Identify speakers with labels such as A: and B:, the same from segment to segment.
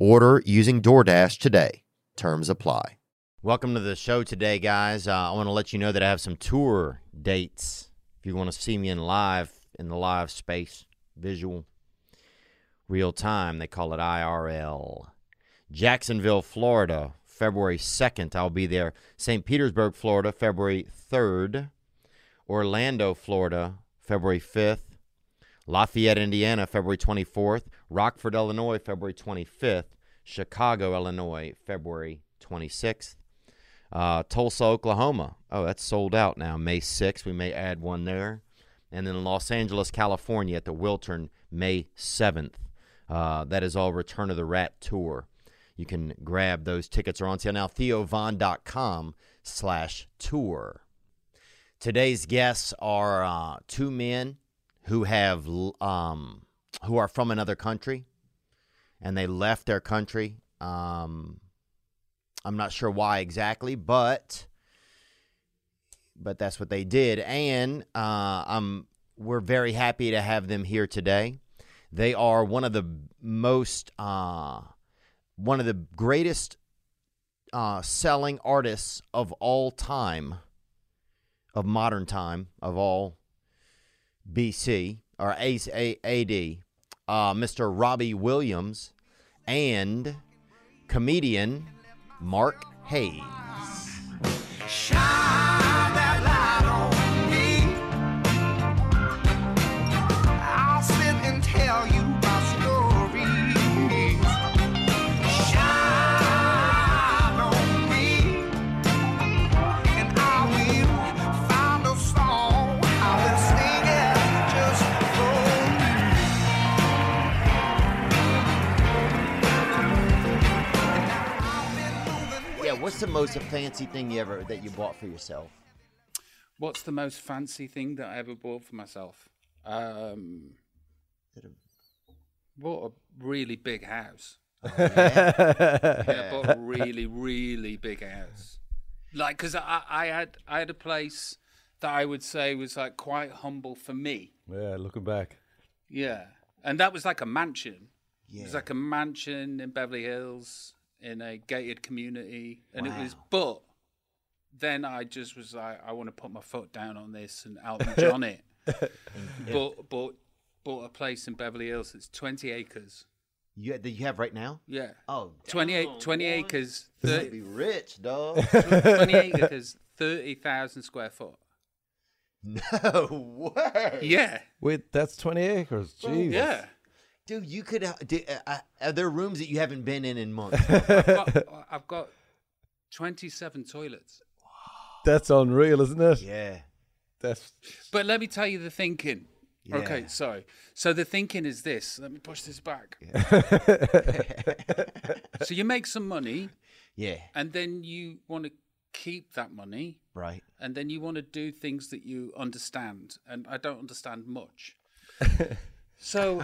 A: Order using DoorDash today. Terms apply. Welcome to the show today, guys. Uh, I want to let you know that I have some tour dates. If you want to see me in live, in the live space, visual, real time, they call it IRL. Jacksonville, Florida, February 2nd. I'll be there. St. Petersburg, Florida, February 3rd. Orlando, Florida, February 5th. Lafayette, Indiana, February 24th. Rockford, Illinois, February 25th. Chicago, Illinois, February 26th. Uh, Tulsa, Oklahoma. Oh, that's sold out now. May 6th. We may add one there. And then Los Angeles, California at the Wiltern, May 7th. Uh, that is all Return of the Rat Tour. You can grab those tickets are on sale now. TheoVon.com slash tour. Today's guests are uh, two men who have l- um, who are from another country, and they left their country. Um, I'm not sure why exactly, but but that's what they did, and uh, I'm we're very happy to have them here today. They are one of the most uh, one of the greatest uh, selling artists of all time, of modern time, of all BC or A- A- AD, uh, Mr. Robbie Williams and comedian Mark Hayes.
B: Shine that light on me. I'll sit and tell you my stories. Shine on me, and I will find a song. I will sing it just for you.
A: Yeah, what's the most fancy thing you ever that you bought for yourself?
C: What's the most fancy thing that I ever bought for myself? Um, bought a really big house. Yeah, I bought a really, really big house. Like, because I, I had I had a place that I would say was like quite humble for me.
D: Yeah, looking back.
C: Yeah, and that was like a mansion. It was like a mansion in Beverly Hills in a gated community, and it was. But then I just was like, I want to put my foot down on this and Elton John it. Bought bought bought a place in Beverly Hills. It's twenty acres.
A: You that you have right now?
C: Yeah.
A: Oh,
C: 28, 20 acres,
A: You'd
C: 30,
A: be rich, dog.
C: 20 acres, 30,000 square foot.
A: no way.
C: Yeah.
D: Wait, that's 20 acres. Jeez.
C: Yeah.
A: Dude, you could. Uh, do, uh, uh, are there rooms that you haven't been in in months?
C: I've got, I've got 27 toilets.
D: That's unreal, isn't it?
A: yeah.
D: That's
C: But let me tell you the thinking.
A: Yeah.
C: Okay, sorry. So the thinking is this. Let me push this back. so you make some money
A: Yeah.
C: and then you want to keep that money
A: Right.
C: and then you want to do things that you understand and i don't understand much so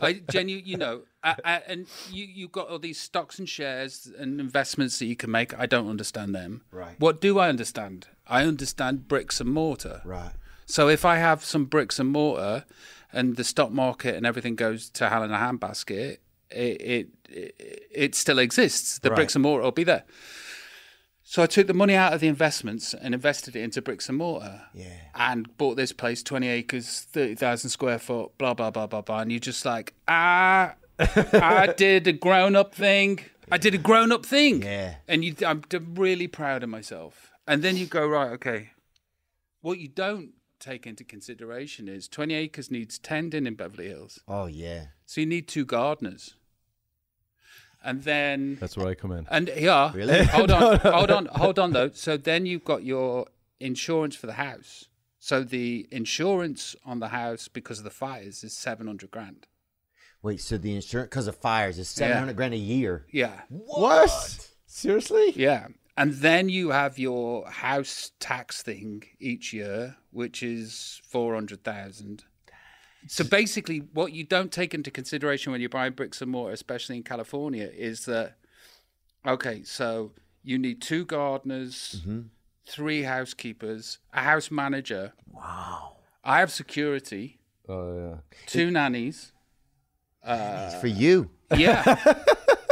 C: i genu you know I, I, and you you got all these stocks and shares and investments that you can make i don't understand them
A: Right.
C: what do i understand i understand bricks and mortar
A: Right.
C: so if I have some bricks and mortar, and the stock market and everything goes to hell in a handbasket, it it it, it still exists. The bricks and mortar will be there. So I took the money out of the investments and invested it into bricks and mortar.
A: Yeah.
C: And bought this place, twenty acres, thirty thousand square foot, blah blah blah blah blah. And you're just like, ah, I did a grown up thing. I did a grown up thing.
A: Yeah.
C: And you, I'm d- really proud of myself. And then you go, right, okay. What you don't take into consideration is 20 acres needs tending in Beverly Hills.
A: Oh yeah.
C: So you need two gardeners. And then.
D: That's where I come in.
C: And yeah,
A: Really?
C: hold on, hold on, hold on though. So then you've got your insurance for the house. So the insurance on the house because of the fires is seven hundred grand.
A: Wait, so the insurance because of fires is seven hundred grand a year.
C: Yeah,
D: What? Seriously?
C: yeah. And then you have your house tax thing each year, which is four hundred thousand. So basically, what you don't take into consideration when you're buying bricks and mortar, especially in California, is that okay. So you need two gardeners. three housekeepers, a house manager. Wow. I have security,
D: Oh
C: two nannies.
E: It's
A: Uh,
E: for you.
C: Yeah.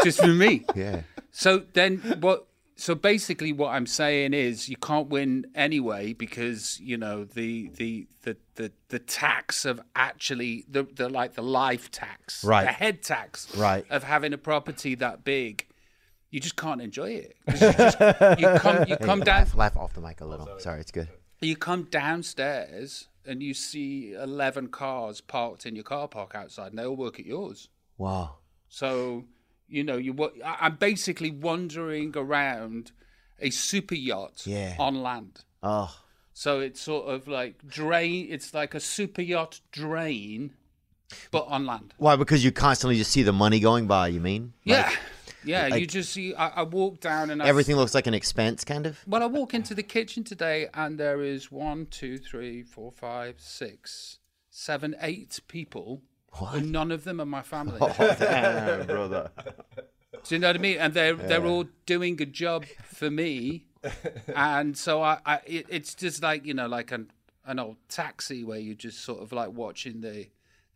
C: just for me.
E: Yeah.
C: So then what so basically what I'm saying is you can't win anyway because, you know, the the the the, the tax of actually the, the like the life tax.
A: Right.
C: The head tax
A: Right.
C: of having a property that big. You just can't enjoy it. 'Cause You, just, you come you come down
A: Laugh, laugh off the mic a little. Oh, Sorry, it's good.
C: You come downstairs and you see 11 cars parked in your car park outside and they all work at yours.
A: Wow.
C: So, you know, you wa- I- I'm basically wandering around a super yacht
A: Yeah.
C: on land.
A: Oh,
C: So it's sort of like drain, it's like a super yacht drain, but on land.
A: why? Because you constantly just see the money going by. You mean?
C: Yeah.
A: Like,
C: Yeah. you
A: like-
C: just see, I, I walk down and I
A: everything looks like an expense, kind of.
C: Well, I walk into the kitchen today, and there is one, two, three, four, five, six, seven, eight people, and none of them are my family.
A: Damn, brother.
C: Do you know what I mean? And they're they're all doing a job for me, and so I, I it, it's just like you know, like an an old taxi where you're just sort of like watching the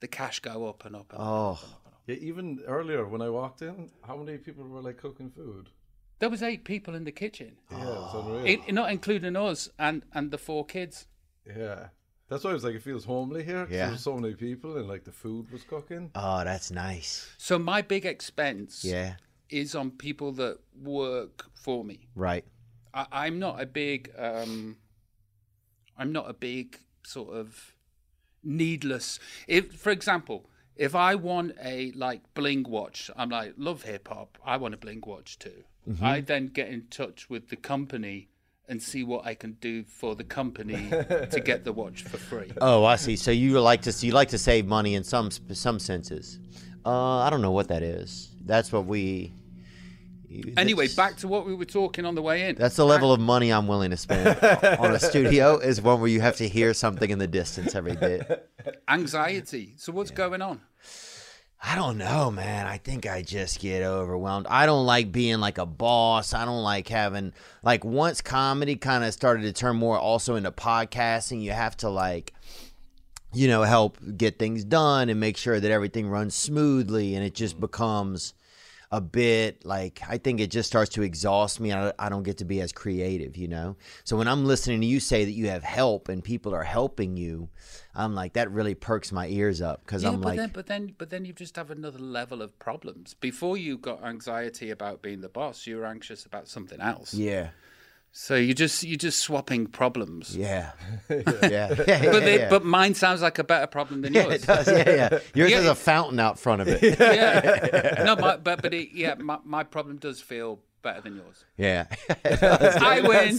C: the cash go up and up. And up.
A: Oh,
D: yeah. Even earlier when I walked in, how many people were like cooking food?
C: There was eight people in the kitchen,
D: Yeah, it was unreal.
C: it, not including us and and the four kids.
D: yeah. That's why I was like, it feels homely here. 'cause
A: Yeah.
D: There was so many people and like the food was cooking.
A: oh, that's nice.
C: So my big expense
A: Yeah.
C: is on people that work for me.
A: Right.
C: I, I'm not a big um I'm not a big sort of needless if for example, if I want a like bling watch, I'm like, love hip hop, I want a bling watch too. I then get in touch with the company and see what I can do for the company to get the watch for free.
A: Oh, I see. So you like to you like to save money in some some senses. Uh, I don't know what that is. That's what we.
C: Anyway,
A: that's-
C: back to what we were talking on the way in.
A: That's the level of money I'm willing to spend on a studio is one where you have to hear something in the distance every bit.
C: Anxiety. So what's going on?
A: I don't know, man. I think I just get overwhelmed. I don't like being like a boss. I don't like having like once comedy kind of started to turn more also into podcasting, you have to like you know, help get things done and make sure that everything runs smoothly and it just
C: Mm-hmm.
A: becomes a bit like I think it just starts to exhaust me. I, I don't get to be as creative, you know. So when I'm listening to you say that you have help and people are helping you, I'm like that really perks my ears up because
C: Yeah,
A: I'm
C: but
A: like,
C: then, but then, but then you just have another level of problems. Before you got anxiety about being the boss, you were anxious about something else.
A: yeah,
C: So you just you just swapping problems.
A: yeah, yeah, yeah,
C: But they,
A: yeah.
C: but mine sounds like a better problem than
A: yeah,
C: yours.
A: it does. Yeah, yeah. Yours
C: Yeah,
A: has
C: it-
A: a fountain out front of it.
C: Yeah. No, my, but but it, yeah, my, my problem does feel better than yours.
A: Yeah.
C: I win.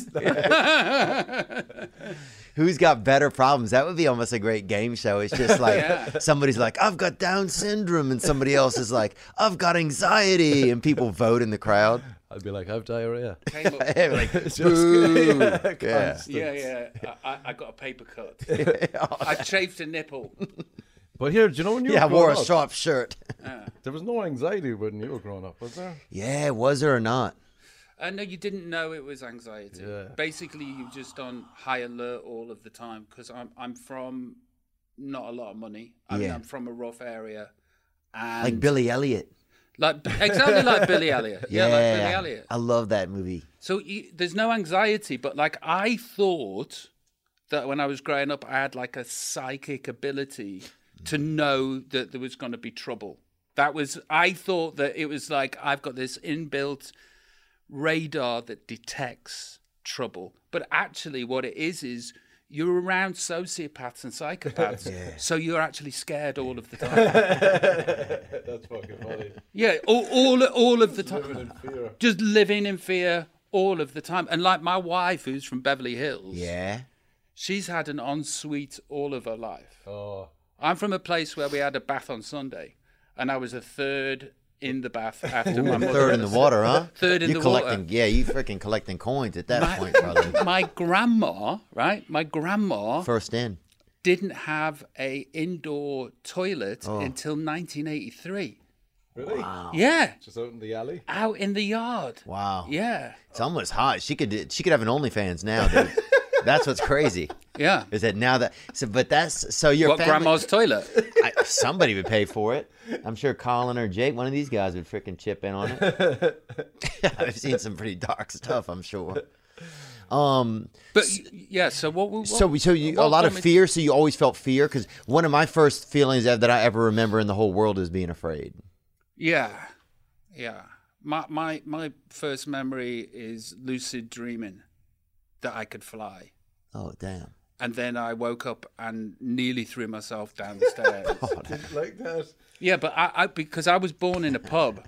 A: Who's got better problems? That would be almost a great game show. It's just like
C: Yeah.
A: somebody's like, I've got Down syndrome, and somebody else is like, I've got anxiety, and people vote in the crowd.
D: I'd be like, I have diarrhea.
C: Came up-
A: They're like,
D: Just-
A: "Boo." yeah.
D: Constant.
C: yeah, yeah. I- I, I got a paper cut.
A: Oh,
C: I chafed a nipple.
D: But here, do you know when you
A: Yeah, I
D: were growing
A: wore a
D: up,
A: sharp shirt.
D: There was no anxiety when you were growing up, was there?
A: Yeah, was there or not?
C: Uh, no, you didn't know it was anxiety.
D: Yeah.
C: Basically, you're just on high alert all of the time because I'm I'm from not a lot of money. I mean,
A: Yeah.
C: I'm from a rough area, and
A: Like Billy Elliot.
C: like exactly like Billy Elliot. Yeah, like Billy Elliot.
A: I love that movie.
C: So you, there's no anxiety, but like I thought that when I was growing up, I had like a psychic ability to know that there was going to be trouble. That was I thought that it was like I've got this inbuilt radar that detects trouble. But actually what it is is you're around sociopaths and psychopaths. So you're actually scared all of the time.
D: That's fucking funny.
C: yeah, all all, all of the time
D: Living in fear.
C: just living in fear all of the time. And like my wife, who's from Beverly Hills,
A: Yeah.
C: she's had an ensuite all of her life.
D: Oh,
C: I'm from a place where we had a bath on Sunday, and I was a third in the bath after my mother.
A: Third in the
C: was-
A: water, huh?
C: Third in
A: you
C: the
A: collecting,
C: water.
A: Yeah, you freaking collecting coins at that point, brother.
C: My grandma, right? My grandma
A: First in.
C: didn't have a indoor toilet
A: Oh.
C: until 1983.
D: really?
C: Yeah,
D: Just out in the alley.
C: out in the yard.
A: Wow.
C: Yeah,
A: It's almost hot. She could she could have an OnlyFans now, dude. That's what's crazy.
C: yeah.
A: Is that now that so? But that's so your
C: What
A: family-
C: grandma's toilet?
A: I, somebody would pay for it. I'm sure Colin or Jake, one of these guys, would freaking chip in on it. I've seen some pretty dark stuff, I'm sure. Um,
C: But yeah. So what? what
A: so we- so you, a
C: what
A: lot
C: got
A: of
C: me-
A: fear. So you always felt fear because one of my first feelings that that I ever remember in the whole world is being afraid.
C: Yeah, yeah. My my my first memory is lucid dreaming that I could fly,
A: Oh damn!
C: and then I woke up and nearly threw myself down the stairs.
A: Oh.
D: Didn't like that.
C: yeah, but I, I because I was born in a pub.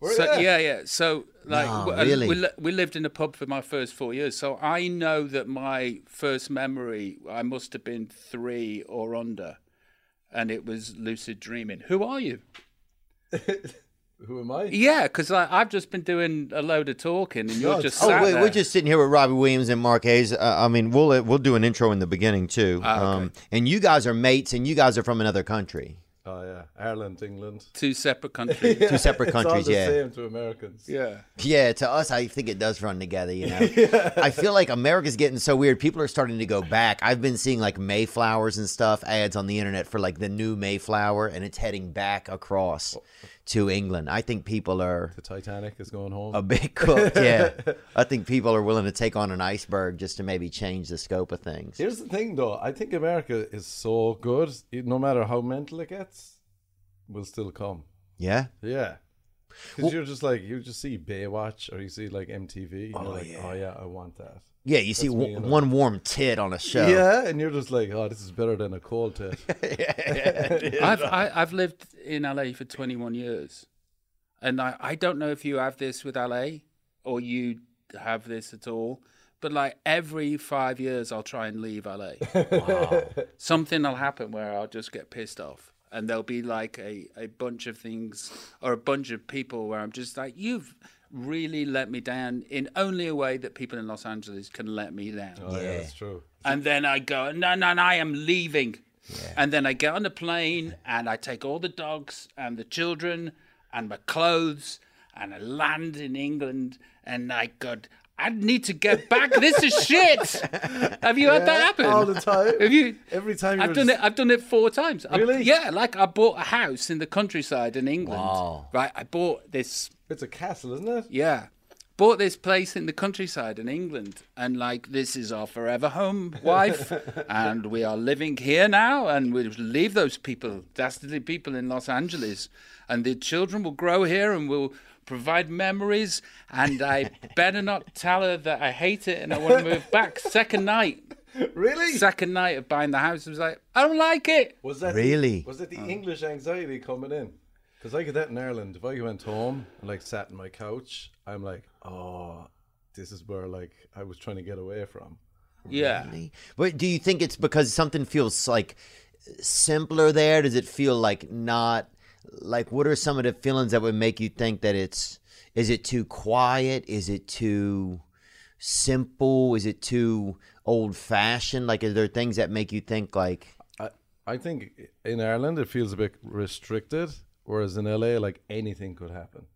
D: Were
C: So,
D: ya?
C: yeah, yeah. So like
A: No,
C: w- and
A: really?
C: we, li- we lived in a pub for my first four years, so I know that my first memory I must have been three or under, and it was lucid dreaming. Who are you?
D: Who am I?
C: Yeah, because I've just been doing a load of talking, and you're
D: Oh,
C: just
A: Oh,
C: sat
A: wait,
C: there.
A: we're just sitting here with Robbie Williams and Mark Hayes. Uh, I mean, we'll we'll do an intro in the beginning too.
D: Ah,
A: um, and you guys are mates, and you guys are from another country,
D: Oh yeah, Ireland, England.
C: two separate countries.
A: two separate countries.
D: it's all the
A: yeah,
D: same to Americans.
C: yeah.
A: Yeah, to us, I think it does run together. You know, I feel like America's getting so weird. People are starting to go back. I've been seeing like Mayflowers and stuff ads on the internet for like the new Mayflower, and it's heading back across to England. I think people are
D: The Titanic is going home.
A: a bit cooked. Yeah, I think people are willing to take on an iceberg just to maybe change the scope of things.
D: Here's the thing, though. I think America is so good. it- No matter how mental it gets, will still come.
A: Yeah,
D: Yeah. Because you're just like you just see Baywatch or you see like MTV. And oh you're like, yeah. Oh yeah, I want that.
A: yeah. You see
D: me,
A: w-
D: you know.
A: one warm tit on a show.
D: Yeah, and you're just like, oh, this is better than a cold tit.
C: I've I, I've lived in LA for 21 years, and I I don't know if you have this with LA or you have this at all, but like every five years I'll try and leave LA. Something will happen where I'll just get pissed off. And there'll be like a, a bunch of things or a bunch of people where I'm just like, you've really let me down in only a way that people in Los Angeles can let me down.
D: Oh, yeah, that's true.
C: And then I go, no, no, no, I am leaving. And then I get on the plane and I take all the dogs and the children and my clothes and I land in England and I go, I need to get back. this is shit. Have you had that happen?
D: All the time.
C: Have you?
D: Every time
C: I've
D: you're
C: done
D: just-
C: it. I've done it four times. I-
D: Really?
C: yeah, like I bought a house in the countryside in England.
A: Wow.
C: Right, I bought this
D: It's a castle, isn't it?
C: yeah. Bought this place in the countryside in England, and like, this is our forever home, wife, and we are living here now, and we'll leave those people, dastardly people in Los Angeles, and the children will grow here and will provide memories. And I better not tell her that I hate it and I want to move back. Second night,
D: Really?
C: second night of buying the house, I was like, I don't like it.
D: Was that
A: Really?
D: The, was that
C: Oh.
D: the English anxiety coming in? Because I get that in Ireland. If I went home and like sat in my couch, I'm like, oh, this is where like I was trying to get away from.
C: Yeah.
A: But do you think it's because something feels like simpler there? Does it feel like not like what are some of the feelings that would make you think that it's is it too quiet? Is it too simple? Is it too old fashioned? Like are there things that make you think like
D: I, I think in Ireland it feels a bit restricted, whereas in LA like anything could happen.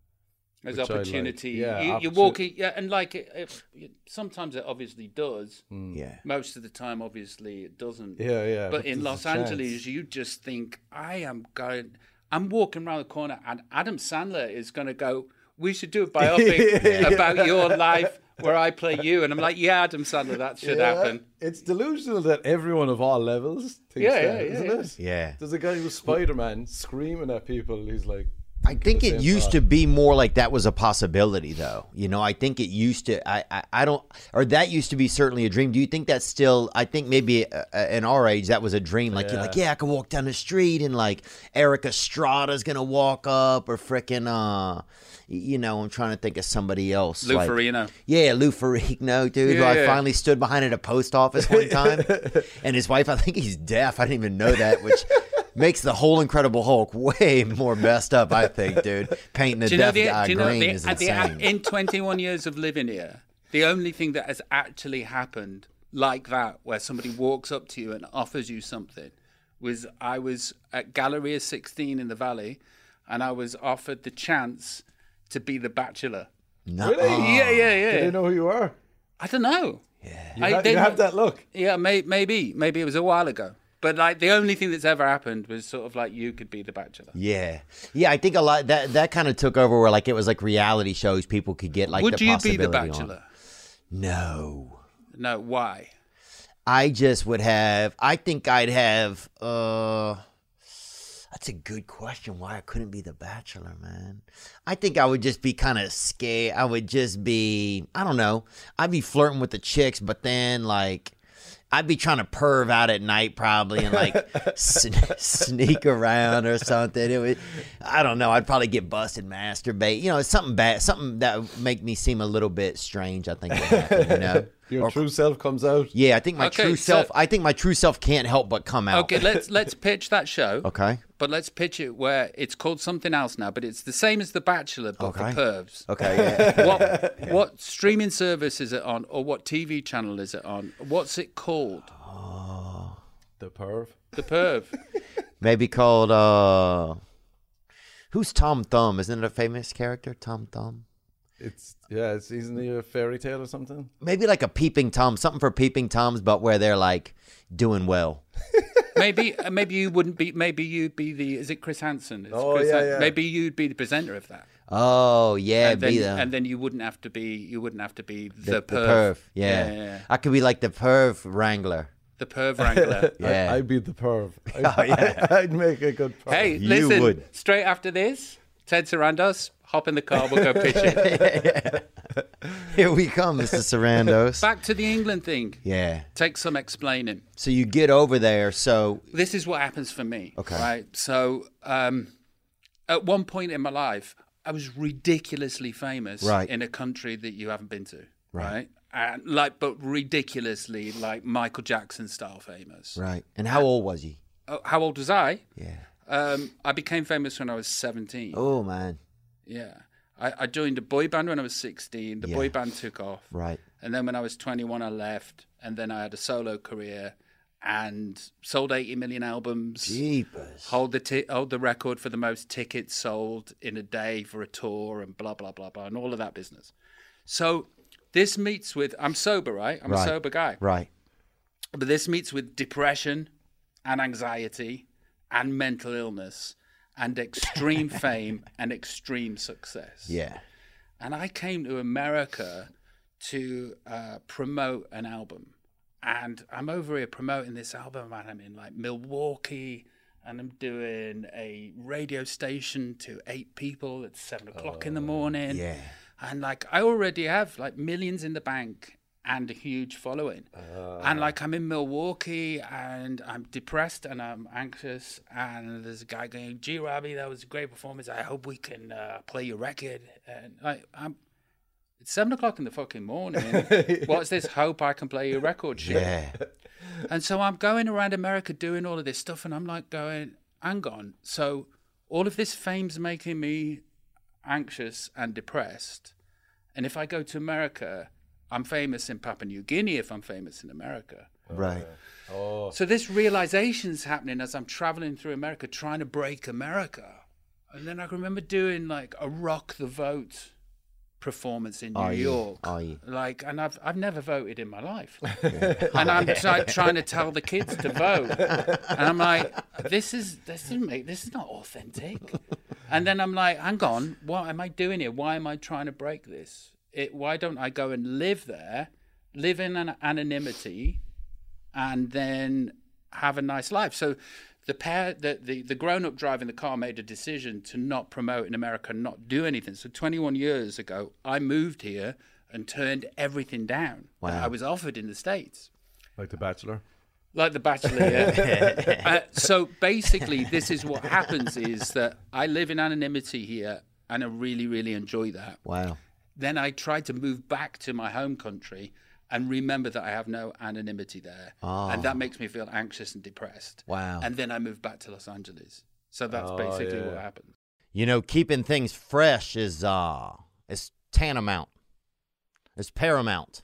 C: There's
D: which I like.
C: opportunity.
D: Yeah,
C: you, you're
D: opportu-
C: walking, yeah, and like, it, it, it, sometimes it obviously does.
D: Mm.
A: yeah.
C: Most of the time, obviously, it doesn't.
D: Yeah, yeah.
C: But in
D: there's a
C: Los
D: chance.
C: Angeles, you just think, I am going, I'm walking around the corner, and Adam Sandler is going to go, We should do a biopic about your life where I play you. And I'm like, Yeah, Adam Sandler, that should
D: Yeah,
C: happen.
D: It's delusional that everyone of all levels thinks
C: Yeah,
D: that,
C: yeah,
D: isn't
C: yeah.
D: it?
A: Yeah.
D: There's a guy who's Spider Man screaming at people. He's like,
C: Oh.
A: I think
D: the
A: it
D: same
A: used
D: thought.
A: to be more like that was a possibility, though. You know, I think it used to. I, I, I don't, or that used to be certainly a dream. Do you think that's still? I think maybe uh, uh, in our age that was a dream. Like you're like, yeah, I can walk down the street and like Eric Estrada's gonna walk up, or frickin' uh, y- you know, I'm trying to think of somebody else.
C: Lou
A: like-
C: Ferrigno.
A: yeah, Lou Ferrigno, dude, who
C: Yeah,
A: I
C: yeah.
A: finally stood behind at a post office one time. and his wife, I think he's deaf. I didn't even know that, which makes the whole Incredible Hulk way more messed up, I think, dude. Painting a
C: Do you know
A: deaf
C: the?
A: guy
C: do you know
A: green
C: the,
A: is
C: at the-
A: insane.
C: in 21 years of living here, the only thing that has actually happened like that, where somebody walks up to you and offers you something, was I was at Galleria 16 in the Valley, and I was offered the chance to be the bachelor.
A: Nuh-uh.
D: Really?
C: yeah, yeah, yeah.
D: Did they know who you are?
C: I don't know. Yeah, I,
D: Oh, You, ha-
C: they-
D: you have that look.
C: Yeah, may, maybe, maybe it was a while ago. But like the only thing that's ever happened was sort of like you could be the bachelor.
A: Yeah, yeah. I think a lot that that kind of took over where like it was like reality shows. People could get like
C: Would
A: the
C: you be the
A: possibility on.
C: bachelor?
A: No.
C: No, why?
A: I just would have. I think I'd have. uh That's a good question. Why I couldn't be the Bachelor, man? I think I would just be kind of scared. I would just be. I don't know. I'd be flirting with the chicks, but then like. I'd be trying to perv out at night probably and like sn- sneak around or something. It would, I don't know. I'd probably get busted, masturbate. You know, it's something bad, something that would make me seem a little bit strange. I think would happen, you know.
D: Your
A: Or-
D: true self comes out.
A: yeah, I think my
C: Okay,
A: true
C: so-
A: self. I think my true self can't help but come out.
C: Okay, let's let's pitch that show.
A: Okay.
C: But let's pitch it where it's called something else now, but it's the same as The Bachelor, but
A: Okay.
C: for pervs.
A: Okay. Yeah.
C: What what streaming service is it on, or what TV channel is it on? What's it called?
D: The perv.
C: The perv.
A: Maybe called. uh Who's Tom Thumb? Isn't it a famous character, Tom Thumb?
D: It's yeah. It's isn't he a fairy tale or something?
A: Maybe like a peeping tom, something for peeping toms, but where they're like doing well.
C: maybe uh, maybe you wouldn't be. Maybe you'd be the. Is it Chris Hansen? It's
D: Oh,
C: Chris
D: yeah,
C: Han-
D: yeah.
C: Maybe you'd be the presenter of that,
A: Oh yeah,
C: and then
A: be the,
C: and then you wouldn't have to be. You wouldn't have to be the,
A: the,
C: perv.
A: perv. Yeah.
C: Yeah, yeah, yeah.
A: I could be like the perv wrangler.
C: the perv wrangler.
A: Yeah.
D: I, I'd be the perv. I'd, I'd make a good perv.
C: Oh, Hey,
A: You
C: listen.
A: would.
C: Straight after this, Ted Sarandos, hop in the car. We'll go pitch it.
A: Here we come, Mr. Sarandos.
C: Back to the England thing.
A: yeah.
C: Take some explaining.
A: So you get over there. So
C: this is what happens for me.
A: Okay.
C: Right. So, um, at one point in my life, I was ridiculously famous
A: Right.
C: in a country that you haven't been to.
A: Right.
C: Right. And like, but ridiculously, like Michael Jackson style famous.
A: right. And how old was he?
C: Oh, how old was I?
A: Yeah.
C: Um, I became famous when I was 17.
A: Oh man.
C: Yeah. I, I joined a boy band when I was 16. The
A: Yeah.
C: boy band took off.
A: Right.
C: And then when I was 21, I left. And then I had a solo career and sold 80 million albums.
A: Jeepers.
C: hold the ti- hold the record for the most tickets sold in a day for a tour and blah blah blah blah and all of that business. So this meets with I'm sober, right? I'm
A: Right.
C: a sober guy.
A: Right.
C: But this meets with depression and anxiety and mental illness and extreme fame and extreme success.
A: Yeah.
C: And I came to America to uh, promote an album. And I'm over here promoting this album, and I'm in like Milwaukee, and I'm doing a radio station to eight people at seven o'clock in the morning.
A: yeah.
C: And like, I already have like millions in the bank and a huge following. and like, I'm in Milwaukee, and I'm depressed and I'm anxious. And there's a guy going, Gee, Robbie, that was a great performance. I hope we can uh, play your record. And like, I'm. It's seven o'clock in the fucking morning. What's this? Hope I can play your record shit.
A: Yeah.
C: And so I'm going around America doing all of this stuff, and I'm like going, hang on. So all of this fame's making me anxious and depressed. And if I go to America, I'm famous in Papua New Guinea if I'm famous in America.
A: Right.
C: So this realization's happening as I'm traveling through America, trying to break America. And then I can remember doing like a rock the vote performance in New
A: Aye,
C: York.
A: aye.
C: Like, and I've I've never voted in my life, and I'm try trying to tell the kids to vote, and I'm like, this is this is make this is not authentic. And then I'm like, hang on, what am I doing here? Why am I trying to break this? It, why don't I go and live there, live in an anonymity, and then have a nice life. So the pair the, the, the grown up driving the car made a decision to not promote in America and not do anything. So 21 years ago, I moved here and turned everything down that I was offered in the States.
D: Like The Bachelor.
C: Like The Bachelor. yeah. uh, so basically, this is what happens is that I live in anonymity here and I really, really enjoy that.
A: Wow.
C: Then I tried to move back to my home country and remember that I have no anonymity there. And that makes me feel anxious and depressed.
A: Wow.
C: And then I moved back to Los Angeles. So that's
D: Oh,
C: basically
D: yeah.
C: what happened.
A: You know, keeping things fresh is uh it's tantamount. It's paramount.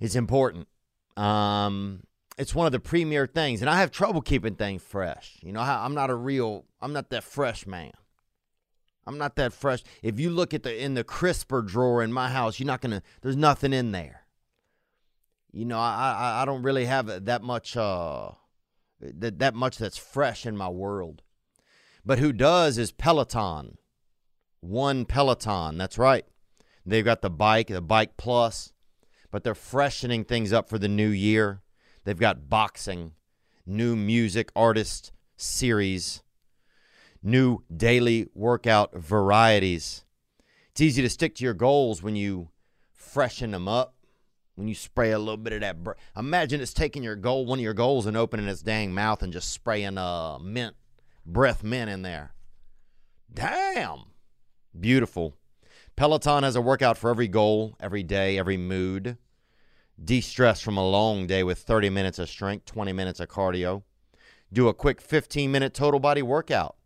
A: It's important. Um it's one of the premier things and I have trouble keeping things fresh. You know, I- I'm not a real I'm not that fresh man. I'm not that fresh. If you look at the in the crisper drawer in my house, you're not going to there's nothing in there. You know, I I, I don't really have that much uh that, that much that's fresh in my world. But who does is Peloton. One Peloton, that's right. They've got the bike, the bike plus, but they're freshening things up for the new year. They've got boxing, new music artist series, new daily workout varieties. It's easy to stick to your goals when you freshen them up. When you spray a little bit of that, br- imagine it's taking your goal, one of your goals, and opening its dang mouth and just spraying uh mint breath men in there. Damn. Beautiful. Peloton has a workout for every goal, every day, every mood. De stress from a long day with 30 minutes of strength, 20 minutes of cardio. Do a quick 15 minute total body workout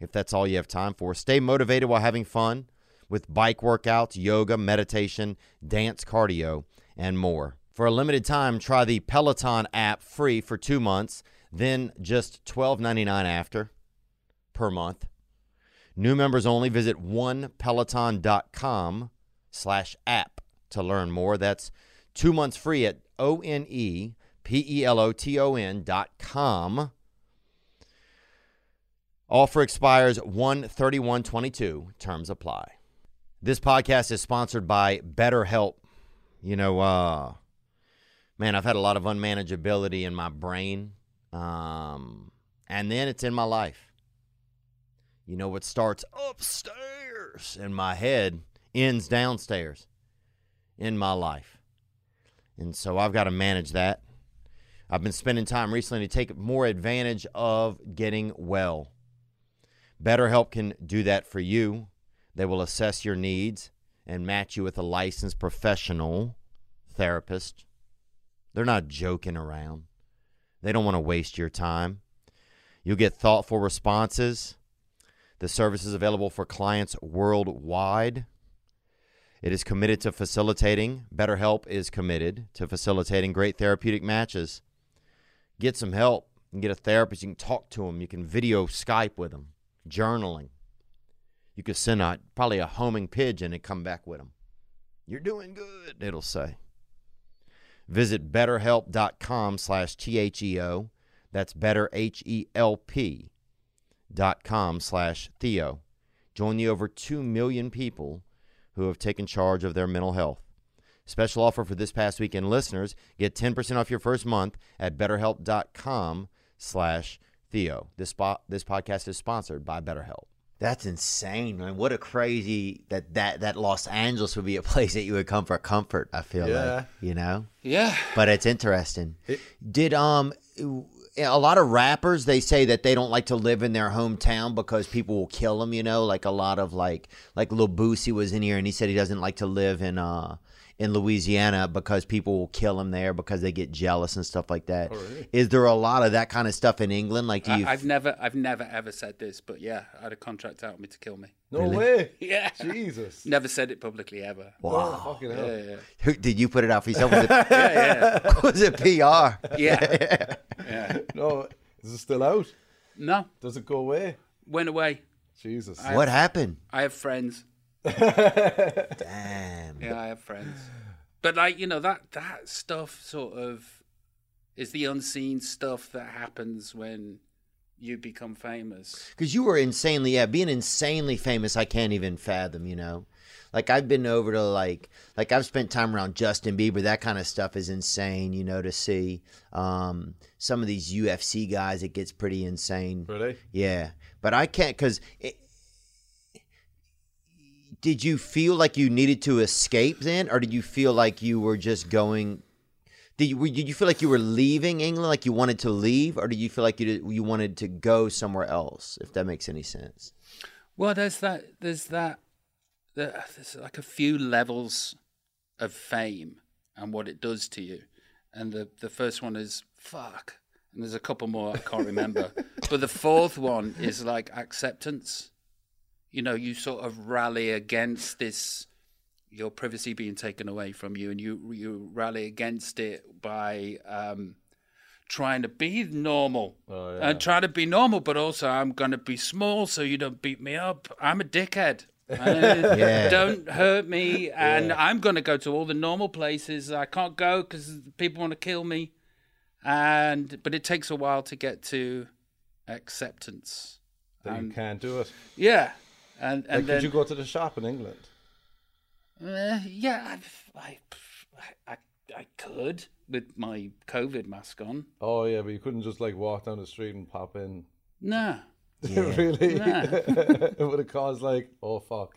A: if that's all you have time for. Stay motivated while having fun with bike workouts, yoga, meditation, dance, cardio, and more. For a limited time, try the Peloton app free for two months, then just $12.99 after per month. New members only. Visit onepeloton.com slash app to learn more. That's two months free at E O-N-E-P-E-L-O-T-O-N dot com. Offer expires 13122. Terms apply. This podcast is sponsored by BetterHelp. You know, uh, man, I've had a lot of unmanageability in my brain. Um, and then it's in my life. You know what starts upstairs in my head ends downstairs in my life. And so I've got to manage that. I've been spending time recently to take more advantage of getting well. BetterHelp can do that for you. They will assess your needs and match you with a licensed professional therapist. They're not joking around. They don't want to waste your time. You'll get thoughtful responses. The service is available for clients worldwide. It is committed to facilitating, BetterHelp is committed to facilitating great therapeutic matches. Get some help and get a therapist. You can talk to them, you can video Skype with them, journaling. You could send out probably a homing pigeon and come back with them. You're doing good, it'll say. Visit betterhelp.com slash T-H-E-O. That's better H-E-L-P dot com slash Theo. Join the over 2 million people who have taken charge of their mental health. Special offer for this past weekend listeners. Get 10% off your first month at betterhelp.com slash Theo. This, spot, this podcast is sponsored by BetterHelp. That's insane, man. What a crazy that, that that Los Angeles would be a place that you would come for comfort, I feel
D: Yeah.
A: like. You know?
C: Yeah.
A: but it's interesting. Did um a lot of rappers they say that they don't like to live in their hometown because people will kill them. You know, like a lot of like like Lil Boosie was in here and he said he doesn't like to live in uh in Louisiana because people will kill him there because they get jealous and stuff like that. Is there a lot of that kind of stuff in England? Like, do you?
C: Oh, I, I've never, I've never ever said this, but yeah, I had a contract out on me to kill me.
D: No way.
C: Yeah.
D: Jesus.
C: Never said it publicly ever.
D: Oh, fucking hell.
C: Yeah, yeah,
A: Who, did you put it out for yourself? Was it,
C: yeah,
A: was it PR?
C: yeah. yeah.
D: No, is it still out?
C: No,
D: Does it go away?
C: went away.
D: Jesus.
A: What happened?
C: I have friends.
A: Damn.
C: Yeah, I have friends. But like you know that that stuff sort of is the unseen stuff that happens when you become famous.
A: Because you were insanely, yeah, being insanely famous, I can't even fathom, you know? Like I've been over to like like I've spent time around Justin Bieber. That kind of stuff is insane, you know, to see um, some of these UFC guys. It gets pretty insane.
D: Really?
A: Yeah, but I can't because. Did you feel like you needed to escape then, or did you feel like you were just going? Did you, were- did you feel like you were leaving England, like you wanted to leave, or did you feel like you you wanted to go somewhere else? If that makes any sense.
C: Well, there's that. There's that. there- There's like a few levels of fame and what it does to you. And the the first one is fuck. And there's a couple more I can't remember. but the fourth one is like acceptance. You know, you sort of rally against this your privacy being taken away from you, and you you rally against it by um, trying to be normal
D: Oh, yeah.
C: and try to be normal, but also I'm gonna be small so you don't beat me up. I'm a dickhead. Uh,
A: Yeah.
C: Don't hurt me, and I'm gonna go to all the normal places. I can't go because people want to kill me, and but it takes a while to get to acceptance.
D: That you can't do it.
C: Yeah, and and
D: Like,
C: then
D: could you go to the shop in England?
C: Uh, yeah, I, I, I, I could with my COVID mask on.
D: Oh yeah, but you couldn't just like walk down the street and pop in.
C: No.
D: really?
C: Nah.
D: it would have caused like, oh fuck.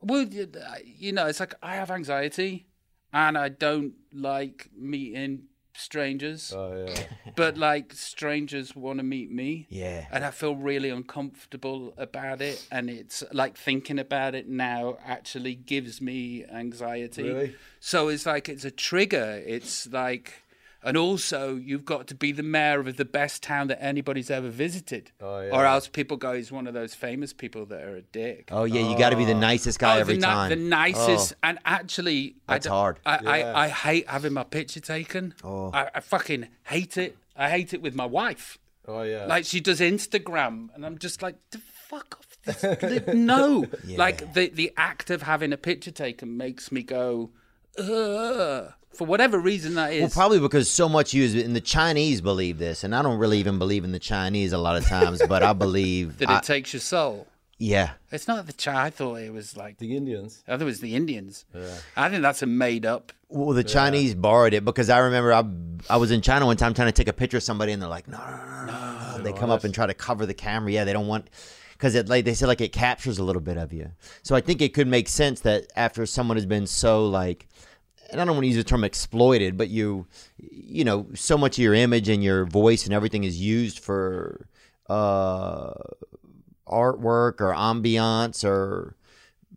C: Well, you you know, it's like I have anxiety and I don't like meeting strangers,
D: Oh yeah.
C: but like strangers want to meet me.
A: Yeah.
C: And I feel really uncomfortable about it. And it's like thinking about it now actually gives me anxiety.
D: Really?
C: So it's like it's a trigger. It's like, and also you've got to be the mayor of the best town that anybody's ever visited.
D: Oh, yeah.
C: Or else people go, he's one of those famous people that are a dick.
A: Oh yeah, you got to be the nicest guy
C: Oh,
A: every
C: the, ni-
A: time. Oh.
C: the nicest, and actually,
A: That's
C: I d-
A: hard.
C: I,
D: Yeah.
C: I, I hate having my picture taken.
A: Oh.
C: I, I fucking hate it. I hate it with my wife.
D: Oh yeah.
C: Like she does Instagram, and I'm just like, "The fuck off. This, li- no, like the the act of having a picture taken makes me go, Ugh, for whatever reason that is.
A: Well, probably because so much use and the Chinese believe this, and I don't really even believe in the Chinese a lot of times, but I believe.
C: that it
A: I-
C: takes your soul.
A: yeah,
C: It's not the China. I thought it was like.
D: the Indians.
C: I thought it was the Indians. I think that's a made up.
A: Well, the Chinese borrowed it because I remember I I was in China one time trying to take a picture of somebody, and they're like, no, no, no, no, no. They come up and try to cover the camera. Yeah, they don't want because it like they said like it captures a little bit of you. So I think it could make sense that after someone has been so like, and I don't want to use the term exploited, but you, you know, so much of your image and your voice and everything is used for uh artwork or ambiance or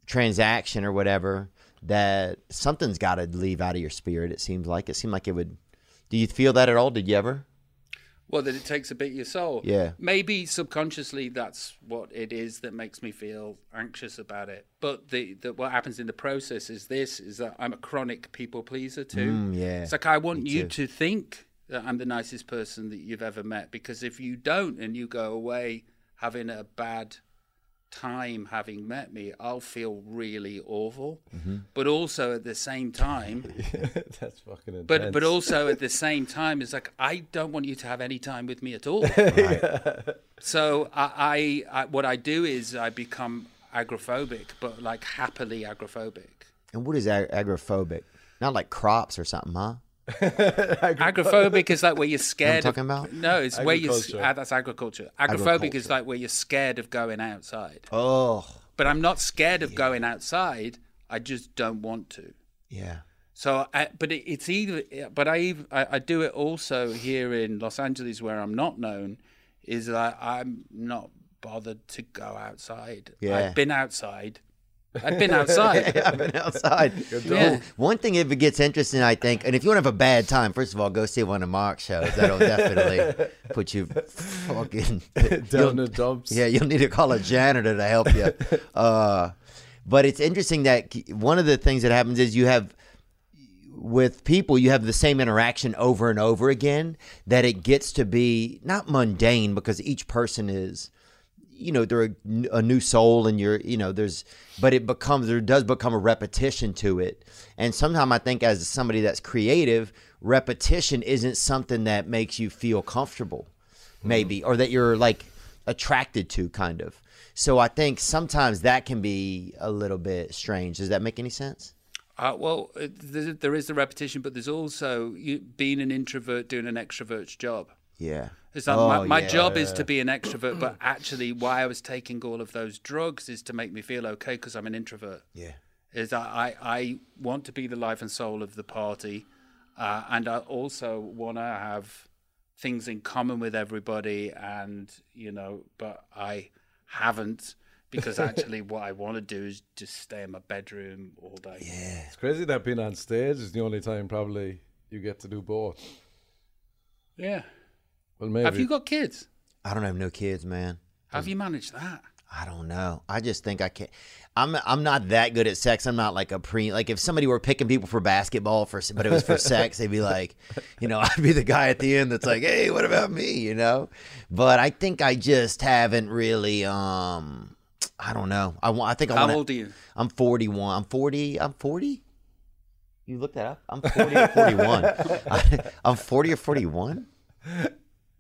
A: transaction or whatever that something's got to leave out of your spirit it seems like it seemed like it would do you feel that at all did you ever
C: Well, that it takes a bit of your soul.
A: Yeah.
C: Maybe subconsciously that's what it is that makes me feel anxious about it. But the, the what happens in the process is this: is that I'm a chronic people pleaser too.
A: Mm, yeah.
C: It's like I want
A: Me
C: you
A: too.
C: to think that I'm the nicest person that you've ever met, because if you don't and you go away having a bad time having met me, I'll feel really awful.
A: Mm-hmm.
C: But also at the same time,
D: That's fucking intense.
C: but but also at the same time, it's like I don't want you to have any time with me at all. So I, I, I what I do is I become agrophobic, but like happily agrophobic.
A: and what is ag- agoraphobic not like crops or something huh
C: Agrophobic is like where you're scared.
A: talking
C: of-
A: about?
C: No, it's where you.
D: Agriculture.
C: Ah, that's agriculture. Agrophobic is like where you're scared of going outside.
A: oh
C: But I'm not scared of going outside. I just don't want to.
A: yeah
C: So, I, but it, it's either. But I, ev- I I do it also here in Los Angeles where I'm not known. Is that I'm not bothered to go outside.
A: Yeah.
C: I've been outside. I've been outside.
A: i've been outside
C: Yeah.
A: Oh, one thing if it gets interesting i think and if you want to have a bad time first of all go see one of mark's shows that'll definitely put you fucking
D: down the dumps.
A: Yeah, you'll need to call a janitor to help you. Uh, but it's interesting that k- one of the things that happens is you have with people you have the same interaction over and over again that it gets to be not mundane because each person is you know they're a, a new soul and you're you know there's but it becomes there does become a repetition to it and sometimes i think as somebody that's creative repetition isn't something that Hmm. makes you feel comfortable maybe or that you're like attracted to kind of So I think sometimes that can be a little bit strange. Does that make any sense?
C: Uh, well, uh, there, there is the repetition, but there's also you, being an introvert doing an extrovert's job.
A: Yeah.
C: It's like
A: Oh,
C: my, my
A: yeah.
C: job is to be an extrovert, but actually, why I was taking all of those drugs is to make me feel okay because I'm an introvert.
A: Yeah.
C: Is that I, I want to be the life and soul of the party, uh, and I also want to have things in common with everybody, and you know, but I haven't because actually, what I want to do is just stay in my bedroom all day. Yeah.
D: It's crazy that being on stage is the only time probably you get to do both.
C: Yeah.
D: Well, maybe.
C: Have you got kids?
A: I don't have no kids, man.
C: Have
A: Um,
C: you managed that?
A: I don't know. I just think I can't. I'm I'm not that good at sex. I'm not like a pre. Like if somebody were picking people for basketball for, but it was for sex, they'd be like, you know, I'd be the guy at the end that's like, hey, what about me? You know. But I think I just haven't really. Um, I don't know. I want. I think I
C: How
A: want.
C: old are you?
A: I'm 41. I'm 40. I'm 40. You looked that up. I'm 40 or 41. I, am 40 or 41.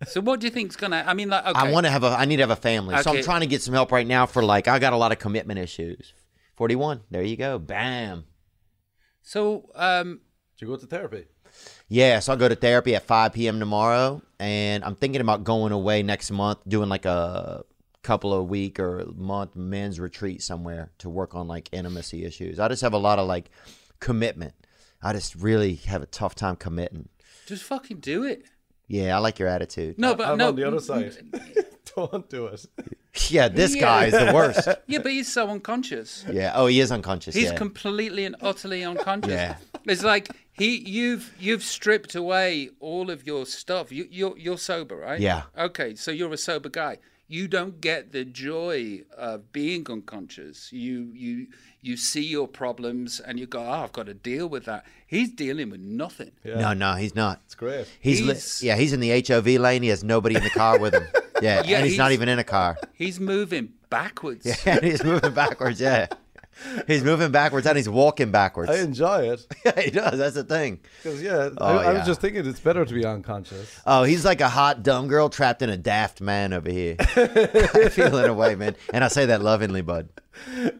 C: So what do you think's gonna? I mean, like, okay.
A: I want to have a. I need to have a family, so I'm
C: Okay.
A: trying to get some help right now for like I got a lot of commitment issues. 41. There you go. Bam.
C: So, um,
D: Did you go to therapy?
A: Yeah, so I'll go to therapy at 5 p.m. tomorrow, and I'm thinking about going away next month, doing like a couple of week or month men's retreat somewhere to work on like intimacy issues. I just have a lot of like commitment. I just really have a tough time committing.
C: just fucking do it.
A: Yeah, I like your attitude.
C: No, but
D: I'm
C: no.
D: on the other side. Don't do it.
A: Yeah, this
C: Yeah.
A: guy is the worst.
C: Yeah, but he's so unconscious.
A: Yeah. Oh, he is unconscious.
C: He's
A: yeah.
C: completely and utterly unconscious.
A: Yeah.
C: It's like he you've you've stripped away all of your stuff. You you're you're sober, right?
A: Yeah.
C: Okay, so you're a sober guy. You don't get the joy of being unconscious. You you you see your problems and you go, "Oh, I've got to deal with that." He's dealing with nothing.
A: No, no, he's not.
D: It's great.
A: He's, li-
C: He's-
A: yeah, he's in the HOV lane. He has nobody in the car with him. Yeah,
C: Yeah,
A: and he's, not
C: he's-
A: even in a car.
C: He's moving backwards.
A: and he's moving backwards. Yeah, he's moving backwards and he's walking backwards.
D: I enjoy it
A: yeah, he does. That's the thing.
D: because yeah,
A: Oh,
D: I, I
A: yeah.
D: was just thinking it's better to be unconscious.
A: Oh, he's like a hot dumb girl trapped in a daft man over here. I feel in a way, man, and I say that lovingly, bud.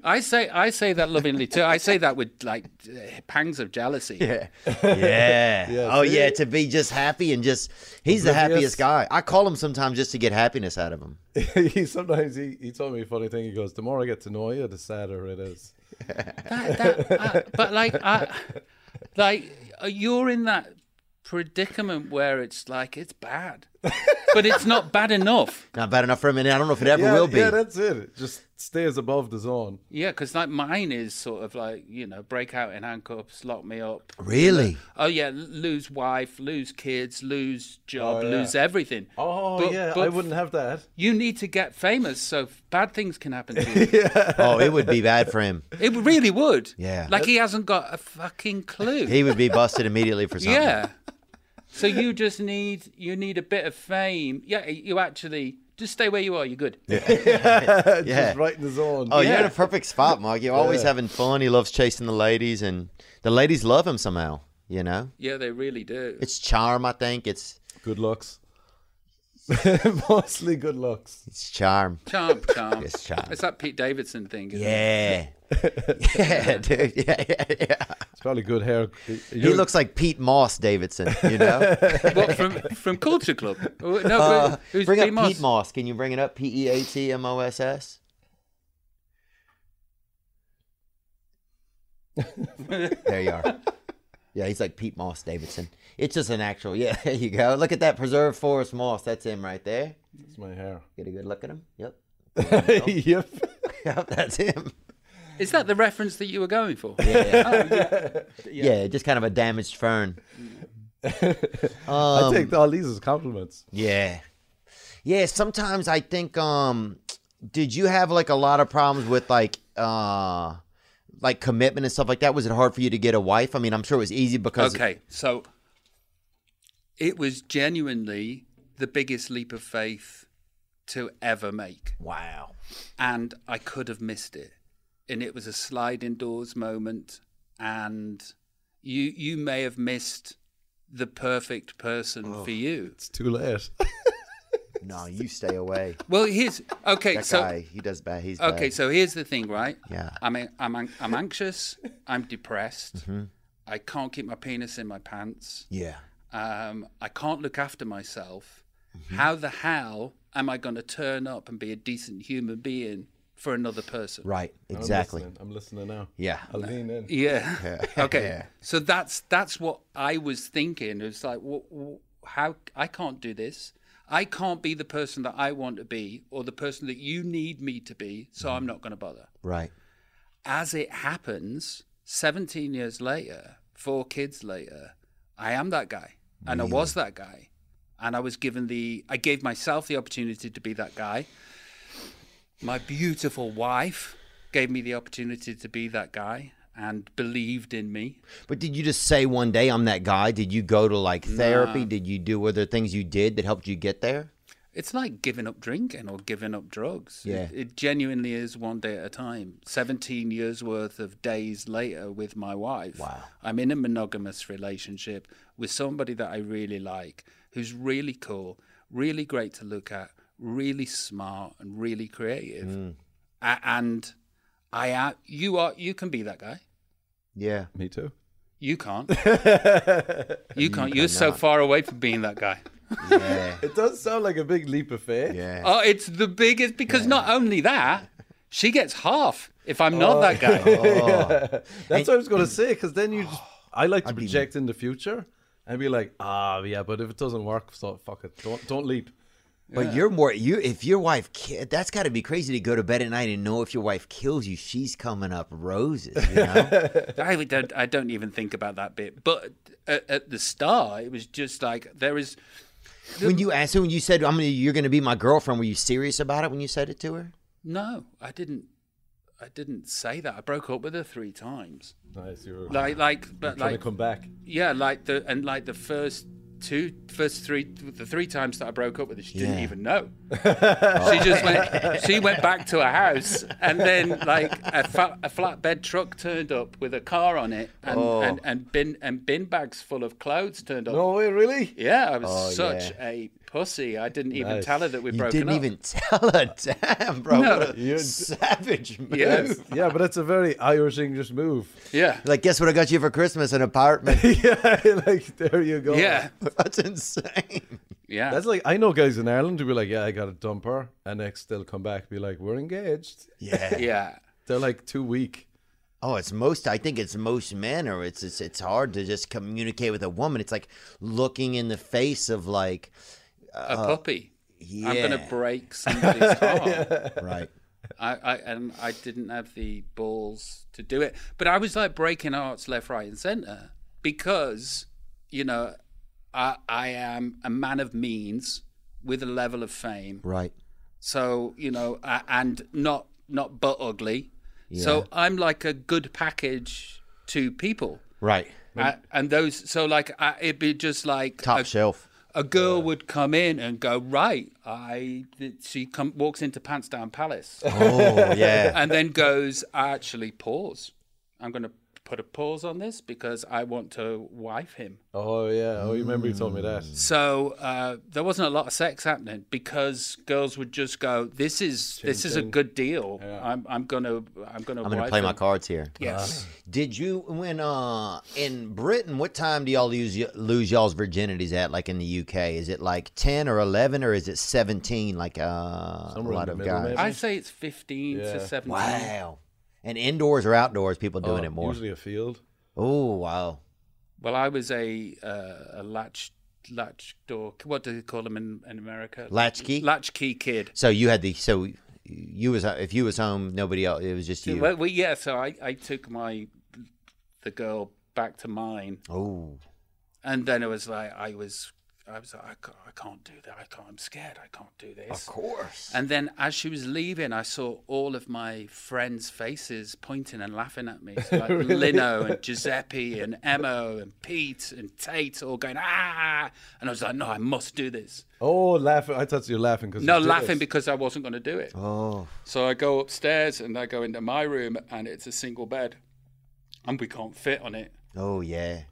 C: I say I say that lovingly too. I say that with like uh, pangs of jealousy.
A: Yeah, yeah. oh
D: see?
A: yeah, to be just happy and just he's the
D: Oblivious.
A: happiest guy. I call him sometimes just to get happiness out of him.
D: he sometimes he, he told me a funny thing. He goes, "The more I get to know you, the sadder it is."
C: That- that- I- but like I, like uh, you're in that predicament where it's like it's bad, but it's not bad enough.
A: Not bad enough for him, and I don't know if it ever
D: yeah,
A: will be.
D: yeah, that's it. It just stays above the zone.
C: Yeah, because like mine is sort of like you know break out in handcuffs, lock me up.
A: really?
C: Oh yeah, l- lose wife, lose kids, lose job,
D: Oh, yeah.
C: lose everything.
D: Oh
C: But-
D: yeah,
C: but
D: I wouldn't have that.
C: You need to get famous so f- bad things can happen to you.
A: Oh, it would be bad for him.
C: It really would.
A: Yeah.
C: Like he hasn't got a fucking clue.
A: He would be busted immediately for something.
C: Yeah. So you just need you need a bit of fame. Yeah, you actually just stay where you are. You're good.
A: yeah.
D: Just right in the zone.
A: Oh, you're in a
C: Yeah.
A: perfect spot, Mark. You're always having fun. He loves chasing the ladies, and the ladies love him somehow. You know,
C: Yeah, they really do.
A: it's charm. I think it's
D: Good looks. Mostly good looks.
A: it's charm.
C: Charm, charm.
A: It's charm.
C: It's that Pete Davidson thing. Isn't It?
A: Yeah, yeah, dude. Yeah, yeah, yeah.
D: It's probably good hair.
A: He looks like Pete Moss Davidson. You know,
C: What from from Culture Club? Oh, No,
A: Uh,
C: but who's
A: bring
C: Pete
A: up
C: Moss?
A: Pete Moss. Can you bring it up? P E A T M O S S. there you are. Yeah, he's like Pete Moss Davidson. It's just an actual. Yeah, there you go. Look at that preserved forest moss. That's him right there.
D: It's my hair.
A: Get a good look at him. Yep.
D: yep.
A: Yep, that's him.
C: Is that the reference that you were going for?
A: Yeah. just kind of a damaged fern. Um,
D: I take all these as compliments.
A: Yeah. Yeah, sometimes I think um did you have like a lot of problems with like uh like commitment and stuff like that? Was it hard for you to get a wife? I mean, I'm sure it was easy because
C: Okay, so it was genuinely the biggest leap of faith to ever make.
A: wow.
C: and I could have missed it. And it was a sliding doors moment, and you you may have missed the perfect person for you.
D: It's too late.
A: no, you stay away.
C: Well, here's okay.
A: That
C: so
A: guy, he does bad. He's
C: okay,
A: Bad.
C: so here's the thing, right?
A: Yeah.
C: I mean, I'm an- I'm anxious. I'm depressed.
A: Mm-hmm.
C: I can't keep my penis in my pants.
A: yeah,
C: Um, I can't look after myself.
A: Mm-hmm.
C: How the hell am I going to turn up and be a decent human being for another person?
A: right,
D: I'm
A: exactly.
D: listening. I'm listening now.
A: Yeah,
D: I'll lean in.
C: Yeah. Okay.
A: Yeah.
C: So that's that's what I was thinking. It's like, wh- wh- how I can't do this. I can't be the person that I want to be, or the person that you need me to be. So I'm not going to bother.
A: right.
C: As it happens, 17 years later, four kids later, I am that guy, and I was that guy, and I was given the. I gave myself the opportunity to be that guy. My beautiful wife gave me the opportunity to be that guy and believed in me.
A: But did you just say one day I'm that guy? Did you go to like therapy? Did you do were there things you did that helped you get there?
C: It's like giving up drinking or giving up drugs. It-
A: Yeah.
C: It, genuinely is one day at a time. 17 years worth of days later with my wife.
A: Wow.
C: I'm in a monogamous relationship with somebody that I really like, who's really cool, really great to look at, really smart, and really creative.
A: Hmm.
C: A- and I am, you are, you can be that guy.
A: Yeah.
D: Me too.
C: You can't. you can't. You're so far away from being that guy.
A: Yeah.
D: It does sound like a big leap of faith.
A: yeah.
C: Oh, it's the biggest because not only that, she gets half if I'm not that
D: Oh.
C: guy.
A: Oh.
D: That's what I was going to say, because then you just, I like to project in the future and be like, ah, yeah, but if it doesn't work, so fuck it. Don't, don't leap.
A: But you're more you if your wife ki- that's got to be crazy to go to bed at night and know if your wife kills you she's coming up roses, you know?
C: I don't, I don't even think about that bit. But at, at the start, it was just like there is.
A: when you asked her when you said I'm gonna, you're going to be my girlfriend were you serious about it when you said it to her?
C: No, I didn't. I didn't say that. I broke up with her three times.
D: Nice, you were
C: Like, like, but
D: trying
C: like,
D: to come back.
C: yeah, like the and like the first two, first three, the three times that I broke up with her, she didn't
A: Yeah.
C: even know. she just went. She went back to her house, and then like a, fa- a flatbed truck turned up with a car on it, and,
A: Oh.
C: and, and bin and bin bags full of clothes turned up.
D: No way, really?
C: Yeah, I was
A: Oh,
C: such
A: yeah.
C: a pussy. I didn't even
D: Nice.
C: tell her that we
A: You
C: broke
A: didn't
C: up.
A: even tell her, damn, bro.
C: No.
A: What a
D: You-
A: savage move.
C: Yes.
D: Yeah, but that's a very Irish English move.
C: Yeah.
A: Like, guess what I got you for Christmas? An apartment.
D: yeah, like there you go.
C: Yeah.
A: That's insane.
C: Yeah.
D: That's like I know guys in Ireland who be like, Yeah, I got a dumper and next they'll come back and be like, We're engaged.
A: Yeah.
C: yeah.
D: They're like too weak.
A: Oh, it's most. I think it's most men, or it's it's it's hard to just communicate with a woman. It's like looking in the face of like,
C: A puppy.
A: Uh, yeah,
C: I'm gonna break somebody's heart.
A: right.
C: I, I and I didn't have the balls to do it. But I was like breaking hearts left, right, and center because, you know, I I am a man of means with a level of fame.
A: Right.
C: So you know, a- and not not but ugly. So I'm like a good package to people.
A: Right.
C: I, and those, so like, I, it'd be just like
A: Top
D: Uh,
C: a,
A: shelf.
C: a girl would come in and go, right, I. She come, walks into Pants Down Palace
A: Oh yeah.
C: and then goes, I actually pause. I'm going to put a pause on this because I want to wife him.
D: Oh yeah. Oh you remember you told me that.
C: So uh, there wasn't a lot of sex happening because girls would just go, "This is this is a good deal. I'm I'm gonna I'm gonna
A: I'm gonna
C: wife
A: play my
C: him."
A: cards here.
C: Yes,
A: Did you when uh in Britain? What time do y'all lose y- lose y'all's virginities at? Like in the UK, is it like ten or eleven, or is it seventeen? Like uh,
D: Somewhere
A: a
D: in
A: lot
D: the
A: of
D: middle,
A: guys.
D: maybe.
C: I say it's 15
D: Yeah.
C: to 17.
A: Wow. And indoors or outdoors, people doing
D: Oh,
A: it more.
D: Usually a field.
A: Oh wow.
C: Well, I was a uh, a latch latch door. What do they call them in, in America?
A: Latchkey?
C: Latchkey kid.
A: So you had the so you was uh, if you was home, nobody else. It was just you.
C: Well, well, yeah. So I, I took my the girl back to mine,
A: Oh,
C: and then it was like I was I was like I can't, I can't do that. I can't. I'm scared. I can't do this.
A: course.
C: And then as she was leaving, I saw all of my friends' faces pointing and laughing at me. So like Lino and Giuseppe and Emo and Pete and Tate all going, ah. And I was like, no, I must do this.
D: Oh laughing. I thought you were laughing because
C: No, laughing because I wasn't going to do it.
A: Oh,
C: So I go upstairs and I go into my room and it's a single bed and we can't fit on it.
A: oh yeah.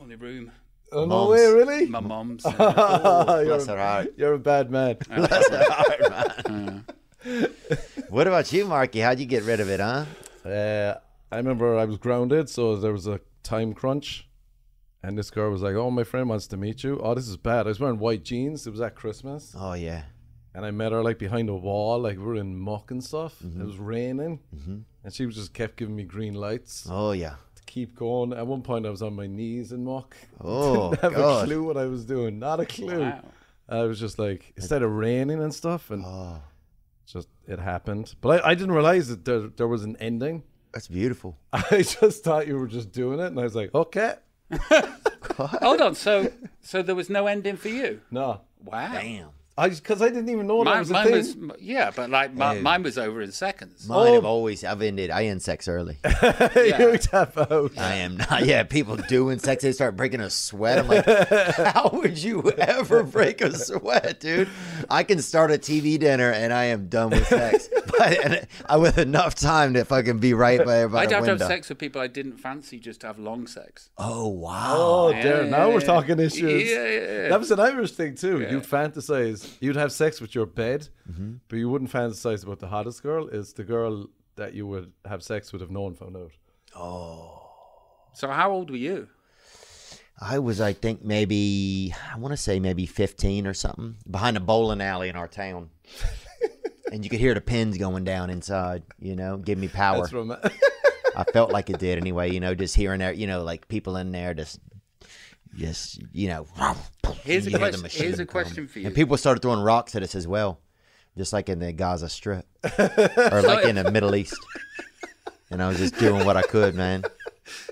C: Only room.
D: Oh, no
E: Mums.
D: way, really?
C: My
D: Ah,
C: mom's.
D: you're,
E: Bless her heart.
D: you're a bad man.
E: What about you, Marky? How'd you get rid of it, huh?
D: Uh, I remember I was grounded, so there was a time crunch. And this girl was like, Oh, my friend wants to meet you. Oh, this is bad. I was wearing white jeans. It was at Christmas.
E: Oh yeah.
D: And I met her like behind a wall, like we were in muck and stuff.
E: Mm-hmm.
D: It was raining. And she was just kept giving me green lights
E: Oh yeah.
D: to keep going. At one point, I was on my knees in muck.
E: Oh
D: Didn't have a
E: god.
D: clue what I was doing. Not a clue.
C: Wow.
D: I was just like, instead of raining and stuff, and
E: Oh.
A: Oh,
D: just it happened. But I, I didn't realize that there, there was an ending.
E: That's beautiful.
D: I just thought you were just doing it, and I was like, okay,
C: Hold on. So, so there was no ending for you.
D: no,
C: Wow.
A: Damn.
D: I because I didn't even know that
C: Mine,
D: was a
C: mine
D: thing.
C: was, yeah, but like my, mine was over in seconds.
A: Mine have
D: Oh.
A: always. I've ended. I end sex early.
D: you tap out.
A: I am not. Yeah, people doing sex, they start breaking a sweat. I'm like, how would you ever break a sweat, dude? I can start a TV dinner and I am done with sex, but and I with enough time to fucking be right by by
C: I'd
A: the
C: have to have
A: window.
C: sex with people I didn't fancy just to have long sex.
A: Oh wow.
D: Oh, dear. now we're
C: yeah.
D: talking issues.
C: Yeah, yeah, yeah.
D: That was an Irish thing too. You'd fantasize. You'd have sex with your bed, but you wouldn't fantasize about the hottest girl. It's the girl that you would have sex with if no one found out.
C: So how old were you?
A: I was, I think, maybe I want to say maybe 15 or something behind a bowling alley in our town, and you could hear the pins going down inside. You know, give me power.
D: That's from
A: I felt like it did anyway. You know, just hearing there, you know, like people in there just, just you know.
C: Here's
A: you
C: a
A: hear the
C: question-
A: machine
C: here's a
A: gun.
C: question for you.
A: And people started throwing rocks at us as well, just like in the Gaza Strip, or like in the Middle East. And I was just doing what I could, man.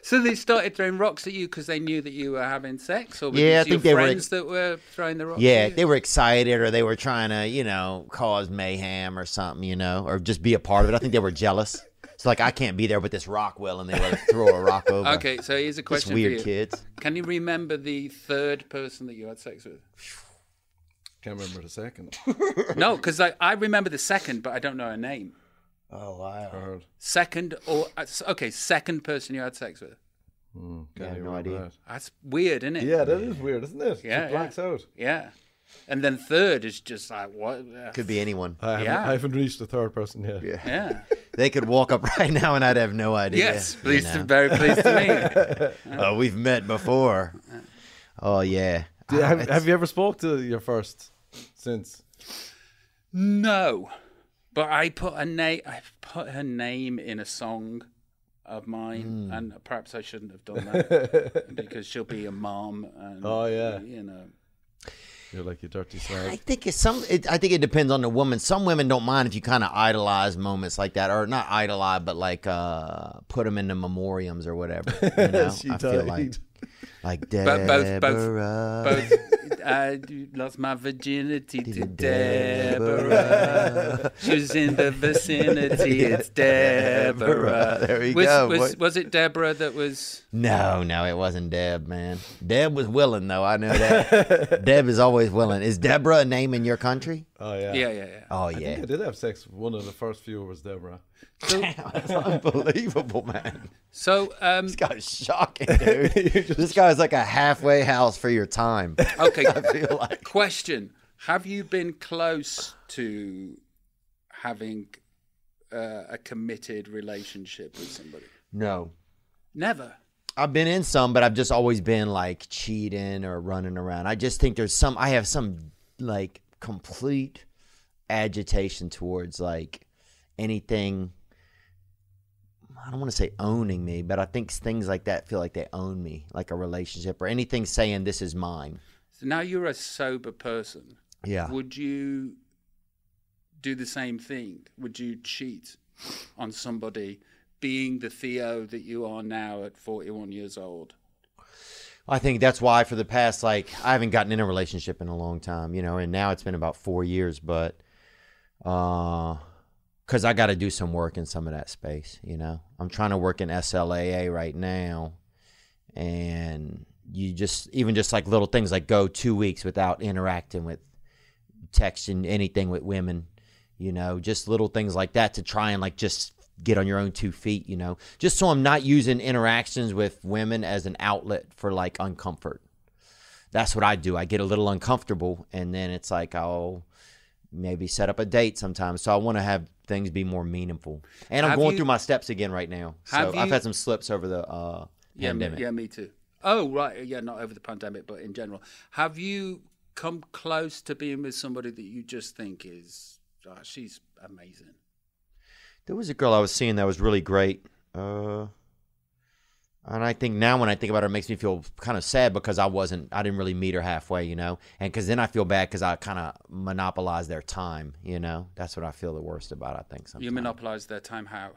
C: So they started throwing rocks at you because they knew that you were having sex, or was
A: Yeah, I
C: it your
A: think they were-
C: friends that were throwing the rocks.
A: Yeah,
C: at you?
A: they were excited, or they were trying to, you know, cause mayhem or something, you know, or just be a part of it. I think they were jealous. It's like I can't be there with this Rockwell, and they would throw a rock over.
C: Okay, so here's a
A: Just
C: question for
A: weird
C: you.
A: kids.
C: Can you remember the third person that you had sex with?
D: can't remember the second.
C: No, because I, I remember the second, but I don't know her name.
A: Oh wow.
D: Hard.
C: Second or uh, okay, second person you had sex with.
D: Can't
A: have
D: even
A: no
D: remember
A: idea.
D: that.
C: That's weird, isn't it?
D: Yeah, that is weird, isn't it?
C: Yeah,
D: it blacks
C: yeah.
D: out.
C: Yeah. And then third is just like what?
A: Could be anyone.
D: I haven't,
C: Yeah.
D: I haven't reached the third person yet. Yeah.
C: Yeah.
A: They could walk up right now and I'd have no idea.
C: Yes,
A: you
C: pleased to,
A: know.
C: very pleased to meet.
A: Oh, we've met before. Oh yeah.
D: have, have you ever spoke to your first since?
C: No, but I put a name. I put her name in a song of
A: Hmm.
C: mine, and perhaps I shouldn't have done that because she'll be a mom. And,
D: Oh, yeah.
C: you know.
D: You're like you dirty
A: I
D: slag.
A: think it's some. It, I think it depends on the woman. Some women don't mind if you kind of idolize moments like that, or not idolize, but like uh, put them in the memoriams or whatever. You know?
D: she
A: I
D: died.
A: feel like like
C: But
A: Deborah.
C: both- both- Both, I lost my virginity to Deborah. she was in the vicinity. It's Deborah.
A: There you
C: was,
A: go.
C: Was,
A: boy.
C: was it Deborah that was?
A: no, no, it wasn't Deb, man. Deb was willing though. I know that. Deb is always willing. Is Deborah a name in your country?
D: Oh yeah.
C: Yeah, yeah, yeah.
A: Oh
D: I think
A: yeah,
D: I did have sex. with One of the first few was Deborah.
A: unbelievable, man.
C: So, um,
A: This guy's shocking, dude. this guy's like a halfway house for your time.
C: okay.
A: I feel like
C: Question: Have you been close to having uh, a committed relationship with somebody?
A: no.
C: Never.
A: I've been in some, but I've just always been like cheating or running around. I just think there's some. I have some like complete agitation towards like anything. I don't want to say owning me, but I think things like that feel like they own me, like a relationship or anything saying this is mine.
C: So now you're a sober person.
A: Yeah.
C: Would you do the same thing? Would you cheat on somebody, being the Theo that you are now at 41 years old?
A: I think that's why for the past like I haven't gotten in a relationship in a long time, you know, and now it's been about four years, but uh because I got to do some work in some of that space, you know. I'm trying to work in SLAA right now, and you just even just like little things like go two weeks without interacting with texting anything with women, you know, just little things like that to try and like just get on your own two feet, you know, just so I'm not using interactions with women as an outlet for like uncomfort. that's what I do. I get a little uncomfortable, and then it's like I'll maybe set up a date sometimes. So I want to have things be more meaningful. And I'm
C: Have
A: going
C: you-
A: through my steps again right now. So
C: Have
A: I've
C: you-
A: had some slips over the uh,
C: Yeah, me,
A: pandemic.
C: yeah, me too. Oh, right. Yeah, not over the pandemic, but in general. Have you come close to being with somebody that you just think is, ah, she's amazing?
A: There was a girl I was seeing that was really great. Uh, and I think now when I think about her, it makes me feel kind of sad because I wasn't, I didn't really meet her halfway, you know? And because then I feel bad because I kind of monopolized their time, you know? That's what I feel the worst about, I think, sometimes.
C: You monopolize their time how?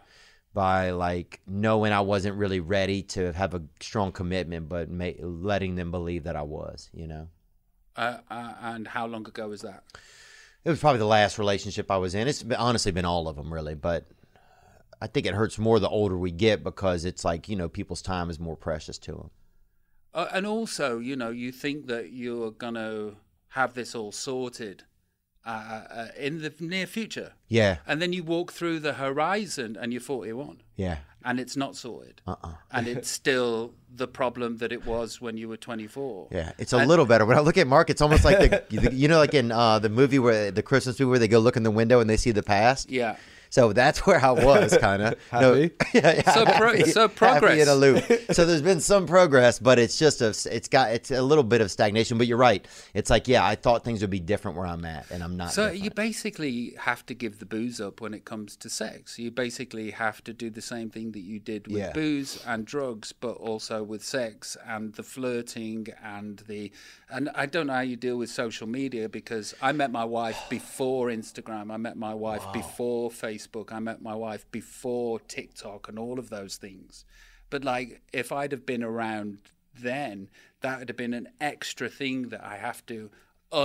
A: By like knowing I wasn't really ready to have a strong commitment, but ma- letting them believe that I was, you know?
C: Uh, uh, and how long ago was that?
A: It was probably the last relationship I was in. It's been, honestly been all of them, really. But I think it hurts more the older we get because it's like, you know, people's time is more precious to them.
C: Uh, and also, you know, you think that you're going to have this all sorted uh, uh, in the near future.
A: Yeah.
C: And then you walk through the horizon and you're 41
A: Yeah.
C: and it's not sorted.
A: Uh-uh.
C: And it's still the problem that it was when you were 24.
A: Yeah, it's a little better. When I look at Mark, it's almost like the, the you know, like in uh, the movie where the Christmas movie where they go look in the window and they see the past.
C: Yeah.
A: So that's where I was, kind of
D: Happy?
A: yeah, yeah,
C: So pro- so progress.
A: happy in a loop. So there's been some progress, but it's just a, it's got, it's a little bit of stagnation. But you're right. It's like, yeah, I thought things would be different where I'm at, and I'm not.
C: So
A: different.
C: you basically have to give the booze up when it comes to sex. You basically have to do the same thing that you did with
A: Yeah.
C: booze and drugs, but also with sex and the flirting and the. And I don't know how you deal with social media because I met my wife before Instagram. I met my wife before Facebook. I met my wife before TikTok and all of those things. But like, if I'd have been around then, that would have been an extra thing that I have to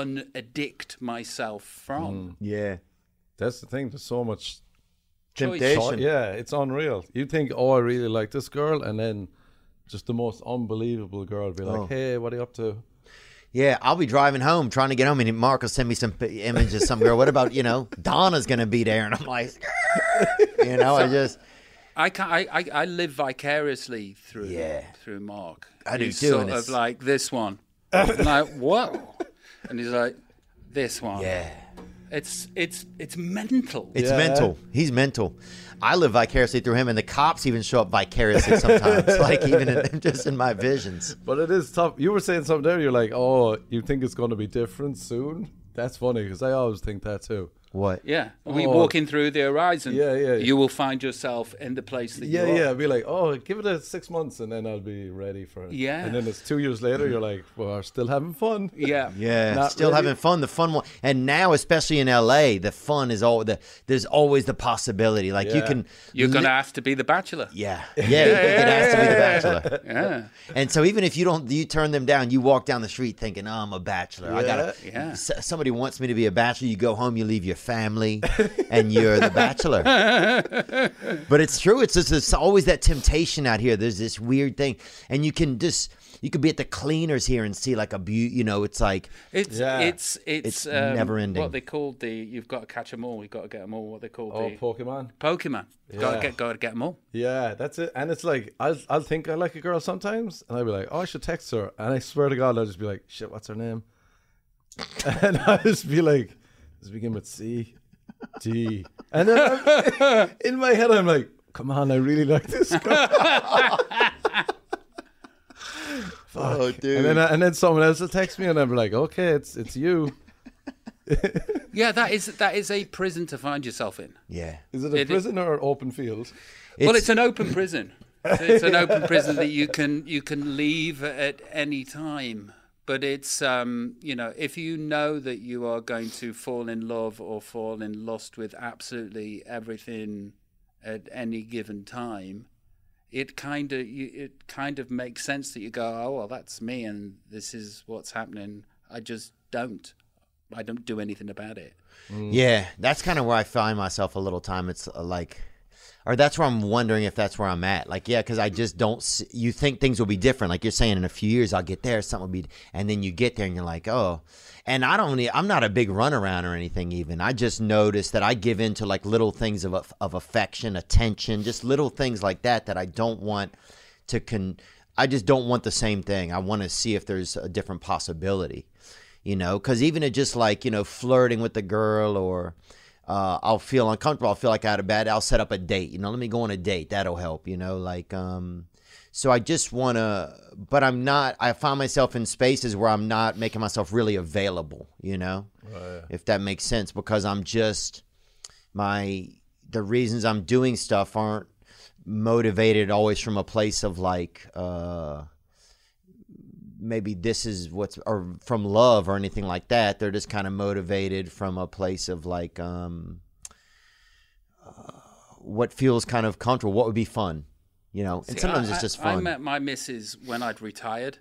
C: unaddict myself from.
A: yeah,
D: That's the thing. There's so much.
A: temptation.
D: Yeah, it's unreal. You think, oh, I really like this girl, and then just the most unbelievable girl be
A: Oh.
D: like, hey, what are you up to?
A: Yeah, I'll be driving home trying to get home, and Mark will send me some p- images. Some girl, what about you know Donna's gonna be there, and I'm like, you know, I just
C: I can I, I I live vicariously through
A: Yeah.
C: through Mark.
A: I do
C: He's
A: too,
C: Sort
A: and
C: of
A: it's-
C: like this one, I'm like whoa, and he's like this one.
A: yeah.
C: It's it's it's mental.
A: It's
D: Yeah.
A: mental. He's mental. I live vicariously through him, and the cops even show up vicariously sometimes, like even in, just in my visions.
D: But it is tough. You were saying something there. You're like, oh, you think it's going to be different soon? That's funny because I always think that too.
A: What?
C: yeah, we
D: Oh.
C: walking through the horizon.
D: Yeah, yeah, yeah.
C: You will find yourself in the place that
D: Yeah,
C: you are.
D: yeah. I'd be like, oh, give it a six months and then I'll be ready for it.
C: Yeah.
D: And then it's two years later, you're like, well, we're still having fun.
C: yeah,
A: Yeah,
D: Not
A: still
D: really.
A: having fun. The fun one, and now especially in LA, the fun is all the. There's always the possibility. Like you
D: Yeah.
A: can.
C: You're
A: li-
C: gonna have to be the bachelor.
A: Yeah, yeah. You can ask to be the bachelor.
C: Yeah,
A: And so even if you don't, you turn them down. You walk down the street thinking, "Oh, I'm a bachelor. I gotta."
C: Yeah.
A: s- somebody wants me to be a bachelor. You go home, you leave your family, and you're the bachelor. but it's true. It's just it's always that temptation out here. There's this weird thing, and you can just you could be at the cleaners here and see like a beauty. You know, it's like
C: it's
D: Yeah.
C: it's it's, um,
A: It's never-ending.
C: What they called the you've got to catch them all. You've got to get them all. What they called
D: Oh,
C: the
D: Pokemon.
C: Pokemon. Got to
D: Yeah.
C: get got to get them all.
D: Yeah, that's it. And it's like, I'll, I'll think I like a girl sometimes and I'll be like, oh, I should text her. And I swear to God, I'll just be like, shit, what's her name? And I'll just be like, let's begin with C, D. And then I'm- in my head, I'm like, come on, I really like this girl.
A: oh,
D: And
A: dude.
D: then, uh, and then someone else will text me and I'm like, okay, it's it's you.
C: Yeah, that is that is a prison to find yourself in.
A: yeah,
D: Is it a
C: It-
D: prison or an open field?
C: well, it's an open prison. So it's an open prison that you can you can leave at any time. But it's um, you know if you know that you are going to fall in love or fall in lust with absolutely everything at any given time, it kind of it kind of makes sense that you go oh well that's me and this is what's happening. I just don't I don't do anything about it.
A: Yeah, that's kind of where I find myself a little time. It's uh, like, or that's where I'm wondering if that's where I'm at. Like, yeah, because I just don't. s you think things will be different. Like you're saying, in a few years I'll get there, something will be, and then you get there and you're like, oh. And I don't. e- I'm not a big runaround or anything. Even I just notice that I give in to like little things of aff- of affection, attention, just little things like that that I don't want to con. I just don't want the same thing. I want to see if there's a different possibility, you know, because even it just like, you know, flirting with the girl or uh, I'll feel uncomfortable. I'll feel like I had a bad, I'll set up a date, you know, let me go on a date. That'll help, you know, like, um, so I just want to, but I'm not, I find myself in spaces where I'm not making myself really available, you know, if that makes sense, because I'm just, my the reasons I'm doing stuff aren't motivated always from a place of like uh maybe this is what's or from love or anything like that they're just kind of motivated from a place of like um uh, what feels kind of comfortable what would be fun you know and
C: See,
A: sometimes
C: I-
A: it's just
C: I- I
A: fun
C: met my missus when I'd retired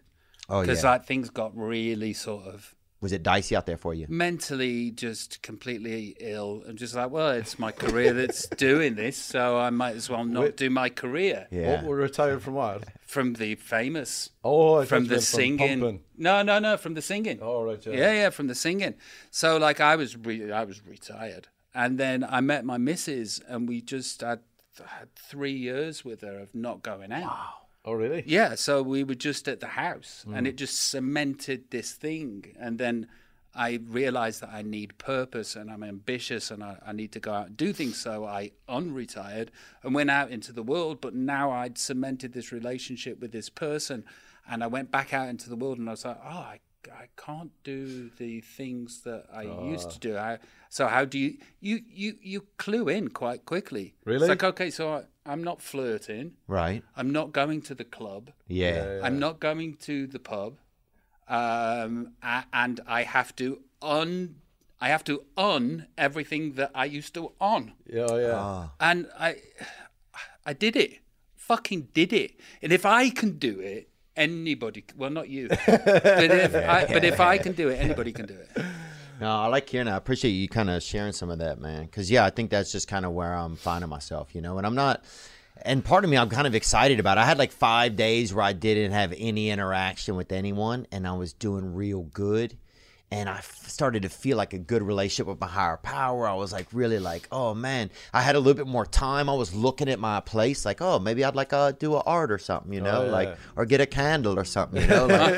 A: oh
C: because
A: yeah
C: like things got really sort of
A: was it dicey out there for you
C: mentally just completely ill and just like, well, it's my career that's doing this, so I might as well not do my career
A: yeah
D: What, Oh, we're retired from what?
C: from the famous,
D: Oh, I
C: from
D: thought you
C: the
D: meant from
C: singing.
D: pumping.
C: No, no, no, from the singing.
D: Oh, right, yeah.
C: yeah, from the singing. So like, I was re- I was retired, and then I met my missus, and we just had, had three years with her of not going out.
D: Oh, really?
C: Yeah, so we were just at the house and it just cemented this thing. And then I realized that I need purpose and I'm ambitious and I, I need to go out and do things. So I unretired and went out into the world. But now I'd cemented this relationship with this person and I went back out into the world and I was like, oh, I, I can't do the things that I used to do. I, so how do you, you, you, you clue in quite quickly.
D: Really?
C: It's like, okay, so I, I'm not flirting.
A: right
C: I'm not going to the club.
A: yeah,
C: I'm not going to the pub, um, a- and I have to un I have to un everything that I used to on,
D: Yeah, oh, yeah.
C: and I I did it, fucking did it. And if I can do it, anybody. c- Well, not you, but if I, but if I can do it, anybody can do it.
A: No, I like hearing that. I appreciate you kind of sharing some of that, man. Because yeah, I think that's just kind of where I'm finding myself, you know. And I'm not, and part of me I'm kind of excited about. It. I had like five days where I didn't have any interaction with anyone, and I was doing real good. And I f- started to feel like a good relationship with my higher power. I was like really like, oh man, I had a little bit more time. I was looking at my place like, oh, maybe I'd like uh, do a art or something, you know,
D: yeah.
A: like or get a candle or something, you know, like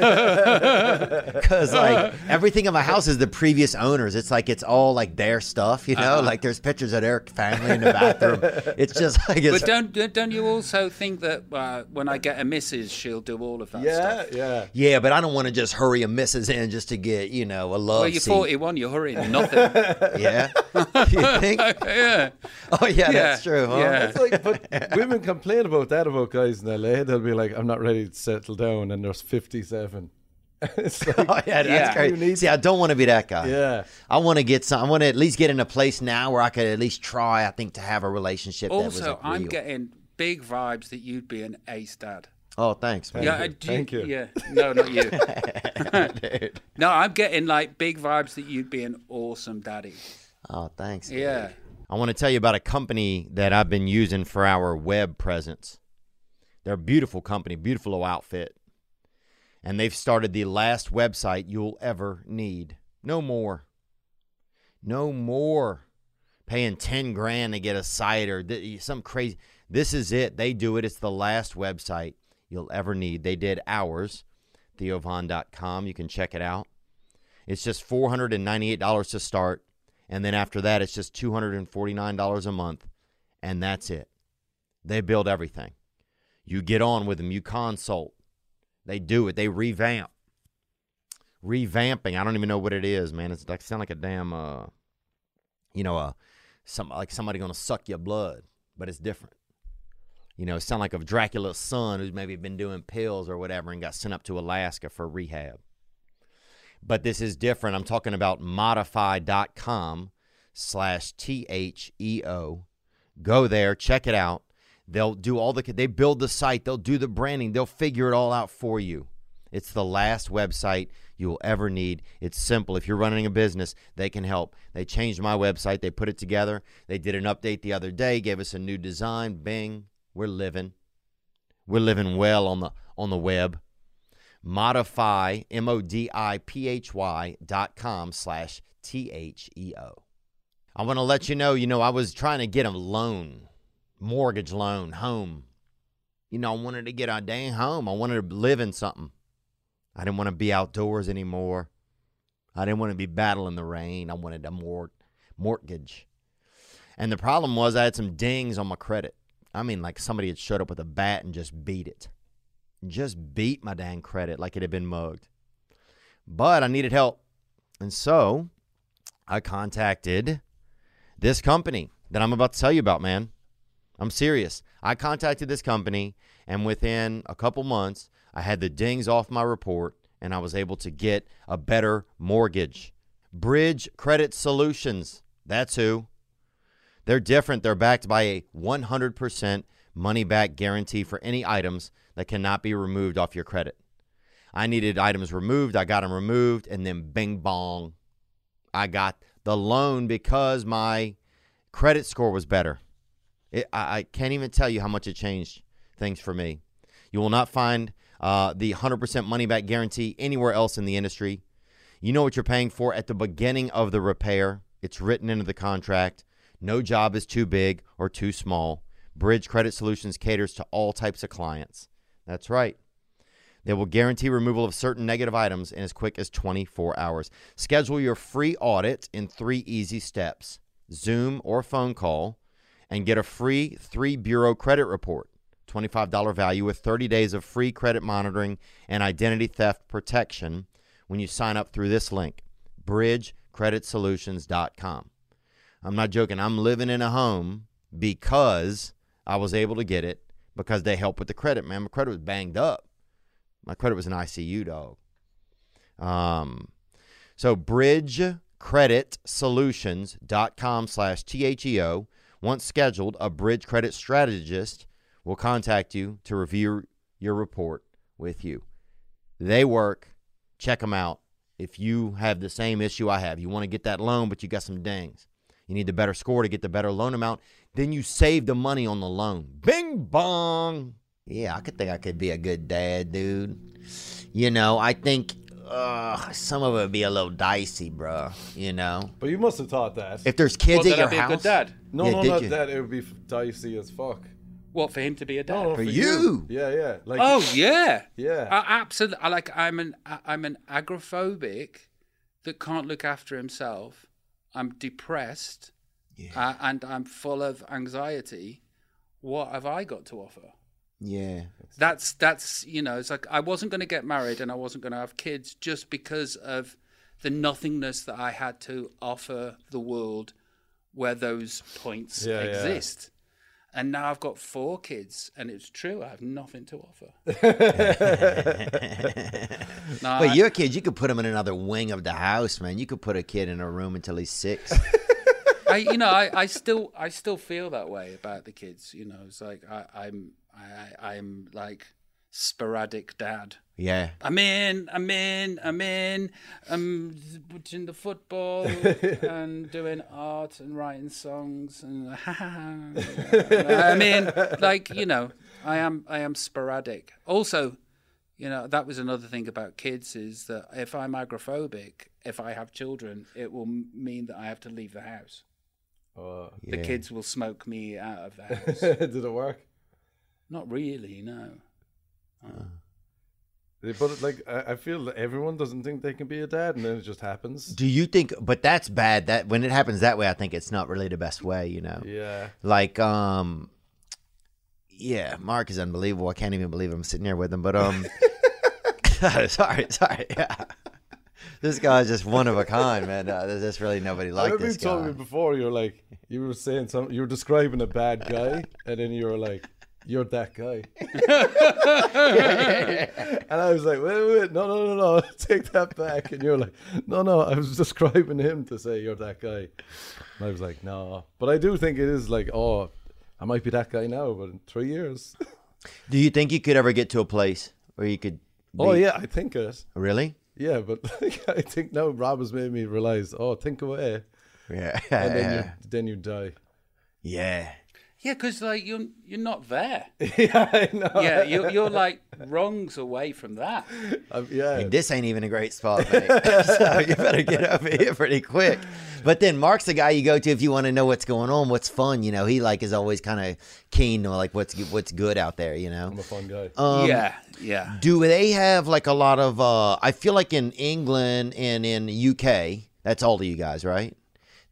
A: because like everything in my house is the previous owners. It's like it's all like their stuff, you
C: Uh-huh.
A: know. Like there's pictures of their family in the bathroom. It's just like it's
C: But don't don't- don't you also think that uh, when I get a missus, she'll do all of that
D: yeah,
C: stuff?
D: yeah.
A: yeah. But I don't want to just hurry a missus in just to get you know a love
C: Well, you're
A: seat.
C: 41. You're hurrying nothing.
A: Yeah, you think?
C: yeah.
A: Oh yeah, that's true. Huh?
C: yeah.
D: It's like, but women complain about that about guys in LA. They'll be like, "I'm not ready to settle down," and there's 57. it's like,
A: Oh yeah, that's
C: Yeah.
A: great.
D: You need-
A: See, I don't want to be that guy.
D: yeah,
A: I want to get some. I want to at least get in a place now where I could at least try. I think to have a relationship. that was,
C: Also,
A: like,
C: I'm
A: real.
C: getting big vibes that you'd be an ace dad.
A: Oh, thanks, man.
C: yeah,
D: you.
C: I- do
D: Thank you.
C: Yeah, no, not you. no, I'm getting like big vibes that you'd be an awesome daddy.
A: Oh, thanks.
C: Yeah.
A: I want to tell you about a company that I've been using for our web presence. They're a beautiful company, beautiful little outfit. And they've started the last website you'll ever need. No more. No more paying 10 grand to get a site or th- some crazy. This is it. They do it. It's the last website you'll ever need. They did ours, theovon.com. You can check it out. It's just $498 to start. And then after that, it's just $249 a month. And that's it. They build everything. You get on with them, you consult. They do it, they revamp. Revamping. I don't even know what it is, man. It's like sound like a damn uh you know, uh some like somebody gonna suck your blood, but it's different. You know, it sound like of Dracula's son who's maybe been doing pills or whatever and got sent up to Alaska for rehab but this is different. I'm talking about modify.com slash T H E O. Go there, check it out. They'll do all the, they build the site, they'll do the branding, they'll figure it all out for you. It's the last website you will ever need. It's simple. If you're running a business, they can help. They changed my website, they put it together. They did an update the other day, gave us a new design. Bing, we're living. We're living well on the on the web modify m o d i p h y dot com slash t h e o. I want to let you know, you know, I was trying to get a loan, mortgage loan, home. You know, I wanted to get a dang home. I wanted to live in something. I didn't want to be outdoors anymore. I didn't want to be battling the rain. I wanted a mort- mortgage. And the problem was I had some dings on my credit. I mean, like somebody had showed up with a bat and just beat it. Just beat my dang credit like it had been mugged. But I needed help. And so I contacted this company that I'm about to tell you about, man. I'm serious. I contacted this company, and within a couple months, I had the dings off my report and I was able to get a better mortgage. Bridge Credit Solutions, that's who. They're different. They're backed by a 100% money back guarantee for any items that cannot be removed off your credit. I needed items removed, I got them removed, and then bing bong, I got the loan because my credit score was better. It, I, I can't even tell you how much it changed things for me. You will not find uh, the 100% money back guarantee anywhere else in the industry. You know what you're paying for at the beginning of the repair. It's written into the contract. No job is too big or too small. Bridge Credit Solutions caters to all types of clients. That's right. They will guarantee removal of certain negative items in as quick as 24 hours. Schedule your free audit in three easy steps Zoom or phone call, and get a free three bureau credit report. $25 value with 30 days of free credit monitoring and identity theft protection when you sign up through this link bridgecreditsolutions.com. I'm not joking. I'm living in a home because I was able to get it because they help with the credit, man. My credit was banged up. My credit was an ICU dog. Um, so bridgecreditsolutions.com slash T-H-E-O. Once scheduled, a bridge credit strategist will contact you to review your report with you. They work. Check them out. If you have the same issue I have, you want to get that loan, but you got some dings. You need the better score to get the better loan amount. Then you save the money on the loan. Bing bong. Yeah, I could think I could be a good dad, dude. You know, I think uh, some of it would be a little dicey, bro. You know,
D: But you must have thought that.
A: if there's kids
C: Well,
A: at
C: then
A: your
C: I'd be a
A: house,
C: good dad.
D: no,
A: Yeah,
D: no,
A: did
D: not
A: you?
D: that. It would be f- dicey as fuck.
C: What for him to be a dad?
D: No, no,
A: For
D: Oh, for,
A: you.
D: Yeah, yeah. Like,
C: Oh yeah,
D: Yeah.
C: I absolutely. I like. I'm an. I- I'm an agoraphobic that can't look after himself. I'm depressed, uh, and I'm full of anxiety. What have I got to offer?
A: yeah,
C: That's that's you know. It's like I wasn't going to get married and I wasn't going to have kids just because of the nothingness that I had to offer the world where those points
D: Yeah, yeah.
C: exist. And now I've got four kids, and it's true. I have nothing to offer. No,
A: But
C: I-
A: your kids, you could put them in another wing of the house, man. You could put a kid in a room until he's six.
C: I, you know, I, I still, I still feel that way about the kids. You know, it's like I, I'm, I, I- I'm like sporadic dad.
A: yeah.
C: I'm in, I'm in, I'm in. I'm watching the football and doing art and writing songs and I'm in. Like you know, I am, I am sporadic. Also, you know, that was another thing about kids is that if I'm agoraphobic, if I have children, it will m- mean that I have to leave the house
A: Ah!
D: Uh,
C: the kids will smoke me out of the house.
D: did it work?
C: Not really, no.
D: They put it like I, I feel that everyone doesn't think they can be a dad, and then it just happens.
A: Do you think? But that's bad. That when it happens that way, I think it's not really the best way. You know,
D: Yeah,
A: like um, yeah. Mark is unbelievable. I can't even believe I'm sitting here with him. But um, sorry, sorry. Yeah. This guy's just one of a kind, man. Uh, there's just really nobody
D: I
A: like
D: remember you
A: this
D: told
A: guy.
D: me before you're like you were saying some, you were describing a bad guy, and then you were like, "You're that guy," and I was like, "Wait, wait, no, no, no, no, take that back." And you're like, "No, no, I was describing him to say you're that guy," and I was like, "No," but I do think it is like, oh, I might be that guy now, but in three years.
A: Do you think you could ever get to a place where you could?
D: oh
A: be-
D: yeah, I think it.
A: Really?
D: Yeah, but I think now Rob has made me realize. Oh, think away,
A: Yeah.
D: and then you then you die.
A: yeah.
C: Yeah, because like you're you're not there.
D: yeah, I know.
C: Yeah, you're you're like rungs away from that.
D: Um, yeah.
A: Hey, this ain't even a great spot, mate. so you better get over here pretty quick. But then Mark's the guy you go to if you want to know what's going on, what's fun. You know, he like is always kind of keen on like what's what's good out there. You know,
D: I'm a fun guy.
A: um,
C: yeah, yeah.
A: Do they have like a lot of? Uh, I feel like in England and in UK, that's all to you guys, right?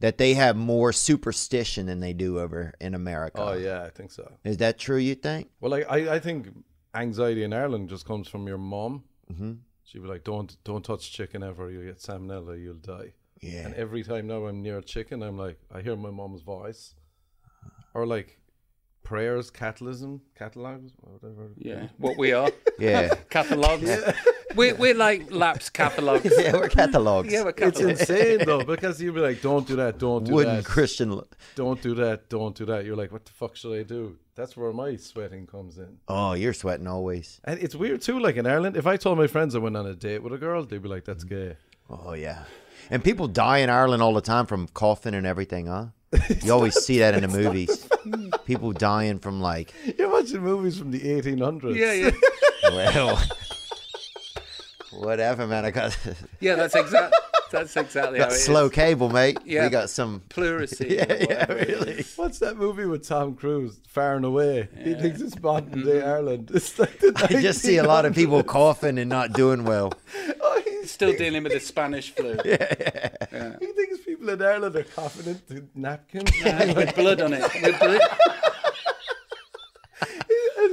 A: That they have more superstition than they do over in America.
D: oh yeah, I think so.
A: Is that true? You think?
D: Well, like I, I think anxiety in Ireland just comes from your mom.
A: Mhm.
D: She would be like, "Don't, don't touch chicken ever. You get salmonella, you'll die."
A: Yeah.
D: And every time now I'm near a chicken, I'm like, I hear my mom's voice, or like prayers, catalysm, catalogs, or whatever.
C: Yeah, what we are
A: Yeah.
C: catalogs. We're we're like laps catalogs.
A: yeah, we're catalogs.
C: Yeah, we're
D: It's
C: catalogs.
D: insane though because you'd be like, "Don't do that. Don't do
A: Wooden
D: that.
A: Christian. lo-
D: Don't do that. Don't do that." You're like, "What the fuck should I do?" That's where my sweating comes in.
A: Oh, you're sweating always.
D: And it's weird too. Like in Ireland, if I told my friends I went on a date with a girl, they'd be like, "That's gay."
A: Oh yeah, and people die in Ireland all the time from coughing and everything, huh? You always see that in the movies. People dying from like,
D: You're watching movies from the 1800s.
C: Yeah, yeah,
A: well, whatever, man. I got
C: yeah. That's exact. That's exactly how
A: got
C: it is.
A: slow cable, mate.
C: Yeah.
A: We got some.
C: pleurisy.
A: Yeah,
C: or
A: yeah,
C: whatever it is.
A: really.
D: What's that movie with Tom Cruise, Far and Away? He thinks it's modern day Ireland. It's like the
A: Mm-hmm. I just see a lot of people coughing and not doing well.
D: 1900s. Oh, he's-
C: Still dealing with the Spanish flu.
D: Oh, he thinks people in Ireland are coughing into napkins.
C: with blood on it. With blood.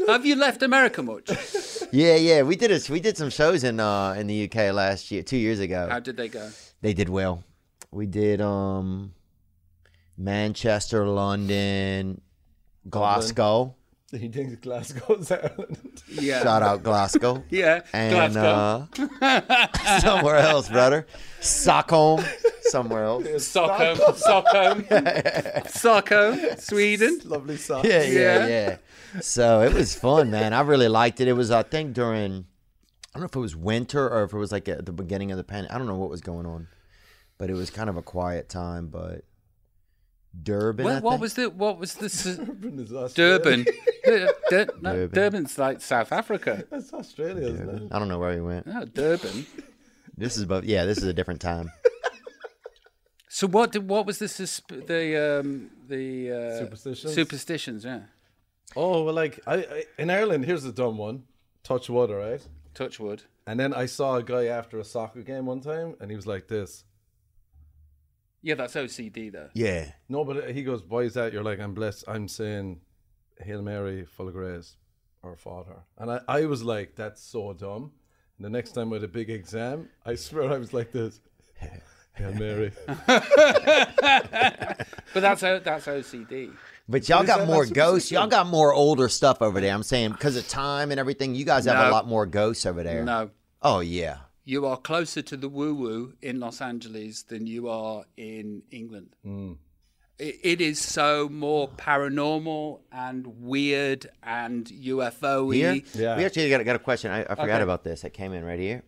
C: Have you left America much?
A: Yeah, yeah. We did a, we did some shows in uh in the UK last year, two years ago.
C: How did they go?
A: they did well. We did um Manchester, London, Glasgow.
D: he thinks Glasgow's Ireland.
C: Yeah.
A: Shout out Glasgow.
C: Yeah.
A: And
C: Glasgow.
A: uh, somewhere else, brother. Stockholm. Somewhere else.
C: Stockholm. Stockholm. Stockholm. Sweden.
D: Lovely song.
A: Yeah, yeah,
C: Yeah.
A: yeah. So it was fun, man. I really liked it. It was, I think, during I don't know if it was winter or if it was like at the beginning of the pandemic. I don't know what was going on, but it was kind of a quiet time. But Durban, I
C: What, what
A: think?
C: was the what was the s-
D: Durban is Australia.
C: Durban? Dur- Dur- no,
A: Durban.
C: Durban's like South Africa.
D: That's Australia, isn't it?
A: I don't know where he went.
C: No, Durban.
A: This is about yeah. This is a different time.
C: So what did what was the susp- the um, the uh,
D: Superstitions?
C: Superstitions, yeah.
D: Oh, well, like, I, I in Ireland, here's a dumb one. Touch water, right?
C: Touch wood.
D: And then I saw a guy after a soccer game one time, and he was like this.
C: Yeah, that's OCD though.
A: Yeah.
D: No, but he goes, "Why is that?" You're like, "I'm blessed." I'm saying, "Hail Mary, full of grace, our Father." And I, I was like, "That's so dumb." And the next time I had a big exam, I swear I was like this. Hail Mary.
C: But that's O- that's OCD.
A: But y'all got
D: that
A: more
D: not
A: ghosts.
D: superstition?
A: Y'all got more older stuff over there. I'm saying because of time and everything, you guys have a
C: No.
A: lot more ghosts over there.
C: No,
A: Oh yeah.
C: you are closer to the woo woo in Los Angeles than you are in England.
A: Hmm.
C: It, it is so more paranormal and weird and UFO
A: Here,
C: y.
D: Yeah.
A: we actually got, got a question. I, I forgot
C: Okay.
A: about this. That came in right here.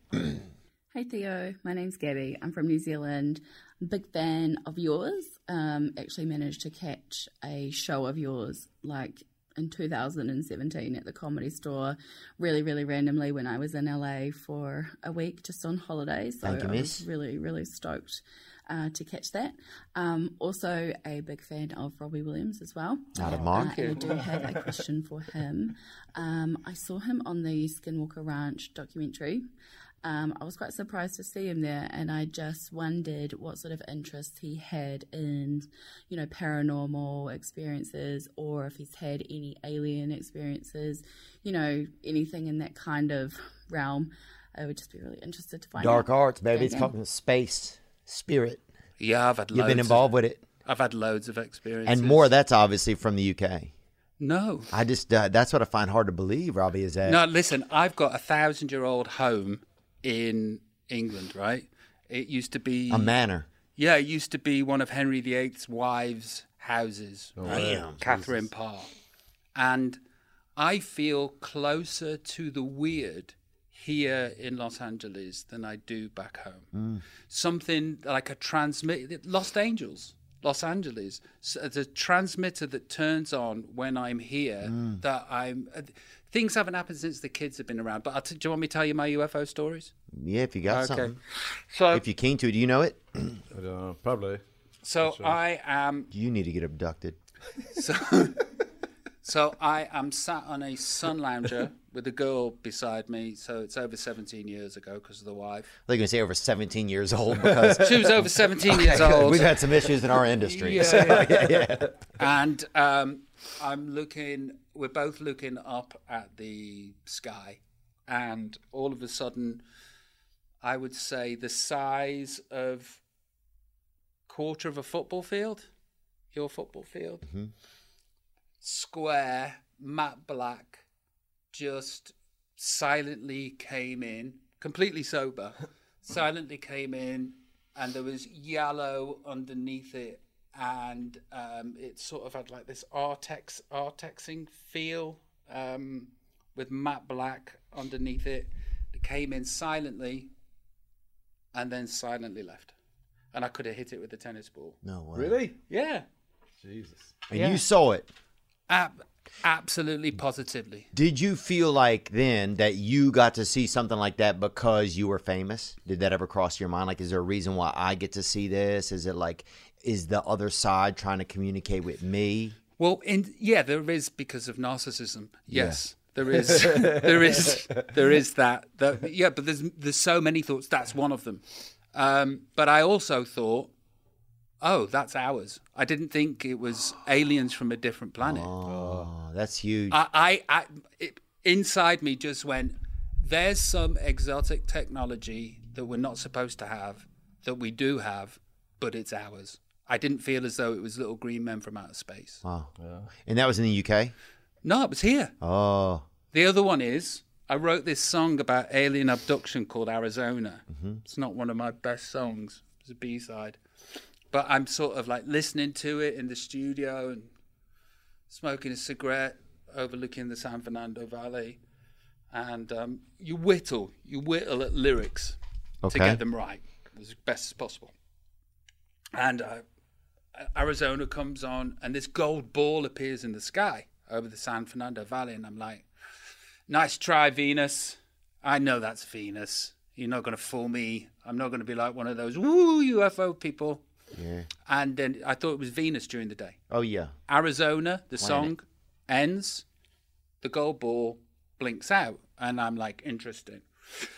F: Hey Theo, my name's Gabby. I'm from New Zealand. I'm a big fan of yours. Um, actually managed to catch a show of yours like in 2017 at the comedy store, really, really randomly when I was in LA for a week just on holiday. So
A: Thank you,
F: I
A: miss.
F: was really, really stoked uh, to catch that. Um, also, a big fan of Robbie Williams as well.
A: Not a mark.
F: Uh, and I do have a question for him. Um, I saw him on the Skinwalker Ranch documentary. Um, I was quite surprised to see him there, and I just wondered what sort of interest he had in, you know, paranormal experiences, or if he's had any alien experiences, you know, anything in that kind of realm. I would just be really interested to find
A: Dark
F: out.
A: arts, baby. It's
F: Yeah.
A: called space, spirit.
C: Yeah, I've had loads
A: You've been involved
C: Of,
A: with it,
C: I've had loads of experiences
A: and more. That's obviously from the UK.
C: No,
A: I just uh, that's what I find hard to believe. Robbie is that
C: No, listen, I've got a thousand year old home in England, right? It used to be
A: a manor.
C: Yeah, it used to be one of Henry VIII's wives' houses.
A: Damn.
C: Catherine Parr. And I feel closer to the weird here in Los Angeles than I do back home. Something like a transmit Lost Angels. Los Angeles. So the transmitter that turns on when I'm here, that I'm. Uh, things haven't happened since the kids have been around. But I'll t- do you want me to tell you my UFO stories?
A: Yeah, if you got something.
C: So,
A: If you came to, do you know it?
D: I don't know. Probably.
C: so I am.
A: You need to get abducted.
C: So, so I am sat on a sun lounger with a girl beside me. So it's over 17 years ago because of the wife.
A: They're going to say over 17 years old because
C: She was over 17 years old.
A: we've had some issues in our industry.
C: Yeah, yeah, And um, I'm looking, we're both looking up at the sky, and all of a sudden, I would say the size of quarter of a football field, your football field, square, matte black, just silently came in, completely sober, silently came in, and there was yellow underneath it, and um, it sort of had like this artex artexing feel um, with matte black underneath it. It came in silently, and then silently left, and I could have hit it with a tennis ball.
A: No way.
D: Really?
C: Yeah,
D: Jesus.
A: And
C: Yeah.
A: you saw it.
C: Ab- absolutely, positively.
A: Did you feel like then that you got to see something like that because you were famous? Did that ever cross your mind? Like, is there a reason why I get to see this? Is it like, is the other side trying to communicate with me?
C: Well, in yeah, there is because of narcissism. Yes, there is, there is, there is that. that yeah, but there's there's so many thoughts. That's one of them. Um, but I also thought, oh, that's ours. I didn't think it was aliens from a different planet.
A: Oh, that's huge.
C: I, I, I it, inside me just went. There's some exotic technology that we're not supposed to have that we do have, but it's ours. I didn't feel as though it was little green men from outer space.
A: wow. And that was in the UK?
C: No, it was here.
A: Oh,
C: The other one is I wrote this song about alien abduction called Arizona. It's not one of my best songs. It's a B side, but I'm sort of like listening to it in the studio and smoking a cigarette, overlooking the San Fernando Valley, and um, you whittle, you whittle at lyrics
A: okay.
C: to get them right as best as possible. And uh, Arizona comes on, and this gold ball appears in the sky over the San Fernando Valley, and I'm like, "Nice try, Venus. I know that's Venus. You're not going to fool me. I'm not going to be like one of those woo UFO people."
A: Yeah.
C: And then I thought it was Venus during the day.
A: Oh, yeah.
C: Arizona, the
A: Planet.
C: song ends, the gold ball blinks out, and I'm like, interesting.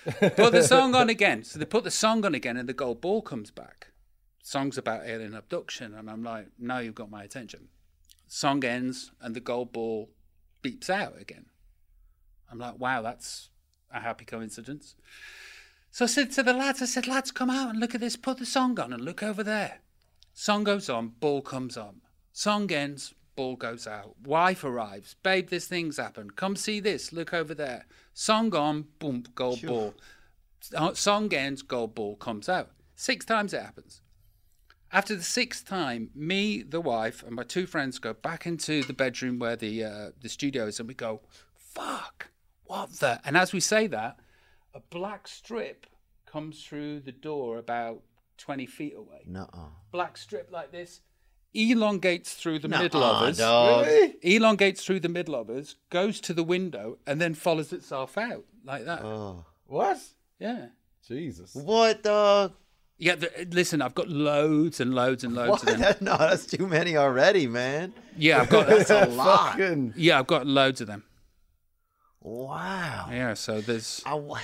C: put the song on again. So they put the song on again, and the gold ball comes back. Song's about alien abduction, and I'm like, now you've got my attention. Song ends, and the gold ball beeps out again. I'm like, wow, that's a happy coincidence. So I said to the lads, I said, lads, come out and look at this. Put the song on and look over there. Song goes on, ball comes on. Song ends, ball goes out. Wife arrives. Babe, this thing's happened. Come see this. Look over there. Song on, boom, gold ball. So- Song ends, gold ball comes out. Six times it happens. After the sixth time, me, the wife, and my two friends go back into the bedroom where the uh, the studio is, and we go, "Fuck, what the?" And as we say that, a black strip comes through the door about twenty feet away
A: No.
C: black strip like this, elongates through the middle of us,
A: dog.
C: elongates through the middle of us, goes to the window, and then follows itself out like that.
D: What?
C: Yeah.
D: Jesus.
A: What, dog?
C: Yeah, the, listen, I've got loads and loads and loads
A: What?
C: of them.
A: no, that's too many already, man.
C: Yeah, I've got that's a lot.
D: Fucking.
C: Yeah, I've got loads of them.
A: Wow.
C: Yeah, so there's
A: I w-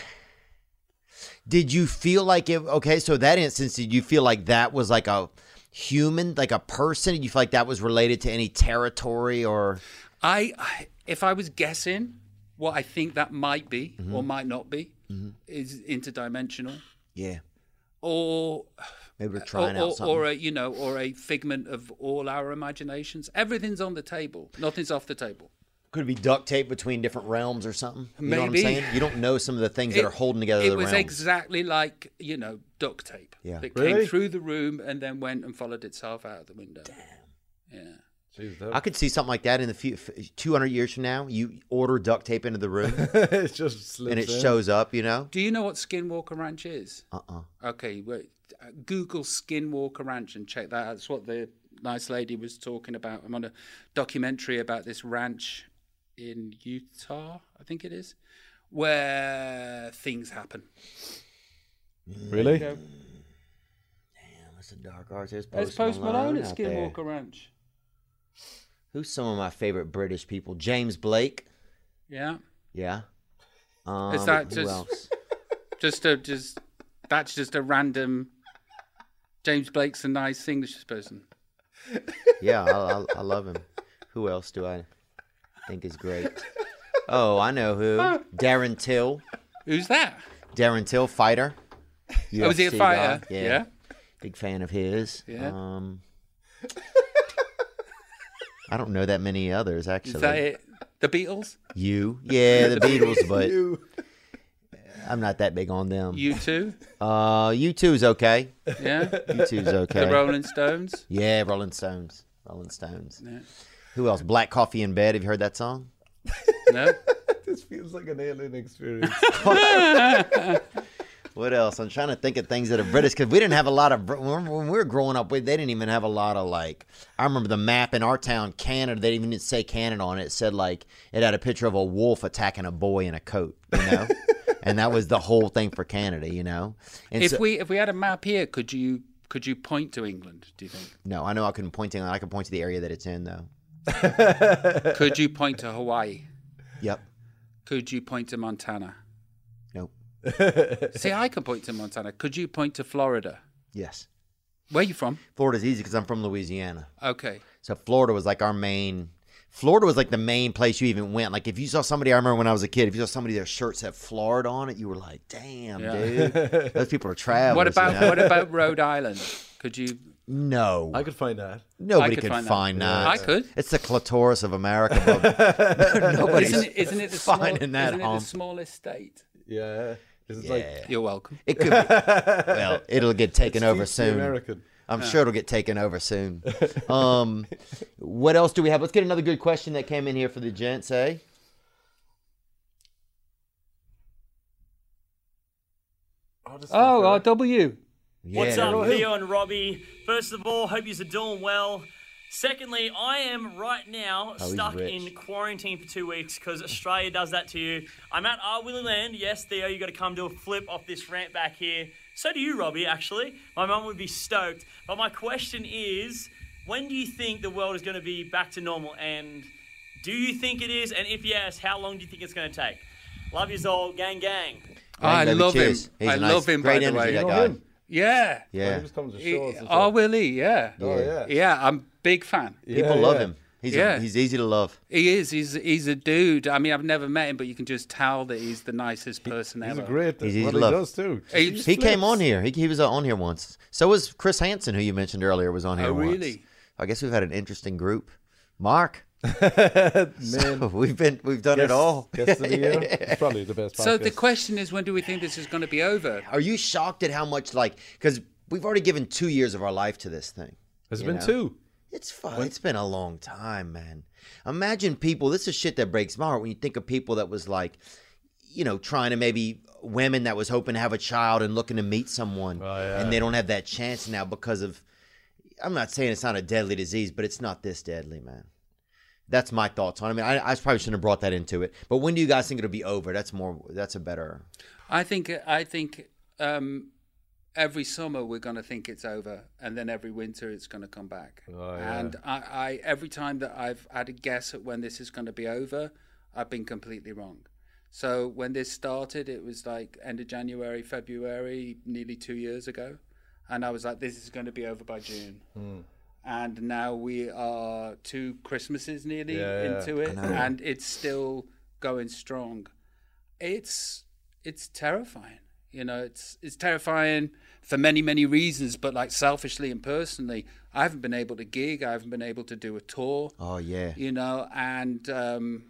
A: did you feel like it? Okay, so that instance, did you feel like that was like a human, like a person? Did you feel like that was related to any territory or?
C: I, I if I was guessing what I think that might be or might not be is interdimensional
A: Yeah,
C: or
A: maybe we're trying
C: or,
A: out
C: or-
A: something.
C: or a you know, or a figment of all our imaginations. Everything's on the table. Nothing's off the table.
A: Could it be duct tape between different realms or something? You know what I'm
C: Maybe.
A: saying? You don't know some of the things that are holding together
C: It
A: the
C: was
A: realms.
C: exactly like you know duct tape
A: Yeah.
C: that
D: Really?
C: came through the room and then went and followed itself out of the window. Yeah.
D: Jesus.
A: I
D: That,
A: could see something like that in the few, 200 years from now. You order duct tape into the room
D: it just slips
A: and it
D: in.
A: shows up, you know?
C: Do you know what Skinwalker Ranch is? Uh,
A: Uh uh
C: Okay, well, Google Skinwalker Ranch and check that out. It's what the nice lady was talking about. I'm on a documentary about this ranch in Utah, I think it is, where things happen.
D: Really?
A: That's a dark arts. There's
C: It's
A: Post,
C: Post Malone at
A: out there.
C: Skinwalker Ranch.
A: Who's some of my favorite British people? James Blake.
C: Yeah,
A: Yeah. Um,
C: that
A: who
C: just-
A: else?
C: just a just that's just a random. James Blake's a nice English person.
A: Yeah, I, I, I love him. Who else do I think is great? Oh, I know who. Darren Till.
C: Who's that?
A: Darren Till, fighter.
C: Oh, is he a
A: UFC
C: fighter?
A: guy. Yeah. Big fan of his.
C: Yeah.
A: Um, I don't know that many others, actually.
C: Is that it? The Beatles?
A: You. Yeah, the Beatles, but I'm not that big on them.
C: You two?
A: Uh, U2's okay.
C: Yeah.
A: U2's okay.
C: The Rolling Stones?
A: Yeah, Rolling Stones. Rolling Stones. Who else? Black Coffee in Bed. Have you heard that song?
C: No.
D: This feels like an alien experience.
A: What else? I'm trying to think of things that are British because we didn't have a lot of. When when we were growing up, we, they didn't even have a lot of like. I remember the map in our town, Canada. They didn't even say Canada on it. It said like it had a picture of a wolf attacking a boy in a coat, you know, and that was the whole thing for Canada, you know. And
C: If
A: so-
C: we if we had a map here, could you could you point to England? Do you think?
A: no, I know I couldn't point to. I could point to the area that it's in though. Uh,
C: Could you point to Hawaii?
A: Yep.
C: Could you point to Montana?
A: Nope.
C: See, I can point to Montana. Could you point to Florida?
A: Yes.
C: Where are you from?
A: Florida's easy because I'm from Louisiana.
C: Okay.
A: So Florida was like our main. Florida was like the main place you even went. Like if you saw somebody, I remember when I was a kid, if you saw somebody their shirts had Florida on it, you were like, "Damn,
C: Yeah.
A: dude, those people are travelers."
C: What
A: you
C: about
A: know?
C: what about Rhode Island? Could you?
A: no?
D: I could find that.
A: Nobody
C: I could
A: could
C: find
A: find,
C: that.
A: that.
C: I could.
A: It's the clitoris of America. But nobody's
C: Isn't it, isn't it the small,
A: finding that
C: isn't it the
A: hump.
C: smallest state?
D: Yeah. This is like
C: You're welcome.
A: It could. Be, well, it'll get taken over
D: Teach the
A: soon.
D: American.
A: I'm sure it'll get taken over soon. Um, what else do we have? Let's get another good question that came in here for the gents, eh?
C: Oh, RW.
G: What's
A: Yeah,
G: up,
A: there we go.
G: Theo and Robbie? First of all, hope you're doing well. Secondly, I am right now
A: Oh, he's
G: stuck
A: rich.
G: in quarantine for two weeks because Australia does that to you. I'm at R Willy Land. Yes, Theo, you got to come do a flip off this ramp back here. So do you, Robbie, actually. My mum would be stoked. But my question is when do you think the world is going to be back to normal? And do you think it is? And if yes, how long do you think it's going to take? Love you all. Gang, gang.
C: I
A: Baby
C: love
A: Cheers.
C: him.
A: He's
C: I
A: a nice-
C: love him, by
A: Great
C: the
A: energy,
C: way.
A: that
C: You
A: guy.
D: him?
C: Yeah.
A: Yeah.
D: He just comes to
C: He-
D: shows. and
C: R.
D: stuff.
C: Willie. Yeah. yeah.
D: Oh, yeah.
C: I'm big fan.
A: People
D: Yeah,
A: love
D: yeah.
A: him. He's
C: Yeah.
A: a, he's easy to love.
C: He is. He's he's a dude. I mean, I've never met him, but you can just tell that he's the nicest person
D: He's
C: ever.
D: a great.
A: He's
D: He's,
A: easy
D: what
A: to
D: he
A: love.
D: does too.
C: He-
A: He came on here. He, he was uh, on here once. So was Chris Hansen, who you mentioned earlier, was on here
C: Oh,
A: once.
C: really?
A: I guess we've had an interesting group. Mark,
D: Man,
A: we've been we've done it all.
D: Guest of the year. It's probably the best.
C: so the
D: podcast.
C: question is, when do we think this is going to be over?
A: Are you shocked at how much like because we've already given two years of our life to this thing?
D: has
A: you
D: been
A: know?
D: two.
A: It's fun. It's been a long time, man. Imagine people. This is shit that breaks my heart when you think of people that was like, you know, trying to maybe women that was hoping to have a child and looking to meet someone, and they don't have that chance now because of. I'm not saying it's not a deadly disease, but it's not this deadly, man. That's my thoughts on. it. I mean, I, I probably shouldn't have brought that into it. But when do you guys think it'll be over? That's more. That's a better.
C: I think I think um, every summer we're going to think it's over, and then every winter it's going to come back. And I, I every time that I've had a guess at when this is going to be over, I've been completely wrong. So when this started, it was like end of January, February, nearly two years ago, and I was like, this is going to be over by June. And now we are two Christmases nearly into it, and it's still going strong it's it's terrifying you know it's it's terrifying for many many reasons but like selfishly and personally i haven't been able to gig i haven't been able to do a tour
A: Oh yeah.
C: you know and um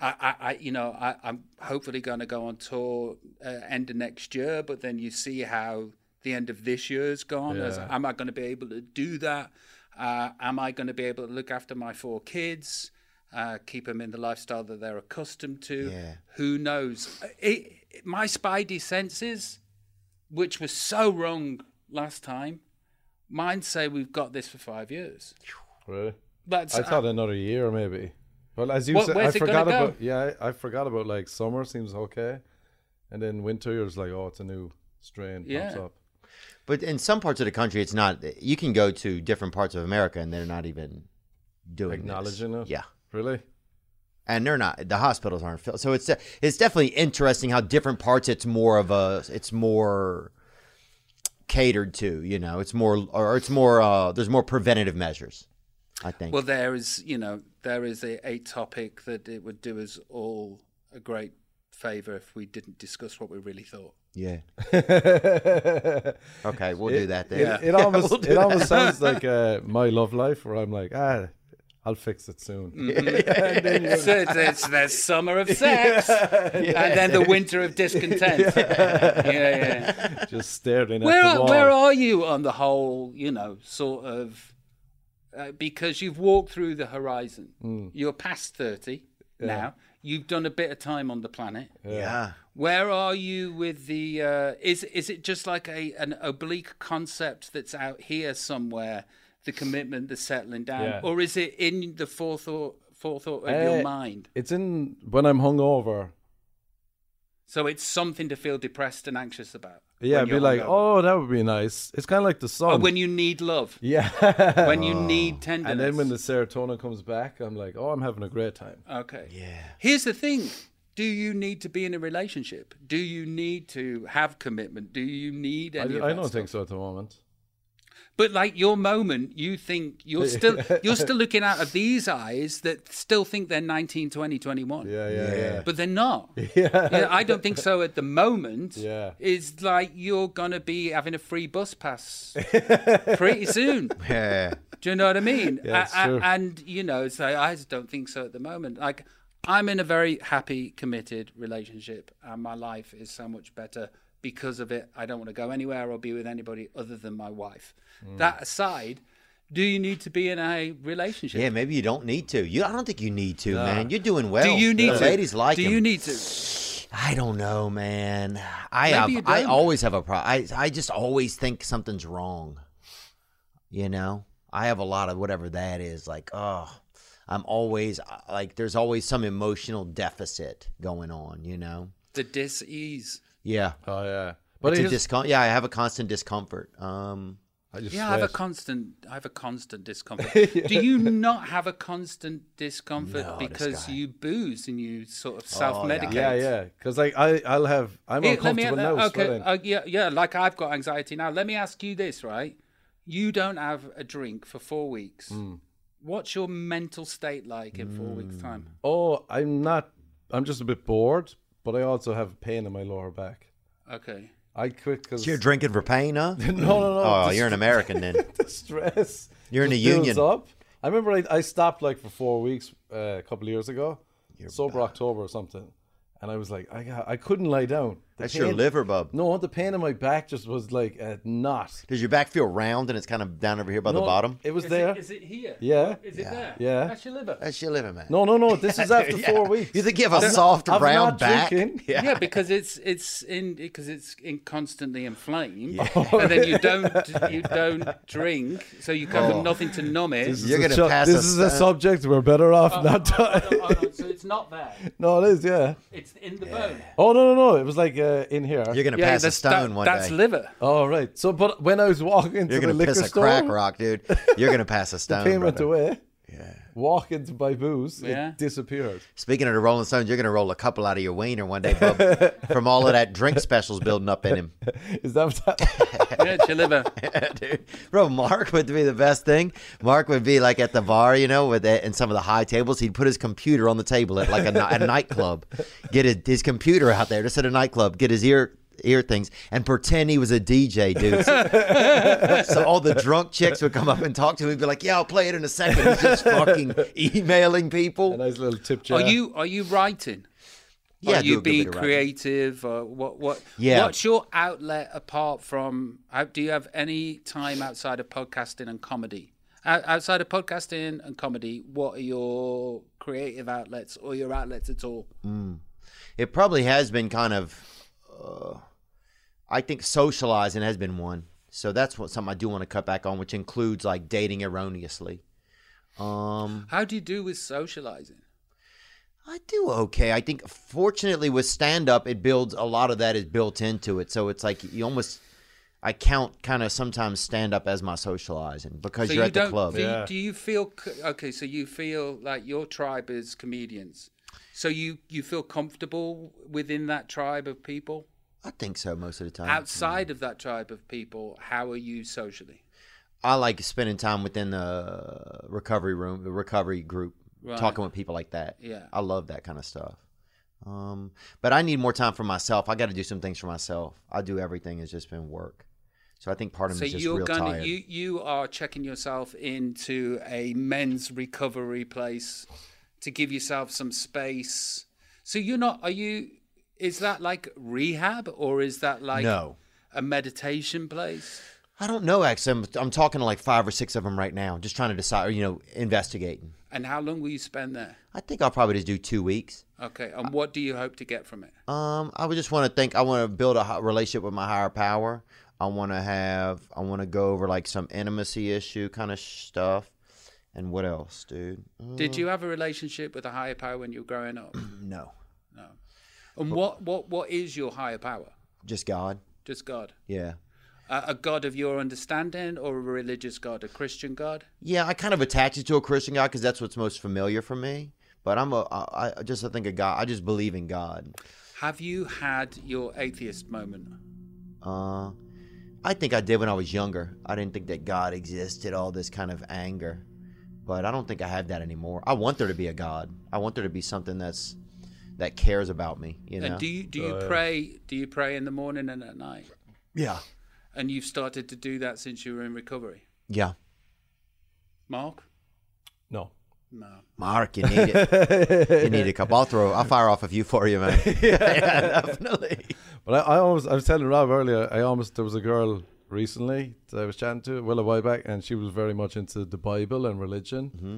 C: I, I, I, you know, I, I'm hopefully going to go on tour uh, end of next year, but then you see how the end of this year's gone. As, am I going to be able to do that? Uh, am I going to be able to look after my four kids, uh, keep them in the lifestyle that they're accustomed to?
A: Yeah.
C: Who knows? It, it, my spidey senses, which was so wrong last time, Mine say we've got this for five years.
D: Really?
C: That's
D: I thought another year maybe. Well, as you
C: What-
D: said, I
C: where's it gonna
D: forgot
C: go?
D: about. Yeah, I, I forgot about like summer seems okay, and then winter you're just like, oh, it's a new strain pops
C: Yeah.
D: up.
A: But in some parts of the country, it's not. You can go to different parts of America and they're not even doing this.
D: Acknowledging it.
A: Yeah.
D: Really?
A: And they're not. The hospitals aren't filled. So it's it's definitely interesting how different parts. It's more of a. It's more catered to. You know. It's more or it's more. Uh, there's more preventative measures. I think.
C: Well, there is, you know, there is a, a topic that it would do us all a great favour if we didn't discuss what we really thought.
A: yeah.
D: we'll
A: Okay, we'll do that then.
D: It, it almost it almost sounds like uh, my love life, where I'm like, ah, I'll fix it soon.
C: Mm-hmm. so it's, it's the summer of sex and then the winter of discontent. yeah, yeah.
D: just staring
C: Where
D: at
C: are,
D: the wall.
C: where are you on the whole, you know, sort of, uh, because you've walked through the horizon. You're past 30 now. You've done a bit of time on the planet.
A: yeah.
C: Where are you with the? Uh, is is it just like a an oblique concept that's out here somewhere? The commitment, the settling down,
D: Yeah.
C: or is it in the forethought forethought of
D: Uh,
C: your mind?
D: It's in when I'm hungover.
C: So it's something to feel depressed and anxious about.
D: Yeah,
C: when
D: I'd be
C: you're
D: like,
C: hungover.
D: oh, that would be nice. It's kind of like the sun.
C: Or when you need love,
D: yeah. Oh.
C: when you need tenderness.
D: and then when the serotonin comes back, I'm like, oh, I'm having a great time.
C: Okay. Yeah. Here's the thing. Do you need to be in a relationship? Do you need to have commitment? Do you need
D: I,
C: any of
D: I
C: that
D: don't
C: stuff?
D: think so at the moment.
C: But like your moment, you think you're still you're still looking out of these eyes that still think they're 19, 20, 21.
D: Yeah, yeah, yeah.
C: But they're not. Yeah. I don't think so at the moment.
D: Yeah.
C: It's like you're going to be having a free bus pass pretty soon.
A: Yeah.
C: Do you know what I mean?
D: Yeah, it's
C: A- a-
D: true.
C: and you know, so I just don't think so at the moment. Like I'm in a very happy, committed relationship, and my life is so much better because of it. I don't want to go anywhere or be with anybody other than my wife.
D: Mm.
C: That aside, do you need to be in a relationship?
A: Yeah, maybe you don't need to. You, I don't think you need to, man. You're doing well.
C: do you need
A: the
C: to?
A: Ladies like
C: Do
A: him.
C: you need to?
A: I don't know, man. I
C: Maybe
A: have,
C: you
A: I
C: don't.
A: always have a problem. I I just always think something's wrong. You know, I have a lot of whatever that is. Like, oh, I'm always uh, like, there's always some emotional deficit going on. You know?
C: The dis-ease.
A: Yeah.
D: Oh yeah, but
A: it's
D: I
A: a
D: just,
A: discom- Yeah, I have a constant discomfort. Um,
D: I just
C: Yeah, I have a
D: sweat.
C: constant, I have a constant discomfort. Do you not have a constant discomfort
A: No, this
C: because
A: guy. Oh,
C: you booze and you sort of self-medicate?
D: yeah, yeah. Because like I, I'll have. I'm
C: Here, let me-
D: uncomfortable now.
C: uh, okay,
D: sweating.
C: uh, yeah, yeah. Like I've got anxiety now. Let me ask you this, right? You don't have a drink for four weeks.
D: Hmm.
C: What's your mental state like in four weeks' time?
D: oh, I'm not. I'm just a bit bored, but I also have pain in my lower back.
C: Okay.
D: I quit because
A: you're drinking for pain, huh?
D: no, no, no.
A: Oh,
D: the
A: you're an
D: st-
A: American then.
D: the stress.
A: You're in
D: just
A: a
D: builds
A: union.
D: Up. I remember I, I stopped like for four weeks uh, a couple of years ago, sober October or something, and I was like, I got, I couldn't lie down. The
A: That's your
D: pain-
A: liver, bub.
D: No, the pain in my back just was like a knot.
A: Does your back feel round and it's kind of down over here by the
D: No,
A: bottom?
D: It was there.
C: Is it here?
D: yeah.
C: Is it there?
D: Yeah.
C: That's your liver.
A: That's your living, man.
D: No, no, no. This is after
A: Yeah.
D: four weeks.
A: You think you have a soft,
D: I'm
A: round
D: not
A: back?
D: drinking.
A: Yeah.
C: Yeah, because it's it's in because it's in constantly inflamed, and then you don't you don't drink, so you have nothing to numb it.
D: Oh. This is
A: You're
D: a
A: gonna
D: sub-
A: pass
D: This
A: us
D: is a
A: that.
D: subject we're better off
C: Uh,
D: not. talking.
C: so it's not there.
D: no, it is. Yeah.
C: It's in the bone.
D: Oh no, no, no. It was like uh, in here.
A: You're gonna pass a
C: that's-
A: stone
C: that-
A: one
C: That's
A: day.
C: liver.
D: oh right. So, but when I was walking
A: You're
D: to the
A: gonna
D: liquor
A: piss a
D: store,
A: crack rock, dude. You're gonna pass a stone.
D: pain went
A: brother.
D: away. Yeah. Walking to buy booze,
C: Yeah.
D: it disappeared.
A: Speaking of the Rolling Stones, you're gonna roll a couple out of your wiener one day, bub, from all of that drink specials building up in him.
D: Is that? What that
C: Yeah, it's your liver.
A: dude. Bro, Mark would be the best thing. Mark would be like at the bar, you know, with it, and some of the high tables. He'd put his computer on the table at like a, ni- a nightclub, get his, his computer out there just at a nightclub, get his ear ear things, and pretend he was a DJ, dude. So, so all the drunk chicks would come up and talk to him. He'd be like, "Yeah, I'll play it in a second. He's just fucking emailing
D: a
A: people.
D: nice little tip jar.
C: Are you are you writing?
A: Yeah,
C: are
A: I do
C: you
A: a good bit
C: being
A: of writing.
C: creative? Or what? What?
A: Yeah.
C: What's your outlet apart from? how- Do you have any time outside of podcasting and comedy? O- Outside of podcasting and comedy, what are your creative outlets or your outlets at all?
A: It probably has been kind of, uh, I think socializing has been one. So that's what something I do want to cut back on, which includes like dating erroneously. Um,
C: How do you do with socializing?
A: I do okay. I think fortunately with stand up it builds a lot of that is built into it. So it's like you almost I count kind of sometimes stand up as my socializing because
C: So
A: you're
C: you
A: at the
C: don't.
A: club.
C: Do, you-
D: Yeah.
C: do you feel c- okay? So you feel like your tribe is comedians. So you you feel comfortable within that tribe of people.
A: I think so most of the time.
C: Outside of that tribe of people, how are you socially?
A: I like spending time within the recovery room, the recovery group,
C: Right.
A: talking with people like that.
C: Yeah.
A: I love that kind of stuff. Um, but I need more time for myself. I got to do some things for myself. I do everything. It's just been work. So I think part of
C: So
A: me is just
C: you're
A: real
C: gonna
A: tired.
C: you you are checking yourself into a men's recovery place to give yourself some space. So you're not are you is that like rehab or is that like
A: no.
C: a meditation place?
A: I don't know, actually. I'm, I'm talking to like five or six of them right now, just trying to decide, or, you know, investigating.
C: And how long will you spend there?
A: I think I'll probably just do two weeks.
C: Okay. And what do you hope to get from it?
A: Um, I would just want to think. I want to build a hi- relationship with my higher power. I want to have. I want to go over like some intimacy issue kind of stuff. And what else, dude? Mm,
C: Did you have a relationship with a higher power when you were growing up?
A: No,
C: And what what what is your higher power?
A: just God.
C: Just God.
A: Yeah,
C: A, a God of your understanding or a religious God, a Christian God?
A: yeah. I kind of attach it to a Christian God because that's what's most familiar for me. But I'm a. I, I just I think of God. I just believe in God.
C: Have you had your atheist moment?
A: Uh, I think I did when I was younger. I didn't think that God existed, all this kind of anger. But I don't think I have that anymore. I want there to be a God. I want there to be something that's that cares about me, you know.
C: And do you do you pray? Do you pray in the morning and at night?
A: yeah.
C: And you've started to do that since you were in recovery,
A: Yeah.
C: Mark.
D: No.
C: No.
A: Mark, you need it. you need a cup. I'll throw I'll fire off a few for you, man. yeah, definitely.
D: But I, I almost I was telling Rob earlier, I almost there was a girl recently that I was chatting to, well a while back, and she was very much into the Bible and religion.
A: Mm-hmm.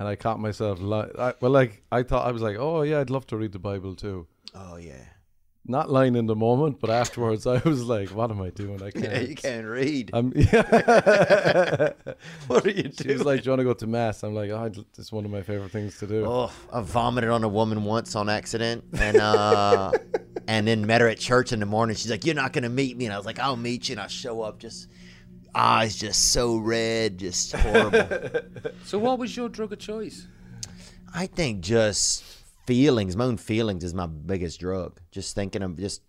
D: And I caught myself li- I, well like I thought I was like, Oh yeah, I'd love to read the Bible too.
A: Oh yeah.
D: Not lying in the moment, but afterwards I was like, What am I doing? I can't
A: Yeah, you can't read.
D: I'm, yeah.
A: what are you
D: she was
A: doing?
D: like, Do you want to go to mass? I'm like, oh, it's one of my favorite things to do.
A: Oh, I vomited on a woman once on accident, and uh, and then met her at church in the morning. She's like, "You're not gonna meet me," and I was like, "I'll meet you." And I show up, just eyes just so red, just horrible.
C: So what was your drug of choice?
A: I think just feelings, my own feelings, is my biggest drug. Just thinking of just.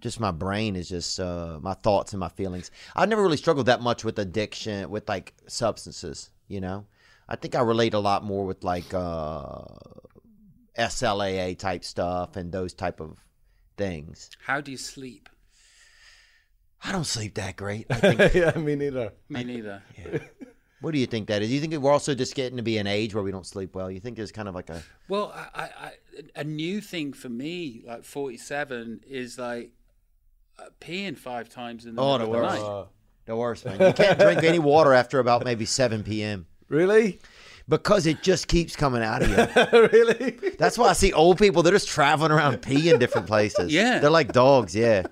A: Just my brain is just uh, my thoughts and my feelings. I never really struggled that much with addiction, with like substances. You know, I think I relate a lot more with like uh, SLAA type stuff and those type of things.
C: How do you sleep?
A: I don't sleep that great. I think,
D: yeah, me neither.
C: Me neither.
A: what do you think that is? Do you think we're also just getting to be an age where we don't sleep well? You think there's kind of like a
C: Well, I, I, I, a new thing for me, like forty-seven, is like uh, peeing five times in the
A: Oh,
C: middle
A: the
C: of the
A: worst.
C: night.
A: the worst man. You can't drink any water after about maybe seven p.m.
D: Really?
A: because it just keeps coming out of you.
D: really?
A: That's why I see old people. They're just traveling around peeing different places.
C: Yeah.
A: they're like dogs. Yeah,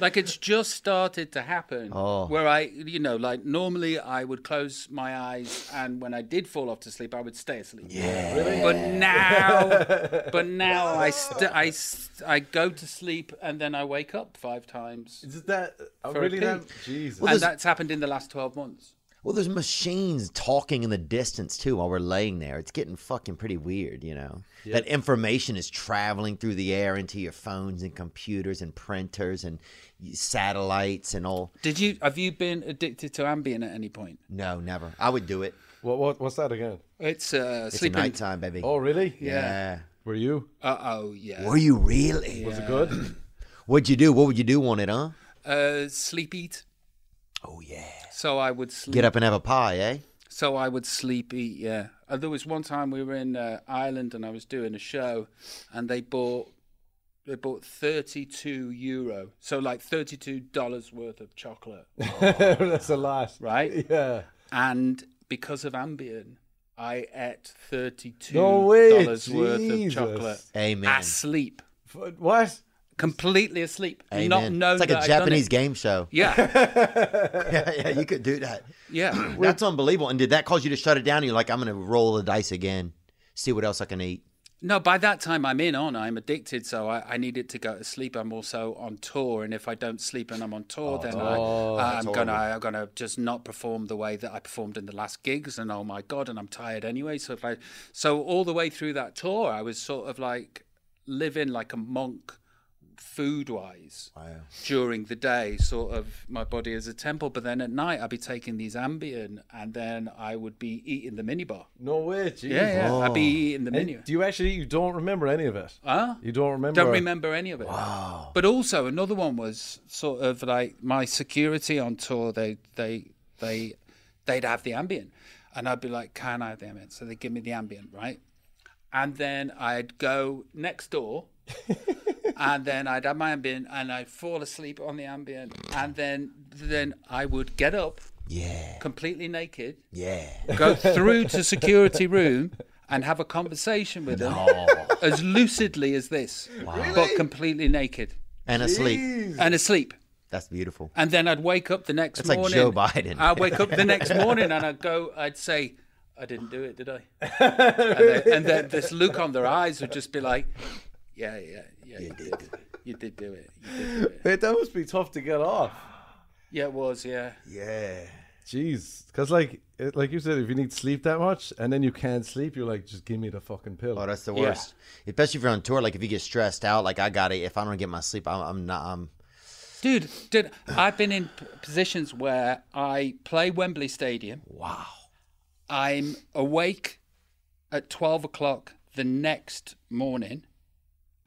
C: Like it's just started to happen.
A: Oh.
C: Where I, you know, like normally I would close my eyes, and when I did fall off to sleep, I would stay asleep. Yeah. But now, but now I, st- I, st- I go to sleep and then I wake up five times,
D: Is it that? I
C: For a
D: really
C: pee.
D: that? Jesus.
C: and that's happened in the last twelve months.
A: Well, there's machines talking in the distance too while we're laying there. It's getting fucking pretty weird, you know. That information is traveling through the air into your phones and computers and printers and satellites and all.
C: Did you have you been addicted to Ambien at any point?
A: No, never. I would do it.
D: What, what, what's that again?
C: It's uh,
A: It's
C: sleeping.
A: nighttime, baby.
D: Oh, really?
A: yeah.
D: Were you?
C: Uh oh, yeah.
A: Were you really?
D: Was it good?
A: What'd you do? What would you do on it, huh?
C: Uh, sleep eat.
A: Oh yeah.
C: So I would sleep.
A: Get up and have a pie, eh?
C: So I would sleep eat, yeah. Uh, There was one time we were in uh, Ireland and I was doing a show, and they bought they bought thirty two euro, so like thirty two dollars worth of chocolate,
D: That's a lot.
C: right?
D: Yeah.
C: and because of Ambien, I ate thirty two
D: No way,
C: dollars worth of
D: Jesus.
C: chocolate
A: Amen.
C: asleep.
D: F- What?
C: completely asleep, and not
E: Amen.
C: know
E: it's like
C: that
E: a
C: I've done
E: Japanese
C: it.
E: game show.
C: Yeah,
E: yeah, yeah, you could do that.
C: yeah.
E: That's unbelievable. And did that cause you to shut it down? And you're like, I'm going to roll the dice again, see what else I can eat.
C: No, by that time I'm in on. I'm addicted, so I, I need it to go to sleep. I'm also on tour, and if I don't sleep and I'm on tour, then I, I'm gonna I'm gonna just not perform the way that I performed in the last gigs. And oh my god, and I'm tired anyway. So if I, so all the way through that tour, I was sort of like living like a monk, food wise. During the day, sort of my body is a temple, but then at night I'd be taking these Ambien, and then I would be eating the minibar.
D: No way, jeez.
C: Yeah, Oh. yeah. I'd be eating the
D: And
C: menu.
D: do you actually? You don't remember any of it.
C: Huh?
D: You don't remember.
C: Don't remember any of it. Wow. But also another one was sort of like my security on tour. They they they they'd have the Ambien, and I'd be like, "Can I have the Ambien?" So they would give me the Ambien, right? And then I'd go next door, and then I'd have my Ambien, and I'd fall asleep on the Ambien, and then then I would get up,
A: Yeah,
C: completely naked,
A: yeah.
C: go through to security room and have a conversation with them as lucidly as this, but completely naked
A: And asleep.
C: and asleep.
A: That's beautiful.
C: And then I'd wake up the next
A: like
C: morning.
A: Joe Biden.
C: I'd wake up the next morning and I'd go, I'd say, I didn't do it, did I? and, then, and then this look on their eyes would just be like, yeah, yeah, yeah, you, did. do it. You did do it. You did do it.
D: Wait, that must be tough to get off.
C: Yeah, it was, yeah.
A: Yeah.
D: Jeez, because like, it, like you said, if you need sleep that much and then you can't sleep, you're like, just give me the fucking pill.
A: Oh, that's the worst. Especially if you're on tour. Like if you get stressed out, like I got it. If I don't get my sleep, I'm, I'm not. I'm.
C: Dude, dude, I've been in p- positions where I play Wembley Stadium. Wow. I'm awake at 12 o'clock the next morning,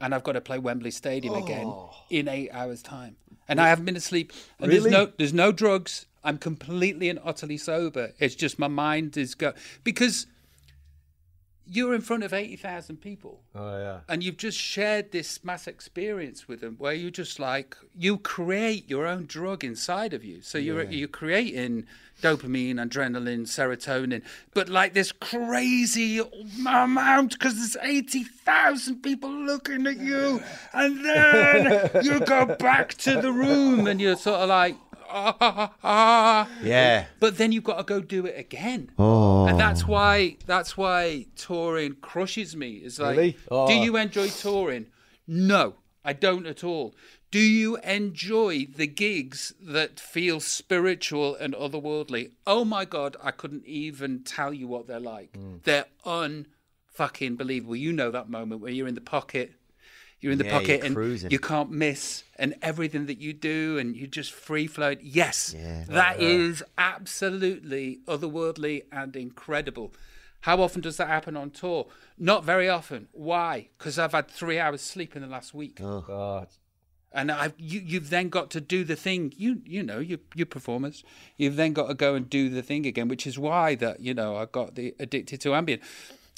C: and I've got to play Wembley Stadium again in eight hours' time. And I haven't been asleep. And there's no there's no drugs. I'm completely and utterly sober. It's just my mind is go because you're in front of 80,000 people
D: oh yeah.
C: and you've just shared this mass experience with them where you just like you create your own drug inside of you so you're you're creating dopamine adrenaline serotonin but like this crazy amount because there's 80,000 people looking at you and then you go back to the room and you're sort of like ah, ah, ah.
A: Yeah.
C: But then you've got to go do it again. Oh. And that's why that's why touring crushes me. It's like
D: Really? Oh.
C: do you enjoy touring? No, I don't at all. Do you enjoy the gigs that feel spiritual and otherworldly? Oh my god, I couldn't even tell you what they're like.
D: Mm.
C: They're un fucking believable. You know that moment where you're in the pocket you're in the
A: Yeah, you're
C: pocket and
A: cruising.
C: you can't miss and everything that you do and you just free flowed yes that is absolutely otherworldly and incredible how often does that happen on tour not very often why because i've had three hours sleep in the last week
D: God.
C: and I've, you, you've then got to do the thing. You you know you you performers. You've then got to go and do the thing again, which is why that you know I got the addicted to Ambien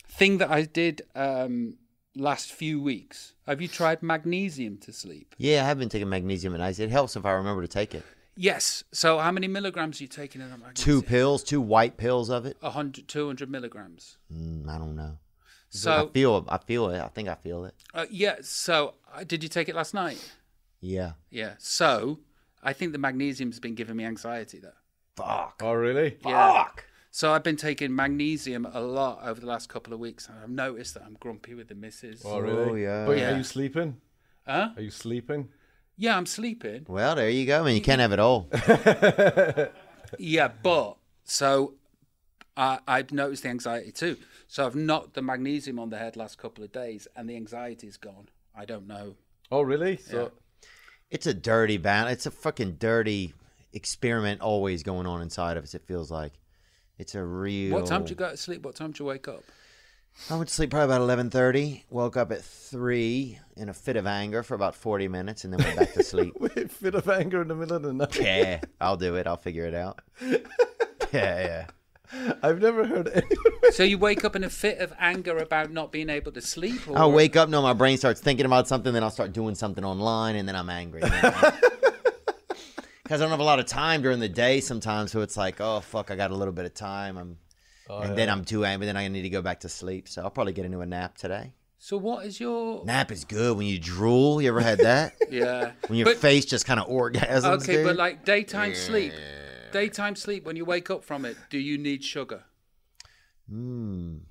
C: thing that I did um, last few weeks. Have you tried magnesium to sleep?
A: Yeah. I have been taking magnesium and ice. It helps if I remember to take it.
C: Yes. So how many milligrams are you taking of that
A: Two
C: magnesium?
A: pills, two white pills of it.
C: 100, 200 milligrams.
A: Mm, I don't know. I
C: So
A: feel. I feel it. I think I feel it.
C: uh, yeah. So uh, did you take it last night?
A: Yeah.
C: Yeah. So I think the magnesium's been giving me anxiety though.
A: Fuck.
D: Oh really?
C: Yeah. So I've been taking magnesium a lot over the last couple of weeks, and I've noticed that I'm grumpy with the missus.
D: Oh really?
A: Oh, yeah.
D: But
C: Yeah.
D: are you sleeping?
C: Huh?
D: Are you sleeping?
C: Yeah, I'm sleeping.
A: Well, there you go. I mean, you can't have it all.
C: Yeah, but so I, I've noticed the anxiety too. So I've knocked the magnesium on the head last couple of days, and the anxiety's gone. I don't know.
D: Oh really? So
A: It's a dirty balance. It's a fucking dirty experiment always going on inside of us. It feels like. It's a real.
C: What time do you go to sleep? What time do you wake up?
A: I went to sleep probably about eleven thirty. Woke up at three in a fit of anger for about forty minutes, and then went back to sleep.
D: Wait, fit of anger in the middle of the night.
A: yeah, I'll do it. I'll figure it out. Yeah, yeah.
D: I've never heard anyone.
C: So you wake up in a fit of anger about not being able to sleep? Or...
A: I'll wake up. No, my brain starts thinking about something. Then I'll start doing something online, and then I'm angry. Because I don't have a lot of time during the day sometimes, so it's like, oh fuck, I got a little
C: Oh,
A: bit of time. I'm, and then I'm too angry. Then I need to go back to sleep. So I'll probably get into a nap today.
C: So what is your
A: Nap is good when you drool. You ever had that?
C: yeah?
A: when your
C: But-
A: face just kind of orgasms.
C: okay,
A: dude?
C: but like daytime sleep, daytime sleep. When you wake up from it, do you need sugar?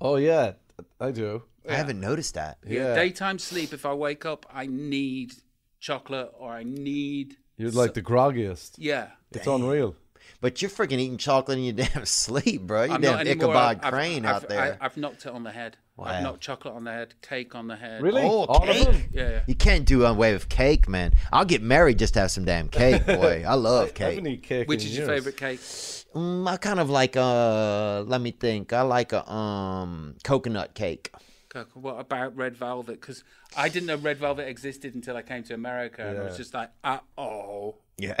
D: Oh yeah, I do.
A: I haven't noticed that.
D: Yeah.
C: Daytime sleep. If I wake up, I need chocolate or I need
D: You're like the groggiest.
C: yeah.
D: It's unreal.
A: But you're freaking eating chocolate in your damn sleep, bro. You
C: I'm
A: damn
C: not anymore.
A: Ichabod
C: I've- I've-
A: Crane
C: I've-
A: out there.
C: I, I've knocked it on the head.
A: Wow.
C: I've knocked chocolate on the head, cake on the head.
D: Really?
A: Oh,
D: All of them?
A: cake.
C: Yeah.
A: you can't do away with cake, man. I'll get married just to have some damn cake, boy. I love
D: I
A: cake.
D: haven't eaten cake
C: Which
D: in
C: is your
D: years.
C: favorite cake?
A: Mm, I kind of like uh let me think. I like a um coconut cake.
C: Kirk, What about Red Velvet? Because I didn't know Red Velvet existed until I came to America, and I was
D: Yeah.
C: just like, ah, oh.
A: Yeah.